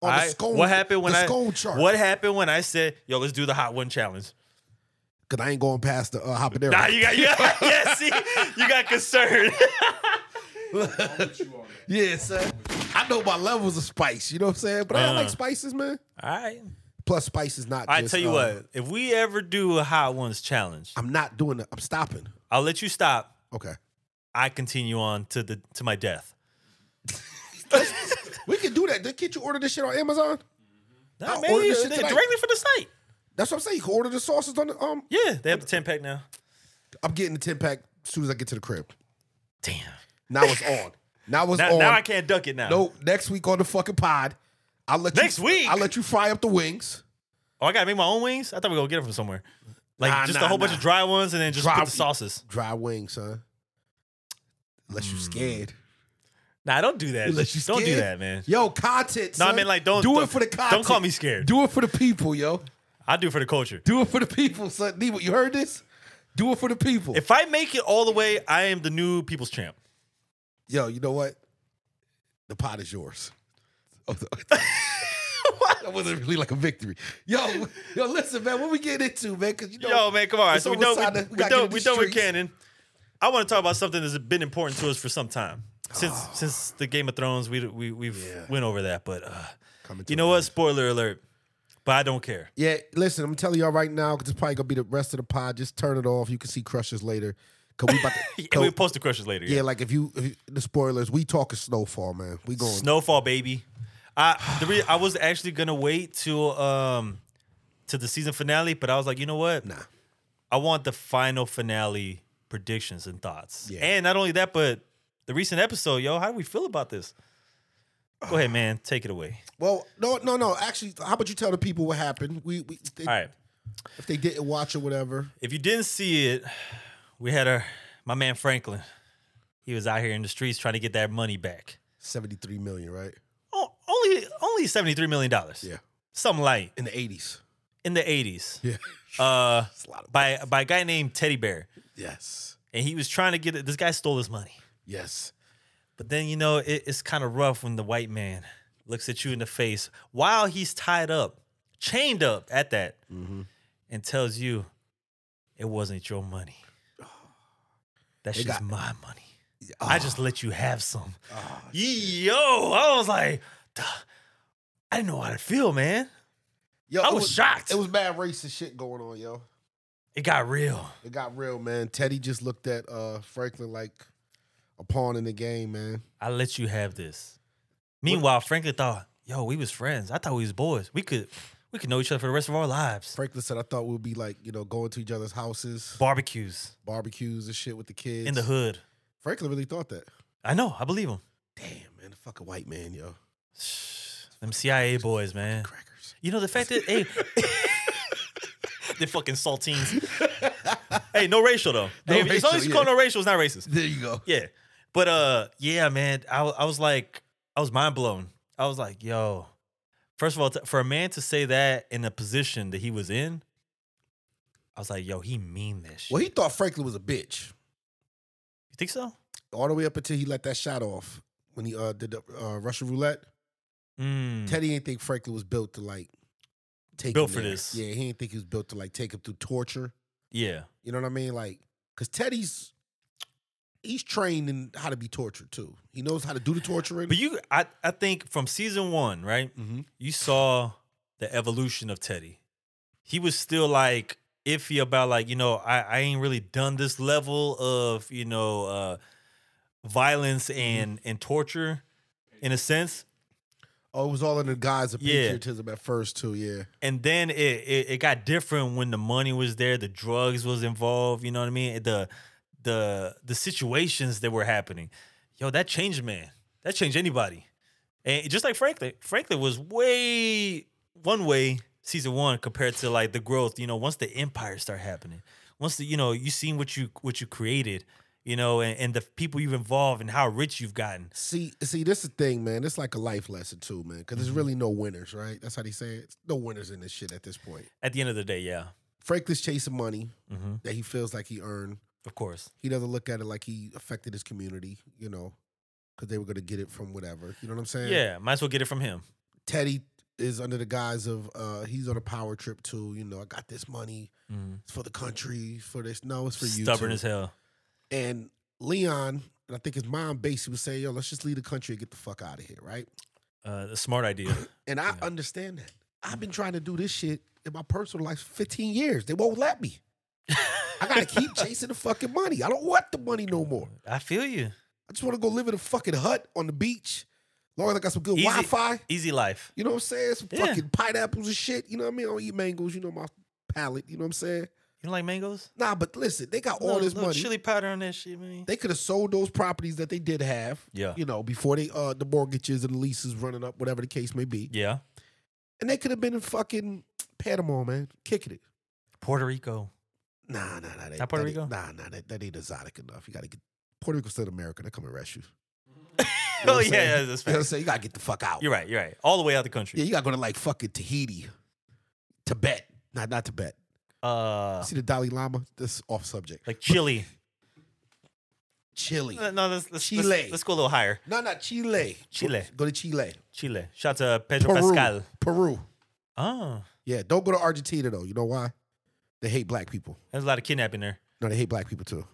[SPEAKER 3] On
[SPEAKER 2] I-
[SPEAKER 3] the scone.
[SPEAKER 2] what happened when
[SPEAKER 3] the
[SPEAKER 2] I
[SPEAKER 3] scone chart?
[SPEAKER 2] What happened when I said, "Yo, let's do the hot one challenge"?
[SPEAKER 3] Because I ain't going past the uh, habanero.
[SPEAKER 2] Nah, you got you got, yeah. See, you got concerned.
[SPEAKER 3] yeah, sir. I know my levels of spice. You know what I'm saying? But I
[SPEAKER 2] Uh.
[SPEAKER 3] like spices, man.
[SPEAKER 2] All right.
[SPEAKER 3] Plus, spice is not.
[SPEAKER 2] I
[SPEAKER 3] just,
[SPEAKER 2] tell you
[SPEAKER 3] uh,
[SPEAKER 2] what, if we ever do a hot ones challenge,
[SPEAKER 3] I'm not doing it. I'm stopping.
[SPEAKER 2] I'll let you stop.
[SPEAKER 3] Okay.
[SPEAKER 2] I continue on to the to my death.
[SPEAKER 3] We can do that. Can't you order this shit on Amazon?
[SPEAKER 2] Nah,
[SPEAKER 3] I'll
[SPEAKER 2] man,
[SPEAKER 3] order this
[SPEAKER 2] you-
[SPEAKER 3] shit
[SPEAKER 2] they-
[SPEAKER 3] tonight.
[SPEAKER 2] directly for the site.
[SPEAKER 3] That's what I'm saying. You can order the sauces on the um.
[SPEAKER 2] Yeah, they have the ten pack now.
[SPEAKER 3] I'm getting the 10 pack as soon as I get to the crib.
[SPEAKER 2] Damn.
[SPEAKER 3] Now it's on. Now it's
[SPEAKER 2] Now,
[SPEAKER 3] on.
[SPEAKER 2] now I can't duck it now.
[SPEAKER 3] No, next week on the fucking pod. I'll let
[SPEAKER 2] Next
[SPEAKER 3] you,
[SPEAKER 2] week?
[SPEAKER 3] I'll let you fry up the wings.
[SPEAKER 2] Oh, I gotta make my own wings. I thought we were gonna get them from somewhere. Like
[SPEAKER 3] Nah,
[SPEAKER 2] just
[SPEAKER 3] nah,
[SPEAKER 2] a whole bunch
[SPEAKER 3] nah.
[SPEAKER 2] of dry ones and then just
[SPEAKER 3] Dry-
[SPEAKER 2] put the sauces.
[SPEAKER 3] Dry wings, son. Unless you scared.
[SPEAKER 2] Nah, I don't do that.
[SPEAKER 3] Unless you
[SPEAKER 2] Hmm. don't do
[SPEAKER 3] scared.
[SPEAKER 2] that, man.
[SPEAKER 3] Yo, content.
[SPEAKER 2] No, I
[SPEAKER 3] son.
[SPEAKER 2] mean, like, don't-
[SPEAKER 3] do it
[SPEAKER 2] don't-
[SPEAKER 3] for the
[SPEAKER 2] don't
[SPEAKER 3] content.
[SPEAKER 2] call me scared.
[SPEAKER 3] Do it for the people, yo.
[SPEAKER 2] I do it for the culture.
[SPEAKER 3] Do it for the people, son. Lee, what you heard this? Do it for the people.
[SPEAKER 2] If I make it all the way, I am the new people's champ.
[SPEAKER 3] yo, you know what? The pot is yours. Oh, That wasn't really like a victory. Yo, yo, listen, man, what we getting into, man? Cause you know,
[SPEAKER 2] Yo, man, come on.
[SPEAKER 3] it's
[SPEAKER 2] we
[SPEAKER 3] almost
[SPEAKER 2] done,
[SPEAKER 3] time
[SPEAKER 2] we,
[SPEAKER 3] to- we
[SPEAKER 2] we
[SPEAKER 3] gotta get
[SPEAKER 2] done,
[SPEAKER 3] in
[SPEAKER 2] we
[SPEAKER 3] these
[SPEAKER 2] done with
[SPEAKER 3] streets.
[SPEAKER 2] canon. I want to talk about something that's been important to us for some time. Since
[SPEAKER 3] Ah.
[SPEAKER 2] since the Game of Thrones, we we we've went over that, but uh,
[SPEAKER 3] Coming to
[SPEAKER 2] you
[SPEAKER 3] an
[SPEAKER 2] know what? Spoiler alert. But I don't care.
[SPEAKER 3] Yeah, listen, I'm telling y'all right now, because it's probably gonna be the rest of the pod. Just turn it off. You can see crushes later. Cause we about to,
[SPEAKER 2] And
[SPEAKER 3] cause-
[SPEAKER 2] we'll post the crushers later.
[SPEAKER 3] yeah, like if you, if you the spoilers, we talking snowfall, man. We going
[SPEAKER 2] Snowfall, baby. I the re- I was actually gonna wait till um to the season finale, but I was like, you know what?
[SPEAKER 3] nah.
[SPEAKER 2] I want the final finale predictions and thoughts.
[SPEAKER 3] Yeah.
[SPEAKER 2] And not only that, but the recent episode, yo, how do we feel about this? Go ahead, man. Take it away.
[SPEAKER 3] Well, no, no, no. Actually, how about you tell the people what happened? We, we they,
[SPEAKER 2] All right.
[SPEAKER 3] if they didn't watch or whatever.
[SPEAKER 2] If you didn't see it, we had our my man Franklin. He was out here in the streets trying to get that money back.
[SPEAKER 3] Seventy three million, right?
[SPEAKER 2] Oh, only only seventy three million dollars.
[SPEAKER 3] Yeah,
[SPEAKER 2] something light
[SPEAKER 3] in the eighties.
[SPEAKER 2] in the eighties.
[SPEAKER 3] Yeah.
[SPEAKER 2] Uh,
[SPEAKER 3] It's a lot of
[SPEAKER 2] by by a guy named Teddy Bear,
[SPEAKER 3] yes,
[SPEAKER 2] and he was trying to get it. This guy stole his money.
[SPEAKER 3] yes.
[SPEAKER 2] But then you know it, it's kind of rough when the white man looks at you in the face while he's tied up, chained up at that,
[SPEAKER 3] Mm-hmm.
[SPEAKER 2] and tells you it wasn't your money. That shit's
[SPEAKER 3] got-
[SPEAKER 2] my money. I just let you have some.
[SPEAKER 3] Ah. Oh,
[SPEAKER 2] Yo, I was like, duh. I didn't know how to feel, man.
[SPEAKER 3] Yo,
[SPEAKER 2] I
[SPEAKER 3] it
[SPEAKER 2] was shocked.
[SPEAKER 3] It was bad racist shit going on, yo.
[SPEAKER 2] It got real.
[SPEAKER 3] It got real, man. Teddy just looked at uh Franklin like a pawn in the game, man.
[SPEAKER 2] I let you have this. Meanwhile, Franklin thought, yo, we was friends. I thought we was boys. We could we could know each other for the rest of our lives.
[SPEAKER 3] Franklin said, "I thought we'd be like, you know, going to each other's houses,
[SPEAKER 2] Barbecues
[SPEAKER 3] barbecues and shit with the kids
[SPEAKER 2] in the hood.
[SPEAKER 3] Franklin really thought that.
[SPEAKER 2] I know. I believe him.
[SPEAKER 3] Damn, man, the fucking white man, yo.
[SPEAKER 2] Them CIA boys, man.
[SPEAKER 3] Crackers.
[SPEAKER 2] You know the fact that hey, they're fucking saltines. hey, no racial though.
[SPEAKER 3] No
[SPEAKER 2] Hey, as long as
[SPEAKER 3] racial,
[SPEAKER 2] you call
[SPEAKER 3] yeah.
[SPEAKER 2] no racial, it's not racist.
[SPEAKER 3] There you go.
[SPEAKER 2] Yeah, but uh, yeah, man. I wa- I was like, I was mind blown. I was like, yo. First of all, t- for a man to say that in the position that he was in, I was like, yo, he mean this. Shit.
[SPEAKER 3] Well, he thought Franklin was a bitch
[SPEAKER 2] you think so?
[SPEAKER 3] all the way up until he let that shot off when he uh did the uh, Russian roulette.
[SPEAKER 2] Mm.
[SPEAKER 3] Teddy ain't think Franklin was built to like take
[SPEAKER 2] Built
[SPEAKER 3] him
[SPEAKER 2] for
[SPEAKER 3] there.
[SPEAKER 2] this.
[SPEAKER 3] Yeah, he ain't think he was built to like take him through torture.
[SPEAKER 2] Yeah,
[SPEAKER 3] You know what I mean? Like, cause Teddy's he's trained in how to be tortured too. He knows how to do the torturing.
[SPEAKER 2] but you, Mm-hmm. I, I think from season one, right?
[SPEAKER 3] Mhm.
[SPEAKER 2] you saw the evolution of Teddy. He was still like iffy about like, you know, I, I ain't really done this level of, you know, uh violence and and torture in a sense.
[SPEAKER 3] Oh, it was all in the guise of
[SPEAKER 2] Yeah.
[SPEAKER 3] patriotism at first too. Yeah,
[SPEAKER 2] And then it, it it got different when the money was there, the drugs was involved, you know what I mean? The the the situations that were happening. Yo, that changed man. That changed anybody. And just like Franklin, Franklin was way one way season one compared to like the growth. You know, once the empire start happening, once the you know you seen what you what you created, you know, and, and the people you've involved and how rich you've gotten.
[SPEAKER 3] See, see, this is the thing, man. It's like a life lesson too, man. Because
[SPEAKER 2] Mm-hmm.
[SPEAKER 3] there's really no winners, right? That's how they say it. No winners in this shit at this point.
[SPEAKER 2] At the end of the day, yeah,
[SPEAKER 3] Franklin's chasing money
[SPEAKER 2] hmm
[SPEAKER 3] that he feels like he earned.
[SPEAKER 2] of course.
[SPEAKER 3] He doesn't look at it like he affected his community, you know, because they were gonna get it from whatever. You know what I'm saying?
[SPEAKER 2] Yeah, might as well get it from him.
[SPEAKER 3] Teddy is under the guise of uh he's on a power trip too. You know, I got this money.
[SPEAKER 2] Mhm.
[SPEAKER 3] It's for the country. it's For this, no, it's for you.
[SPEAKER 2] Stubborn
[SPEAKER 3] too.
[SPEAKER 2] as hell.
[SPEAKER 3] And Leon, and I think his mom basically was saying, "Yo, let's just leave the country and get the fuck out of here," right?
[SPEAKER 2] Uh, a smart idea.
[SPEAKER 3] And I
[SPEAKER 2] Yeah. Mm.
[SPEAKER 3] understand that. I've been trying to do this shit in my personal life for 15 years. They won't let me. I gotta keep chasing the fucking money. I don't want the money no more.
[SPEAKER 2] I feel you.
[SPEAKER 3] I just want to go live in a fucking hut on the beach. Long as I got some good
[SPEAKER 2] Easy.
[SPEAKER 3] Wi-Fi.
[SPEAKER 2] Easy life.
[SPEAKER 3] You know what I'm saying? Some
[SPEAKER 2] Yeah.
[SPEAKER 3] fucking pineapples and shit. You know what I mean? I don't eat mangoes. You know my palate. You know what I'm saying?
[SPEAKER 2] You don't like mangoes?
[SPEAKER 3] Nah, but listen, they got all
[SPEAKER 2] Little-
[SPEAKER 3] this
[SPEAKER 2] little
[SPEAKER 3] money.
[SPEAKER 2] Chili powder on that shit, man.
[SPEAKER 3] They could have sold those properties that they did have.
[SPEAKER 2] Yeah.
[SPEAKER 3] You know, before they uh the mortgages and leases running up, whatever the case may be.
[SPEAKER 2] Yeah.
[SPEAKER 3] And they could have been in fucking Panama, man, kicking it.
[SPEAKER 2] Puerto Rico.
[SPEAKER 3] Nah, nah, nah. That,
[SPEAKER 2] Not Puerto
[SPEAKER 3] that ain't-
[SPEAKER 2] Rico?
[SPEAKER 3] Nah, nah, that, that ain't exotic enough. You gotta get Puerto Rico's still America. They come and arrest you. You know
[SPEAKER 2] oh
[SPEAKER 3] what I'm
[SPEAKER 2] yeah, yeah, that's
[SPEAKER 3] saying? You know what I'm
[SPEAKER 2] fact.
[SPEAKER 3] saying? You gotta get the fuck out.
[SPEAKER 2] You're right. You're right. All the way out the country.
[SPEAKER 3] Yeah, you gotta go to like fucking Tahiti, Tibet. Not not Tibet.
[SPEAKER 2] Uh,
[SPEAKER 3] See the Dalai Lama? That's off subject.
[SPEAKER 2] like Chile.
[SPEAKER 3] Chile.
[SPEAKER 2] No, no, let's, let's
[SPEAKER 3] Chile.
[SPEAKER 2] Let's, let's go a little higher.
[SPEAKER 3] No, not Chile.
[SPEAKER 2] Chile.
[SPEAKER 3] Go, go to Chile.
[SPEAKER 2] Chile. Shout out to Pedro
[SPEAKER 3] Peru.
[SPEAKER 2] Pascal.
[SPEAKER 3] Peru.
[SPEAKER 2] Oh,
[SPEAKER 3] Yeah, don't go to Argentina though. You know why? They hate black people.
[SPEAKER 2] there's a lot of kidnapping there.
[SPEAKER 3] No, they hate black people too.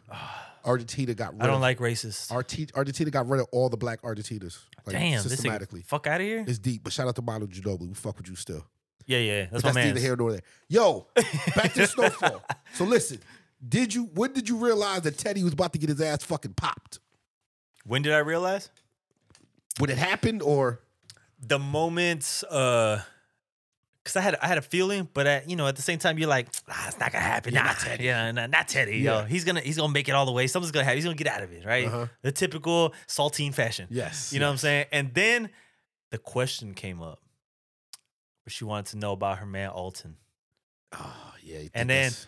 [SPEAKER 3] Argentina got rid
[SPEAKER 2] I don't
[SPEAKER 3] of,
[SPEAKER 2] like racists.
[SPEAKER 3] Arti- Argentina got rid of all the black Argentinians. Like,
[SPEAKER 2] Damn, this
[SPEAKER 3] systematically.
[SPEAKER 2] nigga, fuck out of here.
[SPEAKER 3] It's deep, but shout out to Milo Ginobili. We fuck with you still.
[SPEAKER 2] Yeah, yeah, that's
[SPEAKER 3] But
[SPEAKER 2] my
[SPEAKER 3] neither
[SPEAKER 2] man.
[SPEAKER 3] here nor there. Yo, back to the snowfall. so listen, Did you? When did you realize that Teddy was about to get his ass fucking popped?
[SPEAKER 2] When did I realize?
[SPEAKER 3] When it happened, or
[SPEAKER 2] the moments uh because I had I had a feeling, but at, you know at the same time you're like, ah, it's not gonna happen. Nah, yeah, Uh-huh. nah, not Teddy. Yo, he's gonna he's gonna make it all the way. Something's gonna happen. He's gonna get out of it, right? The typical saltine fashion.
[SPEAKER 3] Yes,
[SPEAKER 2] you know what I'm saying. And then the question came up, but she wanted to know about her man Alton.
[SPEAKER 3] oh yeah, you think
[SPEAKER 2] And then,
[SPEAKER 3] that's-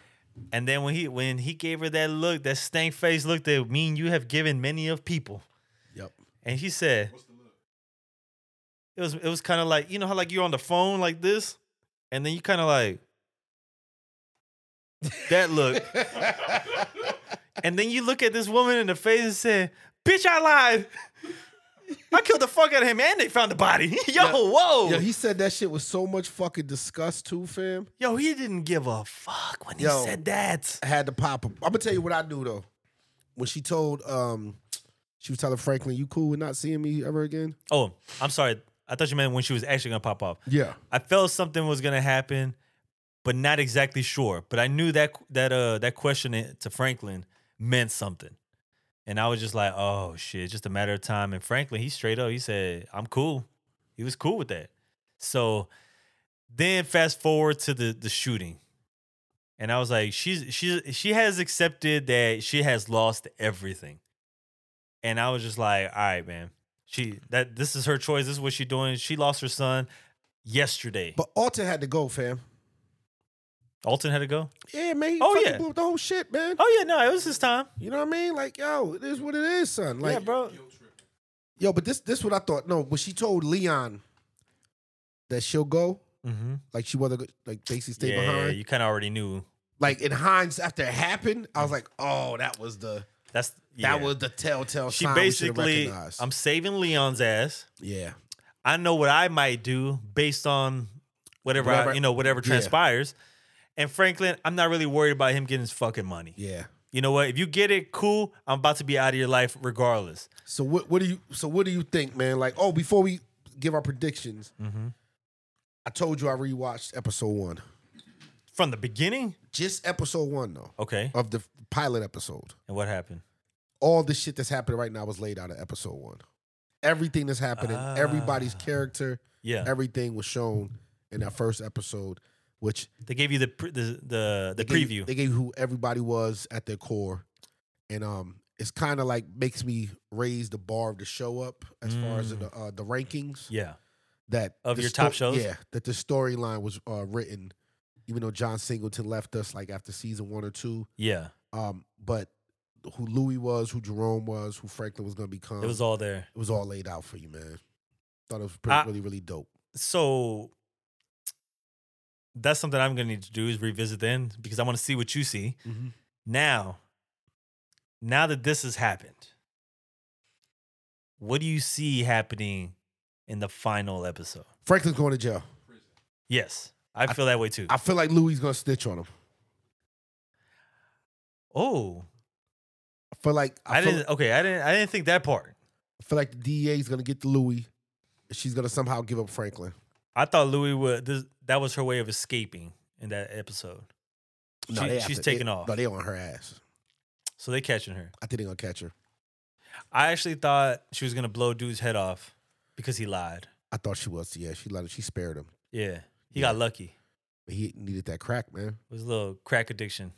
[SPEAKER 2] and then when he when he gave her that look, that stank face look that me and you have given many of people,
[SPEAKER 3] yep,
[SPEAKER 2] and he said, It was it was kind of like you know how like you're on the phone like this, and then you kind of like that look, and then you look at this woman in the face and say, "Bitch, I lied. I killed the fuck out of him, and they found the body. Yo, whoa,
[SPEAKER 3] yo, he said that shit with so much fucking disgust too, fam.
[SPEAKER 2] yo, he didn't give a fuck when he
[SPEAKER 3] Yo.
[SPEAKER 2] said that.
[SPEAKER 3] I had to pop up. I'm gonna tell you what I do though. When she told, um, she was telling Franklin, "You cool with not seeing me ever again?"
[SPEAKER 2] Oh, I'm sorry. I thought you meant when she was actually gonna pop off.
[SPEAKER 3] Yeah,
[SPEAKER 2] I felt something was gonna happen, but not exactly sure. But I knew that that uh that question i- to Franklin meant something, and I was just like, oh shit, it's just a matter of time. And Franklin, he straight up, he said, I'm cool. He was cool with that. So then fast forward to the the shooting, and I was like, she's she's she has accepted that she has lost everything, and I was just like, all right, man. She that this is her choice. This is what she's doing. She lost her son yesterday.
[SPEAKER 3] but Alton had to go, fam.
[SPEAKER 2] Alton had to go.
[SPEAKER 3] Yeah, man. He
[SPEAKER 2] Oh,
[SPEAKER 3] fucking
[SPEAKER 2] yeah.
[SPEAKER 3] blew up the whole shit, man.
[SPEAKER 2] Oh yeah, no, it was his time.
[SPEAKER 3] You know what I mean? Like, yo, it is what it is, son. Like,
[SPEAKER 2] yeah, bro.
[SPEAKER 3] yo, but this this what I thought. No, but she told Leon that she'll go.
[SPEAKER 2] Mm-hmm.
[SPEAKER 3] Like she wasn't like basically stay
[SPEAKER 2] Yeah,
[SPEAKER 3] behind.
[SPEAKER 2] you kind of already knew.
[SPEAKER 3] Like in Hines, after it happened, I was like, oh, that was the
[SPEAKER 2] That's yeah.
[SPEAKER 3] that was the telltale
[SPEAKER 2] She
[SPEAKER 3] sign we should have
[SPEAKER 2] basically,
[SPEAKER 3] recognized.
[SPEAKER 2] I'm saving Leon's ass.
[SPEAKER 3] yeah,
[SPEAKER 2] I know what I might do based on whatever, I,
[SPEAKER 3] Whatever-
[SPEAKER 2] you know, whatever
[SPEAKER 3] yeah.
[SPEAKER 2] transpires. And Franklin, I'm not really worried about him getting his fucking money.
[SPEAKER 3] yeah.
[SPEAKER 2] You know what? If you get it, cool. I'm about to be out of your life regardless.
[SPEAKER 3] So what what do you so what do you think, man? Like, oh, before we give our predictions,
[SPEAKER 2] Mm-hmm.
[SPEAKER 3] I told you I rewatched episode one,
[SPEAKER 2] From the beginning,
[SPEAKER 3] just episode one though
[SPEAKER 2] okay.
[SPEAKER 3] of the pilot episode.
[SPEAKER 2] And what happened?
[SPEAKER 3] all the shit that's happening right now was laid out in episode one. Everything that's happening, everybody's
[SPEAKER 2] Ah.
[SPEAKER 3] character,
[SPEAKER 2] Yeah,
[SPEAKER 3] everything was shown in that first episode, which
[SPEAKER 2] they gave you the pre- the the, the
[SPEAKER 3] they gave-
[SPEAKER 2] preview.
[SPEAKER 3] they gave who everybody was at their core, and um, it's kind of like makes me raise the bar of the show up as far as
[SPEAKER 2] Mm.
[SPEAKER 3] the uh, the rankings
[SPEAKER 2] yeah,
[SPEAKER 3] that
[SPEAKER 2] Of
[SPEAKER 3] the
[SPEAKER 2] your top shows?
[SPEAKER 3] Yeah, that the storyline was uh, written, even though John Singleton left us like after season one or two.
[SPEAKER 2] yeah.
[SPEAKER 3] Um, but who Louis was, who Jerome was, who Franklin was going to become,
[SPEAKER 2] It was all there.
[SPEAKER 3] it was all laid out for you, man. Thought it was pretty,
[SPEAKER 2] I-
[SPEAKER 3] really, really dope.
[SPEAKER 2] so that's something I'm gonna need to do is revisit then because I want to see what you see now. Now that this has happened, what do you see happening in the final episode?
[SPEAKER 3] Franklin's going to jail.
[SPEAKER 2] Yes, I feel that way too.
[SPEAKER 3] I feel like Louis going to snitch on him.
[SPEAKER 2] oh,
[SPEAKER 3] I feel like I,
[SPEAKER 2] I,
[SPEAKER 3] feel,
[SPEAKER 2] didn't. Okay, I didn't. I didn't think that part.
[SPEAKER 3] I feel like the DEA is going to get to Louis. and She's going to somehow give up Franklin.
[SPEAKER 2] I thought Louis would. This, that was her way of escaping in that episode. She-
[SPEAKER 3] they
[SPEAKER 2] she's
[SPEAKER 3] after- they-
[SPEAKER 2] taking off.
[SPEAKER 3] No, they on her ass.
[SPEAKER 2] So they catching her.
[SPEAKER 3] I think they're going to catch her.
[SPEAKER 2] I actually thought she was gonna blow dude's head off because he lied.
[SPEAKER 3] I thought she was. Yeah, she let him, she spared him.
[SPEAKER 2] Yeah, he
[SPEAKER 3] Yeah.
[SPEAKER 2] got lucky.
[SPEAKER 3] But he needed that crack, man.
[SPEAKER 2] It was a little crack addiction.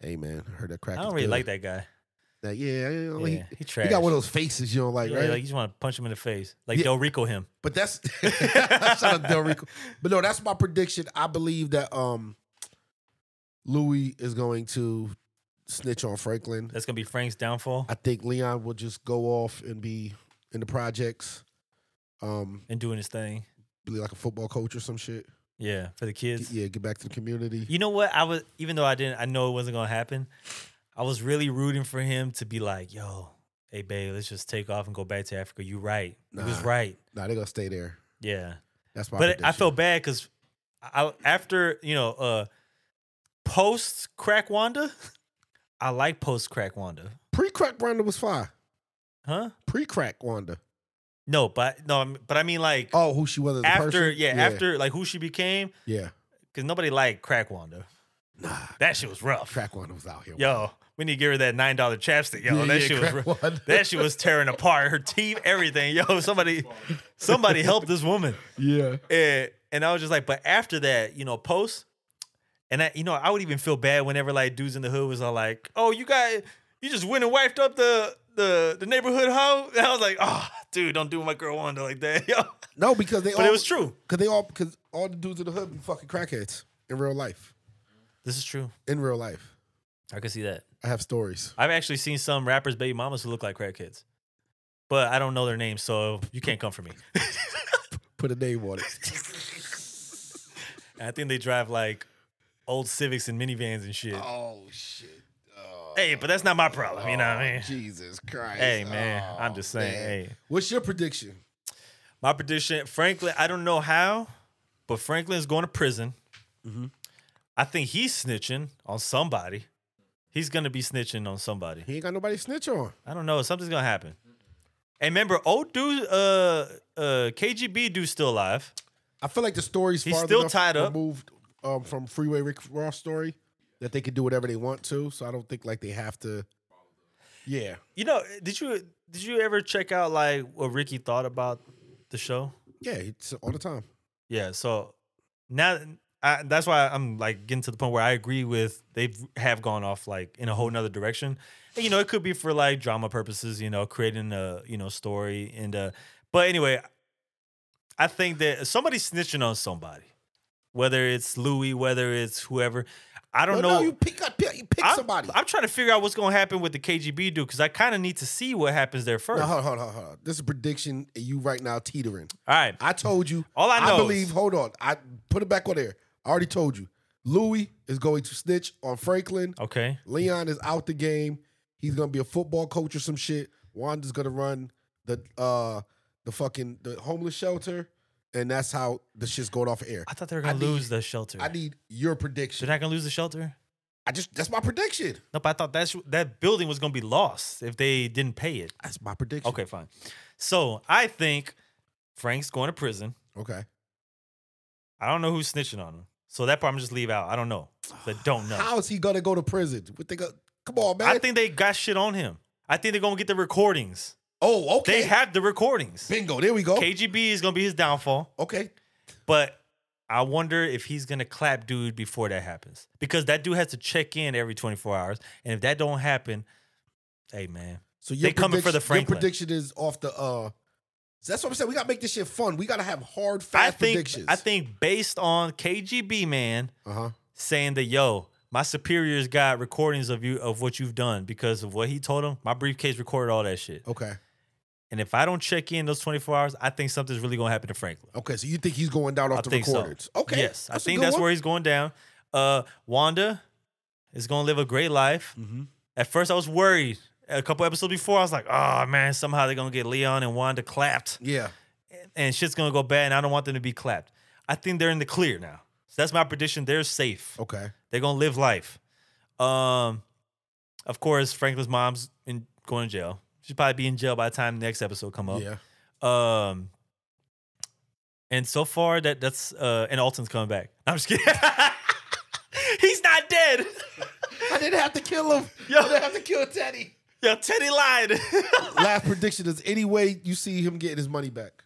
[SPEAKER 3] Hey, man, I heard that crack.
[SPEAKER 2] I
[SPEAKER 3] is
[SPEAKER 2] don't really
[SPEAKER 3] good.
[SPEAKER 2] like that guy.
[SPEAKER 3] That- yeah, yeah,
[SPEAKER 2] Yeah,
[SPEAKER 3] well, he-
[SPEAKER 2] he,
[SPEAKER 3] he,
[SPEAKER 2] trash.
[SPEAKER 3] got one of those faces you don't like,
[SPEAKER 2] Yeah,
[SPEAKER 3] right?
[SPEAKER 2] Like you just want to punch him in the face, like
[SPEAKER 3] Yeah.
[SPEAKER 2] Del Rico him.
[SPEAKER 3] But that's shout out Del Rico. But no, that's my prediction. I believe that um Louis is going to snitch on Franklin.
[SPEAKER 2] That's gonna be Frank's downfall
[SPEAKER 3] I think Leon will just go off and be in the projects. Um,
[SPEAKER 2] and doing his thing.
[SPEAKER 3] be like a football coach or some shit.
[SPEAKER 2] Yeah, for the kids.
[SPEAKER 3] Get- yeah, get back to the community.
[SPEAKER 2] You know what? I was even though I didn't, I know it wasn't gonna happen. I was really rooting for him to be like, "Yo, hey babe, let's just take off and go back to Africa." You right? He was
[SPEAKER 3] Nah.
[SPEAKER 2] right.
[SPEAKER 3] Nah, they're gonna stay there.
[SPEAKER 2] Yeah,
[SPEAKER 3] That's my
[SPEAKER 2] but
[SPEAKER 3] prediction.
[SPEAKER 2] I felt bad because I after you know uh post crack Wanda, I like post crack Wanda,
[SPEAKER 3] pre crack Wanda was fine.
[SPEAKER 2] huh?
[SPEAKER 3] Pre crack Wanda.
[SPEAKER 2] No, but no, I'm- but I mean like
[SPEAKER 3] Oh, who she was as a
[SPEAKER 2] after
[SPEAKER 3] person?
[SPEAKER 2] yeah, after like who she became
[SPEAKER 3] yeah.
[SPEAKER 2] because nobody liked crack Wanda. That shit was rough.
[SPEAKER 3] Crack one was out here.
[SPEAKER 2] Yo, we need to give her that nine dollar chapstick. Yo,
[SPEAKER 1] Yeah,
[SPEAKER 2] that
[SPEAKER 1] yeah,
[SPEAKER 2] shit
[SPEAKER 1] crack
[SPEAKER 2] was rough.
[SPEAKER 1] one.
[SPEAKER 2] that shit was tearing apart her team, everything. Yo, somebody, somebody help this woman.
[SPEAKER 1] Yeah.
[SPEAKER 2] And and I was just like, but after that, you know, post, and I, you know, I would even feel bad whenever like dudes in the hood was all like, oh, you guys, you just went and wiped up the the the neighborhood hoe. And I was like, oh, dude, don't do my girl Wanda like that, yo.
[SPEAKER 3] No, because they
[SPEAKER 2] But
[SPEAKER 3] all
[SPEAKER 2] it was true.
[SPEAKER 3] Because they all because all the dudes in the hood be fucking crackheads in real life.
[SPEAKER 2] This is true.
[SPEAKER 3] In real life,
[SPEAKER 2] I could see that.
[SPEAKER 3] I have stories.
[SPEAKER 2] I've actually seen some rappers' baby mamas who look like crackheads, but I don't know their names, so you can't come for me.
[SPEAKER 3] Put a name on it.
[SPEAKER 2] I think they drive like old Civics and minivans and shit.
[SPEAKER 1] Oh shit. Oh,
[SPEAKER 2] Hey, but that's not my problem. You know what I mean?
[SPEAKER 1] Jesus Christ. Oh,
[SPEAKER 2] Hey, man. I'm just saying.
[SPEAKER 1] man.
[SPEAKER 2] Hey,
[SPEAKER 3] What's your prediction?
[SPEAKER 2] my prediction Franklin, I don't know how, but Franklin's going to prison.
[SPEAKER 1] Mm-hmm.
[SPEAKER 2] I think he's snitching on somebody. He's going to be snitching on somebody.
[SPEAKER 3] He ain't got nobody to snitch on.
[SPEAKER 2] I don't know. Something's going to happen. And remember, old dude, uh, uh, KGB dude's still alive.
[SPEAKER 3] I feel like the story's
[SPEAKER 2] He's
[SPEAKER 3] farther
[SPEAKER 2] still
[SPEAKER 3] enough
[SPEAKER 2] tied up.
[SPEAKER 3] removed um, from Freeway Rick Ross story that they can do whatever they want to. So I don't think like they have to. Yeah,
[SPEAKER 2] You know, did you did you ever check out like what Ricky thought about the show?
[SPEAKER 3] yeah, it's all the time.
[SPEAKER 2] Yeah, so now I, that's why I'm like getting to the point where I agree with they have gone off like in a whole nother direction. And, you know, it could be for like drama purposes, you know, creating a you know story and uh but anyway, I think that somebody's snitching on somebody, whether it's Louis, whether it's whoever. I don't
[SPEAKER 3] No,
[SPEAKER 2] know.
[SPEAKER 3] no, you pick up. You pick
[SPEAKER 2] I'm,
[SPEAKER 3] somebody.
[SPEAKER 2] I'm trying to figure out what's gonna happen with the KGB dude because I kind of need to see what happens there first.
[SPEAKER 3] No, hold on, hold on, hold on. This is prediction. and You right now teetering.
[SPEAKER 2] All right,
[SPEAKER 3] I told you.
[SPEAKER 2] All I know
[SPEAKER 3] I
[SPEAKER 2] is-
[SPEAKER 3] believe. Hold on. I put it back on there. I already told you. Louis is going to snitch on Franklin.
[SPEAKER 2] okay.
[SPEAKER 3] Leon is out the game. He's gonna be a football coach or some shit. Wanda's gonna run the uh the fucking the homeless shelter, and that's how the shit's going off air.
[SPEAKER 2] I thought they were gonna
[SPEAKER 3] I need-
[SPEAKER 2] lose the shelter.
[SPEAKER 3] I need your
[SPEAKER 2] They're
[SPEAKER 3] prediction.
[SPEAKER 2] not gonna lose the shelter.
[SPEAKER 3] I just that's my prediction.
[SPEAKER 2] Nope, I thought that's that building was gonna be lost if they didn't pay it.
[SPEAKER 3] That's my prediction.
[SPEAKER 2] Okay, fine. So I think Frank's going to prison.
[SPEAKER 3] Okay.
[SPEAKER 2] I don't know who's snitching on him. So that part I'm just leave out. I don't know. So I don't know.
[SPEAKER 3] How is he gonna go to prison? What they go? Come on, man.
[SPEAKER 2] I think they got shit on him. I think they're gonna get the recordings.
[SPEAKER 3] oh, okay.
[SPEAKER 2] They have the recordings.
[SPEAKER 3] Bingo. There we go.
[SPEAKER 2] KGB is gonna be his downfall.
[SPEAKER 3] Okay.
[SPEAKER 2] But I wonder if he's gonna clap dude before that happens. Because that dude has to check in every 24 hours. And if that don't happen, hey man.
[SPEAKER 3] So your
[SPEAKER 2] They coming for
[SPEAKER 3] prediction-
[SPEAKER 2] the Franklin.
[SPEAKER 3] Your prediction is off the. uh That's what I'm saying. We gotta make this shit fun. We gotta have hard, fast
[SPEAKER 2] I think
[SPEAKER 3] predictions.
[SPEAKER 2] I think based on KGB man
[SPEAKER 3] Uh huh.
[SPEAKER 2] saying that yo, my superiors got recordings of you of what you've done because of what he told him. My briefcase recorded all that shit.
[SPEAKER 3] Okay.
[SPEAKER 2] And if I don't check in those 24 hours, I think something's really gonna happen to Franklin.
[SPEAKER 3] Okay. So you think he's going down off
[SPEAKER 2] I
[SPEAKER 3] the
[SPEAKER 2] think
[SPEAKER 3] recordings?
[SPEAKER 2] so.
[SPEAKER 3] Okay.
[SPEAKER 2] Yes, I
[SPEAKER 3] That's a
[SPEAKER 2] think
[SPEAKER 3] good
[SPEAKER 2] that's
[SPEAKER 3] one.
[SPEAKER 2] where he's going down. Uh, Wanda is gonna live a great life.
[SPEAKER 3] Mm-hmm.
[SPEAKER 2] At first, I was worried. A couple episodes before, I was like, "Oh man, somehow they're gonna get Leon and Wanda clapped,
[SPEAKER 3] Yeah.
[SPEAKER 2] and shit's gonna go bad." And I don't want them to be clapped. I think they're in the clear now. So that's my prediction. They're safe.
[SPEAKER 3] Okay.
[SPEAKER 2] They're gonna live life. Um, of course, Franklin's mom's in going to jail. She'll probably be in jail by the time the next episode come up.
[SPEAKER 3] Yeah.
[SPEAKER 2] Um, and so far that that's uh, and Alton's coming back. I'm just kidding. He's not dead.
[SPEAKER 3] I didn't have to kill him.
[SPEAKER 2] Yo.
[SPEAKER 3] I didn't have to kill Teddy.
[SPEAKER 2] Yo, Teddy lied.
[SPEAKER 3] Last prediction is any way you see him getting his money back.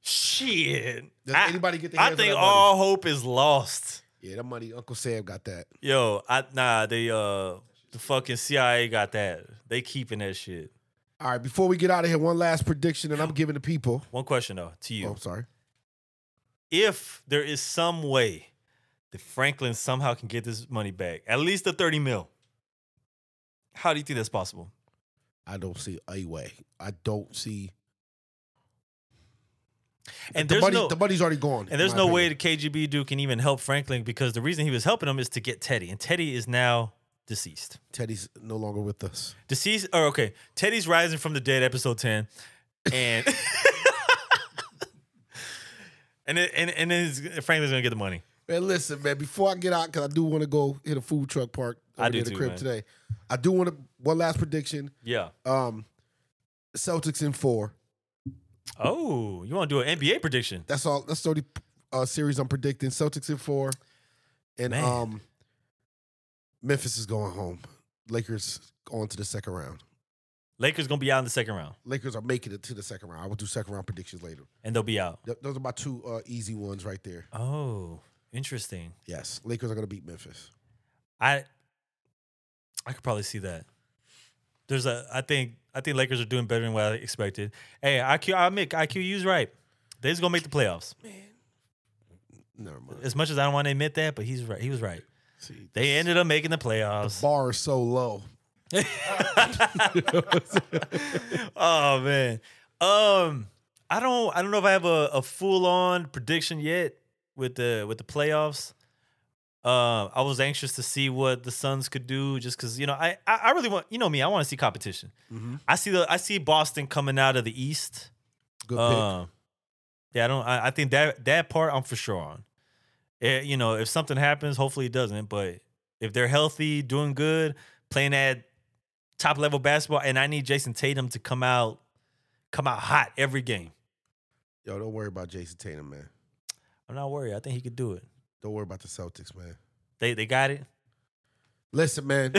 [SPEAKER 2] Shit.
[SPEAKER 3] Does anybody get their
[SPEAKER 2] I
[SPEAKER 3] hands on
[SPEAKER 2] think
[SPEAKER 3] that money?
[SPEAKER 2] all hope is lost.
[SPEAKER 3] Yeah, that money. Uncle Sam got that.
[SPEAKER 2] Yo, I nah, they uh the fucking CIA got that. They keeping that shit.
[SPEAKER 3] All right. Before we get out of here, one last prediction, and I'm giving the people.
[SPEAKER 2] One question though to you.
[SPEAKER 3] Oh, I'm sorry.
[SPEAKER 2] if there is some way that Franklin somehow can get this money back, at least the 30 mil, how do you think that's possible?
[SPEAKER 3] I don't see a way. I don't see.
[SPEAKER 2] And
[SPEAKER 3] The
[SPEAKER 2] there's
[SPEAKER 3] money.
[SPEAKER 2] no
[SPEAKER 3] the money's already gone.
[SPEAKER 2] and there's no way the KGB dude can even help Franklin because the reason he was helping him is to get Teddy, and Teddy is now deceased.
[SPEAKER 3] Teddy's no longer with us.
[SPEAKER 2] Deceased or oh, okay, Teddy's rising from the dead, episode 10. And and it, and and then it's- Franklin's gonna get the money.
[SPEAKER 3] Man, listen, man. Before I get out, because I do want to go hit a food truck park.
[SPEAKER 2] I
[SPEAKER 3] over
[SPEAKER 2] do
[SPEAKER 3] near the
[SPEAKER 2] too,
[SPEAKER 3] crib
[SPEAKER 2] man.
[SPEAKER 3] today. I do want to. One last prediction.
[SPEAKER 2] Yeah.
[SPEAKER 3] Um, Celtics in four.
[SPEAKER 2] Oh, you want to do an NBA prediction?
[SPEAKER 3] That's all. That's the only uh, series I'm predicting. Celtics in four, and
[SPEAKER 2] Man.
[SPEAKER 3] um, Memphis is going home. Lakers going to the second round.
[SPEAKER 2] Lakers gonna be out in the second round,
[SPEAKER 3] Lakers are making it to the second round. I will do second round predictions later.
[SPEAKER 2] and they'll be out.
[SPEAKER 3] Th- Those are my two uh, easy ones right there.
[SPEAKER 2] Oh, interesting.
[SPEAKER 3] Yes, Lakers are going to beat Memphis.
[SPEAKER 2] I I could probably see that. There's a I think I think Lakers are doing better than what I expected. Hey, IQ I admit IQU's right. They just gonna make the playoffs.
[SPEAKER 3] Never mind.
[SPEAKER 2] As much as I don't want to admit that, but he's right. He was right.
[SPEAKER 3] See,
[SPEAKER 2] They ended up making the
[SPEAKER 3] the
[SPEAKER 2] playoffs.
[SPEAKER 3] bar is so low.
[SPEAKER 2] oh man. Um I don't I don't know if I have a, a full on prediction yet with the with the playoffs. Um I was anxious to see what the Suns could do just cuz you know I I I really want you know me I want to see competition.
[SPEAKER 3] Mm-hmm.
[SPEAKER 2] I see the I see Boston coming out of the East.
[SPEAKER 3] Good pick.
[SPEAKER 2] Um, yeah, I don't. I, I think that that part I'm for sure on. Eh, you know, if something happens, hopefully it doesn't. But if they're healthy, doing good, playing at top level basketball, and I need Jason Tatum to come out, come out hot every game.
[SPEAKER 3] Yo, don't worry about Jason Tatum, man.
[SPEAKER 2] I'm not worried. I think he could do it.
[SPEAKER 3] Don't worry about the Celtics, man.
[SPEAKER 2] They they got it.
[SPEAKER 3] Listen, man.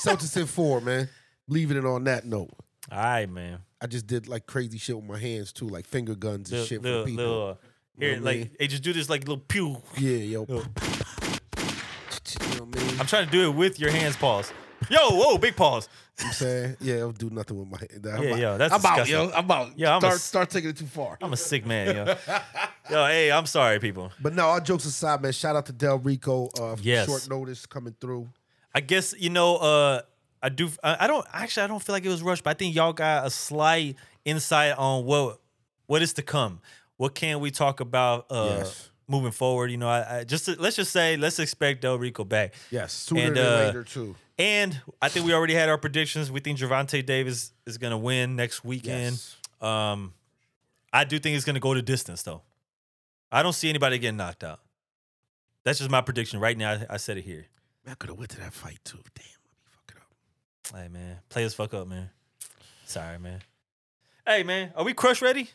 [SPEAKER 3] Celtics in four, man. Leaving it on that note.
[SPEAKER 2] All right, man.
[SPEAKER 3] I just did like crazy shit with my hands too, like finger guns and
[SPEAKER 2] Little,
[SPEAKER 3] shit
[SPEAKER 2] little,
[SPEAKER 3] for people.
[SPEAKER 2] little, uh, here,
[SPEAKER 3] what I
[SPEAKER 2] like
[SPEAKER 3] mean?
[SPEAKER 2] they just do this like little pew.
[SPEAKER 3] Yeah, yo.
[SPEAKER 2] Little-
[SPEAKER 3] You know what I mean?
[SPEAKER 2] I'm trying to do it with your hands, pause. Yo, whoa, big pause.
[SPEAKER 3] I'm saying, yeah, I'll do nothing with my hand. I'm
[SPEAKER 2] Yeah,
[SPEAKER 3] out.
[SPEAKER 2] yo, that's
[SPEAKER 3] I'm out,
[SPEAKER 2] disgusting.
[SPEAKER 3] yo. I'm out.
[SPEAKER 2] Yeah, I'm a
[SPEAKER 3] start,
[SPEAKER 2] s-
[SPEAKER 3] start taking it too far.
[SPEAKER 2] I'm a sick man, yo. Yo, hey, I'm sorry, people.
[SPEAKER 3] But no, all jokes aside, man. Shout out to Del Rico. Uh, for
[SPEAKER 2] Yes.
[SPEAKER 3] Short notice coming through.
[SPEAKER 2] I guess you know. Uh, I do. I I don't actually. I don't feel like it was rushed, but I think y'all got a slight insight on what what is to come. What can we talk about uh,
[SPEAKER 3] Yes.
[SPEAKER 2] moving forward? You know, I, I just let's just say let's expect Del Rico back.
[SPEAKER 3] Yes, sooner
[SPEAKER 2] And,
[SPEAKER 3] than
[SPEAKER 2] uh,
[SPEAKER 3] later too.
[SPEAKER 2] And I think we already had our predictions. We think Javante Davis is going to win next weekend.
[SPEAKER 3] Yes.
[SPEAKER 2] Um, I do think it's going to go to distance though. I don't see anybody getting knocked out. That's just my prediction right now. I, I said it here.
[SPEAKER 3] Man, I could have went to that fight too. Damn, I'll be fucking up.
[SPEAKER 2] Hey man, players fuck up, man. Sorry, man. Hey man, are we crush ready?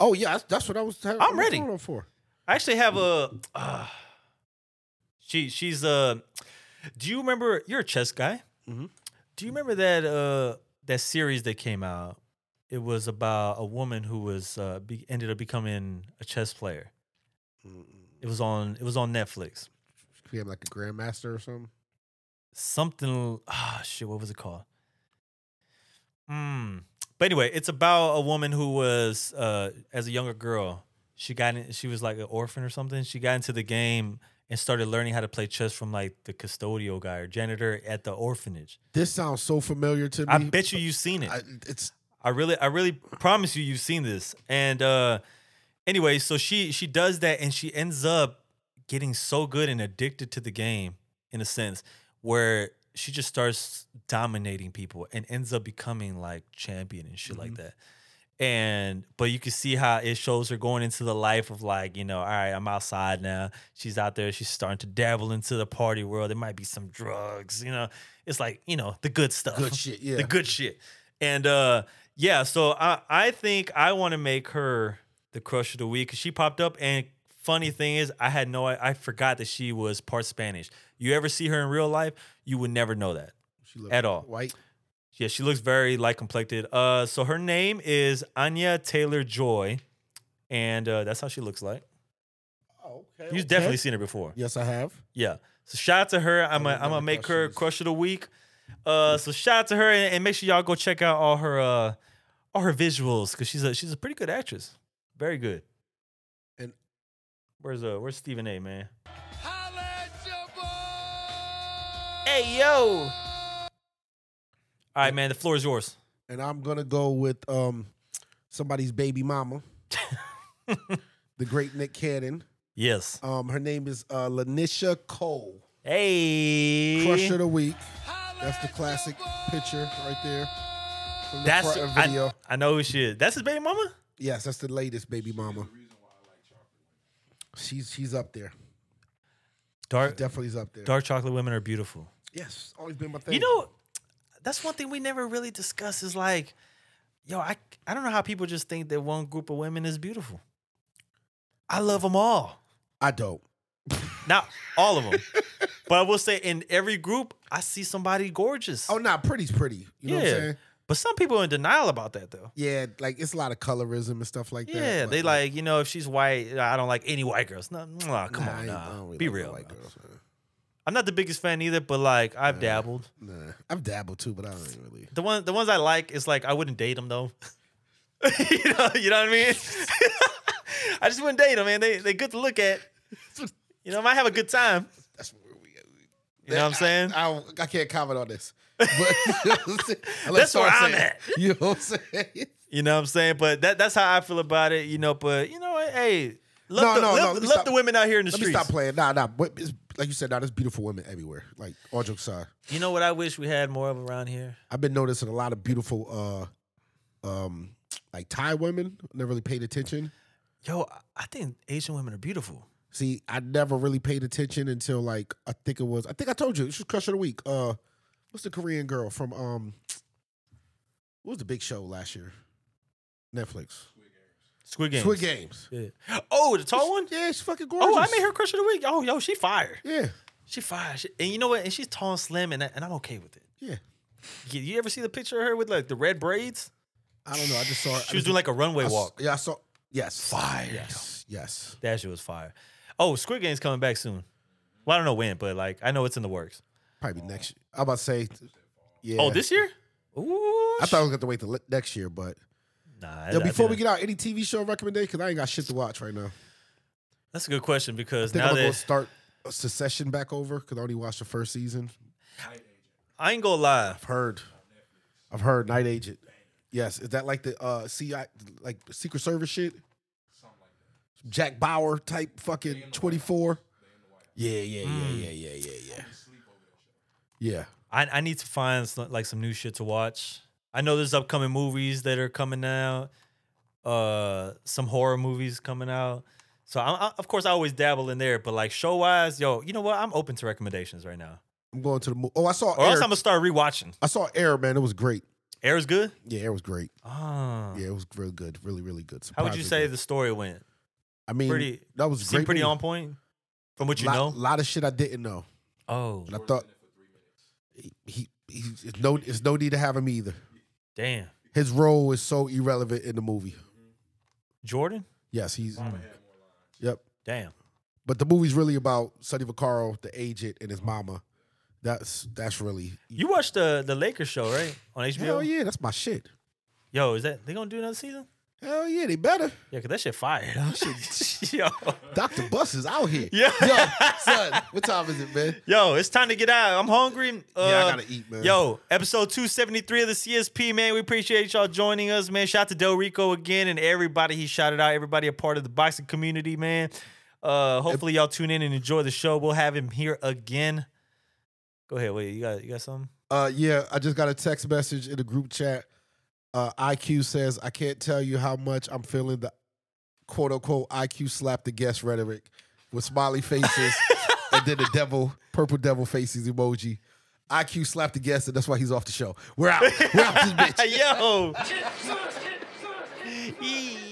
[SPEAKER 3] Oh yeah, that's, that's what I was. I'm
[SPEAKER 2] ready.
[SPEAKER 3] Calling for.
[SPEAKER 2] I actually have a. Uh, she she's uh. Do you remember? You're a chess guy.
[SPEAKER 3] Mhm.
[SPEAKER 2] Do you remember that uh that series that came out? It was about a woman who was uh be, ended up becoming a chess player. It was on it was on Netflix.
[SPEAKER 3] Could we have like a grandmaster or something?
[SPEAKER 2] something ah shit what was it called mm. but anyway it's about a woman who was uh as a younger girl she got in she was like an orphan or something she got into the game and started learning how to play chess from like the custodial guy or janitor at the orphanage
[SPEAKER 3] This sounds so familiar to me.
[SPEAKER 2] i bet you you've seen it
[SPEAKER 3] I, it's
[SPEAKER 2] I really, I really promise you, you've seen this. And uh anyway, so she she does that, and she ends up getting so good and addicted to the game in a sense, where she just starts dominating people and ends up becoming like champion and shit like that. And but you can see how it shows her going into the life of like, you know, all right, I'm outside now. She's out there, she's starting to dabble into the party world. There might be some drugs, you know. It's like, you know, the good stuff.
[SPEAKER 3] good shit. Yeah.
[SPEAKER 2] The good shit. And uh yeah, so I I think I want to make her the crush of the week 'cause she popped up and funny thing is I had no I, I forgot that she was part Spanish. You ever see her in real life, you would never know that.
[SPEAKER 3] She look
[SPEAKER 2] at all.
[SPEAKER 3] White.
[SPEAKER 2] Yeah, she looks very light complected. Uh so her name is Anya Taylor Joy and uh that's how she looks like.
[SPEAKER 3] Oh,
[SPEAKER 2] You've definitely seen her before.
[SPEAKER 3] Yes, I have.
[SPEAKER 2] Yeah. So shout out to her. I'm gonna
[SPEAKER 3] don't
[SPEAKER 2] I'm
[SPEAKER 3] know
[SPEAKER 2] gonna
[SPEAKER 3] who
[SPEAKER 2] make
[SPEAKER 3] that
[SPEAKER 2] her
[SPEAKER 3] she is.
[SPEAKER 2] crush of the week. Uh, so shout out to her and, and make sure y'all go check out all her uh all her visuals because she's a she's a pretty good actress, very good.
[SPEAKER 3] And-
[SPEAKER 2] where's uh where's Stephen A. Man?
[SPEAKER 4] Hey,
[SPEAKER 2] yo. All right, man. The floor is yours.
[SPEAKER 3] And I'm gonna go with um somebody's baby mama, the great Nick Cannon.
[SPEAKER 2] Yes.
[SPEAKER 3] Um, her name is uh, Lanisha Cole.
[SPEAKER 2] Hey.
[SPEAKER 3] Crush of the week. That's the classic picture right there. From the
[SPEAKER 2] That's
[SPEAKER 3] front of video.
[SPEAKER 2] I, I know who she is. That's his baby mama.
[SPEAKER 3] yes, that's the latest baby mama. She's she's up there.
[SPEAKER 2] Dark
[SPEAKER 3] Definitely is up there.
[SPEAKER 2] dark chocolate women are beautiful.
[SPEAKER 3] Yes, always been my thing.
[SPEAKER 2] You know, that's one thing we never really discuss is like, yo, I I don't know how people just think that one group of women is beautiful. I love them all.
[SPEAKER 3] I don't.
[SPEAKER 2] Not all of them. But I will say, in every group, I see somebody gorgeous.
[SPEAKER 3] Oh, nah, pretty's pretty. You
[SPEAKER 2] yeah.
[SPEAKER 3] know what I'm saying?
[SPEAKER 2] But some people are in denial about that though.
[SPEAKER 3] Yeah, like it's a lot of colorism and stuff like that.
[SPEAKER 2] Yeah,
[SPEAKER 3] but,
[SPEAKER 2] they like you know if she's white, I don't like any white girls. No, nah, come
[SPEAKER 3] nah, I
[SPEAKER 2] on,
[SPEAKER 3] ain't-
[SPEAKER 2] nah.
[SPEAKER 3] I don't really
[SPEAKER 2] be
[SPEAKER 3] like
[SPEAKER 2] real.
[SPEAKER 3] white girls, man.
[SPEAKER 2] I'm not the biggest fan either, but like I've dabbled.
[SPEAKER 3] Nah, I've dabbled too, but I don't really.
[SPEAKER 2] The one, the ones I like is like I wouldn't date them though. you, know, you know what I mean? I just wouldn't date them, man. They they good to look at. You know, I might have a good time.
[SPEAKER 3] That's where we.
[SPEAKER 2] You know what I'm saying?
[SPEAKER 3] I, I, don't- I can't comment on this. But
[SPEAKER 2] That's
[SPEAKER 3] That's
[SPEAKER 2] where I'm at.
[SPEAKER 3] You know what I'm saying?
[SPEAKER 2] You know what I'm saying? But that that's how I feel about it. You know, but you know what? Hey, love,
[SPEAKER 3] No,
[SPEAKER 2] the,
[SPEAKER 3] no, no,
[SPEAKER 2] love,
[SPEAKER 3] let me
[SPEAKER 2] love
[SPEAKER 3] stop.
[SPEAKER 2] the women out here in the
[SPEAKER 3] Let me
[SPEAKER 2] streets.
[SPEAKER 3] stop playing. Nah, nah. But it's, like you said, nah, there's beautiful women everywhere. Like all jokes aside,
[SPEAKER 2] You know what I wish we had more of around here?
[SPEAKER 3] I've been noticing a lot of beautiful, uh, um, like Thai women. Never really paid attention.
[SPEAKER 2] Yo, I- I think Asian women are beautiful.
[SPEAKER 3] See, I never really paid attention until like I think it was. I think I told you it was Crush of the Week. Uh, what's the Korean girl from um? What was the big show last year? Netflix.
[SPEAKER 2] Squid Games.
[SPEAKER 3] Squid Games.
[SPEAKER 2] Yeah. Oh, the tall one?
[SPEAKER 3] Yeah, she's fucking gorgeous.
[SPEAKER 2] Oh, I made her crush of the week. Oh, yo, she fire.
[SPEAKER 3] Yeah,
[SPEAKER 2] She fire. She- and you know what? And she's tall and slim, and, I- and I'm okay with it.
[SPEAKER 3] yeah.
[SPEAKER 2] You, you ever see the picture of her with like the red braids?
[SPEAKER 3] I don't know. I just saw. Her.
[SPEAKER 2] She was doing like a runway
[SPEAKER 3] I saw-
[SPEAKER 2] walk.
[SPEAKER 3] Yeah, I saw. Yes.
[SPEAKER 2] Fire.
[SPEAKER 3] Yes. Yes.
[SPEAKER 2] That shit was fire. Oh, Squid Game's coming back soon. Well, I don't know when, but like I know it's in the works.
[SPEAKER 3] Probably next. year. I'm about to say. Yeah.
[SPEAKER 2] Oh, this year? Ooh.
[SPEAKER 3] I thought I was gonna have to wait till le- next year, but
[SPEAKER 2] Nah.
[SPEAKER 3] yo,
[SPEAKER 2] I- I
[SPEAKER 3] before we
[SPEAKER 2] didn't.
[SPEAKER 3] get out, any TV show recommendation? Because I ain't got shit to watch right now.
[SPEAKER 2] that's a good question
[SPEAKER 3] I
[SPEAKER 2] because
[SPEAKER 3] think
[SPEAKER 2] now
[SPEAKER 3] I'm gonna go
[SPEAKER 2] that
[SPEAKER 3] start Secession back over because I only watched the first season.
[SPEAKER 2] I ain't gonna lie,
[SPEAKER 3] I've heard. I've heard Night Agent. Yes, is that like the uh CI like Secret Service shit? Jack Bauer type fucking twenty four. Yeah, yeah, yeah,
[SPEAKER 2] Hmm.
[SPEAKER 3] yeah, yeah, yeah, yeah. Yeah.
[SPEAKER 2] I, I need to find some, like some new shit to watch. I know there's upcoming movies that are coming out, uh, some horror movies coming out. So I'm, I, of course I always dabble in there, but like show wise, yo, you know what? I'm open to recommendations right now.
[SPEAKER 3] I'm going to the movie. Oh, I saw
[SPEAKER 2] Or else I'm
[SPEAKER 3] Air.
[SPEAKER 2] gonna start rewatching.
[SPEAKER 3] I saw Air, man. It was great.
[SPEAKER 2] Air is good.
[SPEAKER 3] Yeah, Air was great.
[SPEAKER 2] Ah,
[SPEAKER 3] Yeah, it was real good. Really, really good.
[SPEAKER 2] how would you
[SPEAKER 3] Surprisingly
[SPEAKER 2] say
[SPEAKER 3] good.
[SPEAKER 2] the story went?
[SPEAKER 3] I mean,
[SPEAKER 2] pretty-
[SPEAKER 3] that was a
[SPEAKER 2] Seemed
[SPEAKER 3] great.
[SPEAKER 2] pretty
[SPEAKER 3] movie.
[SPEAKER 2] on point from what you
[SPEAKER 3] lot,
[SPEAKER 2] know.
[SPEAKER 3] lot of shit I didn't know,
[SPEAKER 2] Oh,
[SPEAKER 3] and I thought he, he, he it's no, it's no need to have him either.
[SPEAKER 2] damn,
[SPEAKER 3] His role is so irrelevant in the movie.
[SPEAKER 2] Jordan.
[SPEAKER 3] Yes, he's. Yep.
[SPEAKER 2] Damn.
[SPEAKER 3] But the movie's really about Sonny Vaccaro, the agent, and his mama. That's that's really. e-,
[SPEAKER 2] You watched the the Lakers show right on HBO?
[SPEAKER 3] Hell yeah, that's my shit.
[SPEAKER 2] Yo, is that they gonna do another season?
[SPEAKER 3] Hell yeah, they better.
[SPEAKER 2] Yeah, cause that shit fire. yo.
[SPEAKER 3] Dr. Bus is out here.
[SPEAKER 2] Yeah.
[SPEAKER 3] Yo, son, what time is it, man?
[SPEAKER 2] Yo, it's time to get out. I'm hungry.
[SPEAKER 3] yeah,
[SPEAKER 2] Uh,
[SPEAKER 3] I gotta eat, man.
[SPEAKER 2] Yo, episode 273 of the CSP, man. We appreciate y'all joining us, man. Shout out to Del Rico again and everybody he shouted out, everybody a part of the boxing community, man. Uh, hopefully y'all tune in and enjoy the show. We'll have him here again. Go ahead. Wait, you got you got something?
[SPEAKER 3] Uh, yeah, I just got a text message in the group chat. Uh, IQ says, I can't tell you how much I'm feeling the quote unquote IQ slap the guest rhetoric with smiley faces and then the devil, purple devil faces emoji. IQ slapped the guest, and that's why he's off the show. We're out. We're out this bitch.
[SPEAKER 2] Yo. Yee.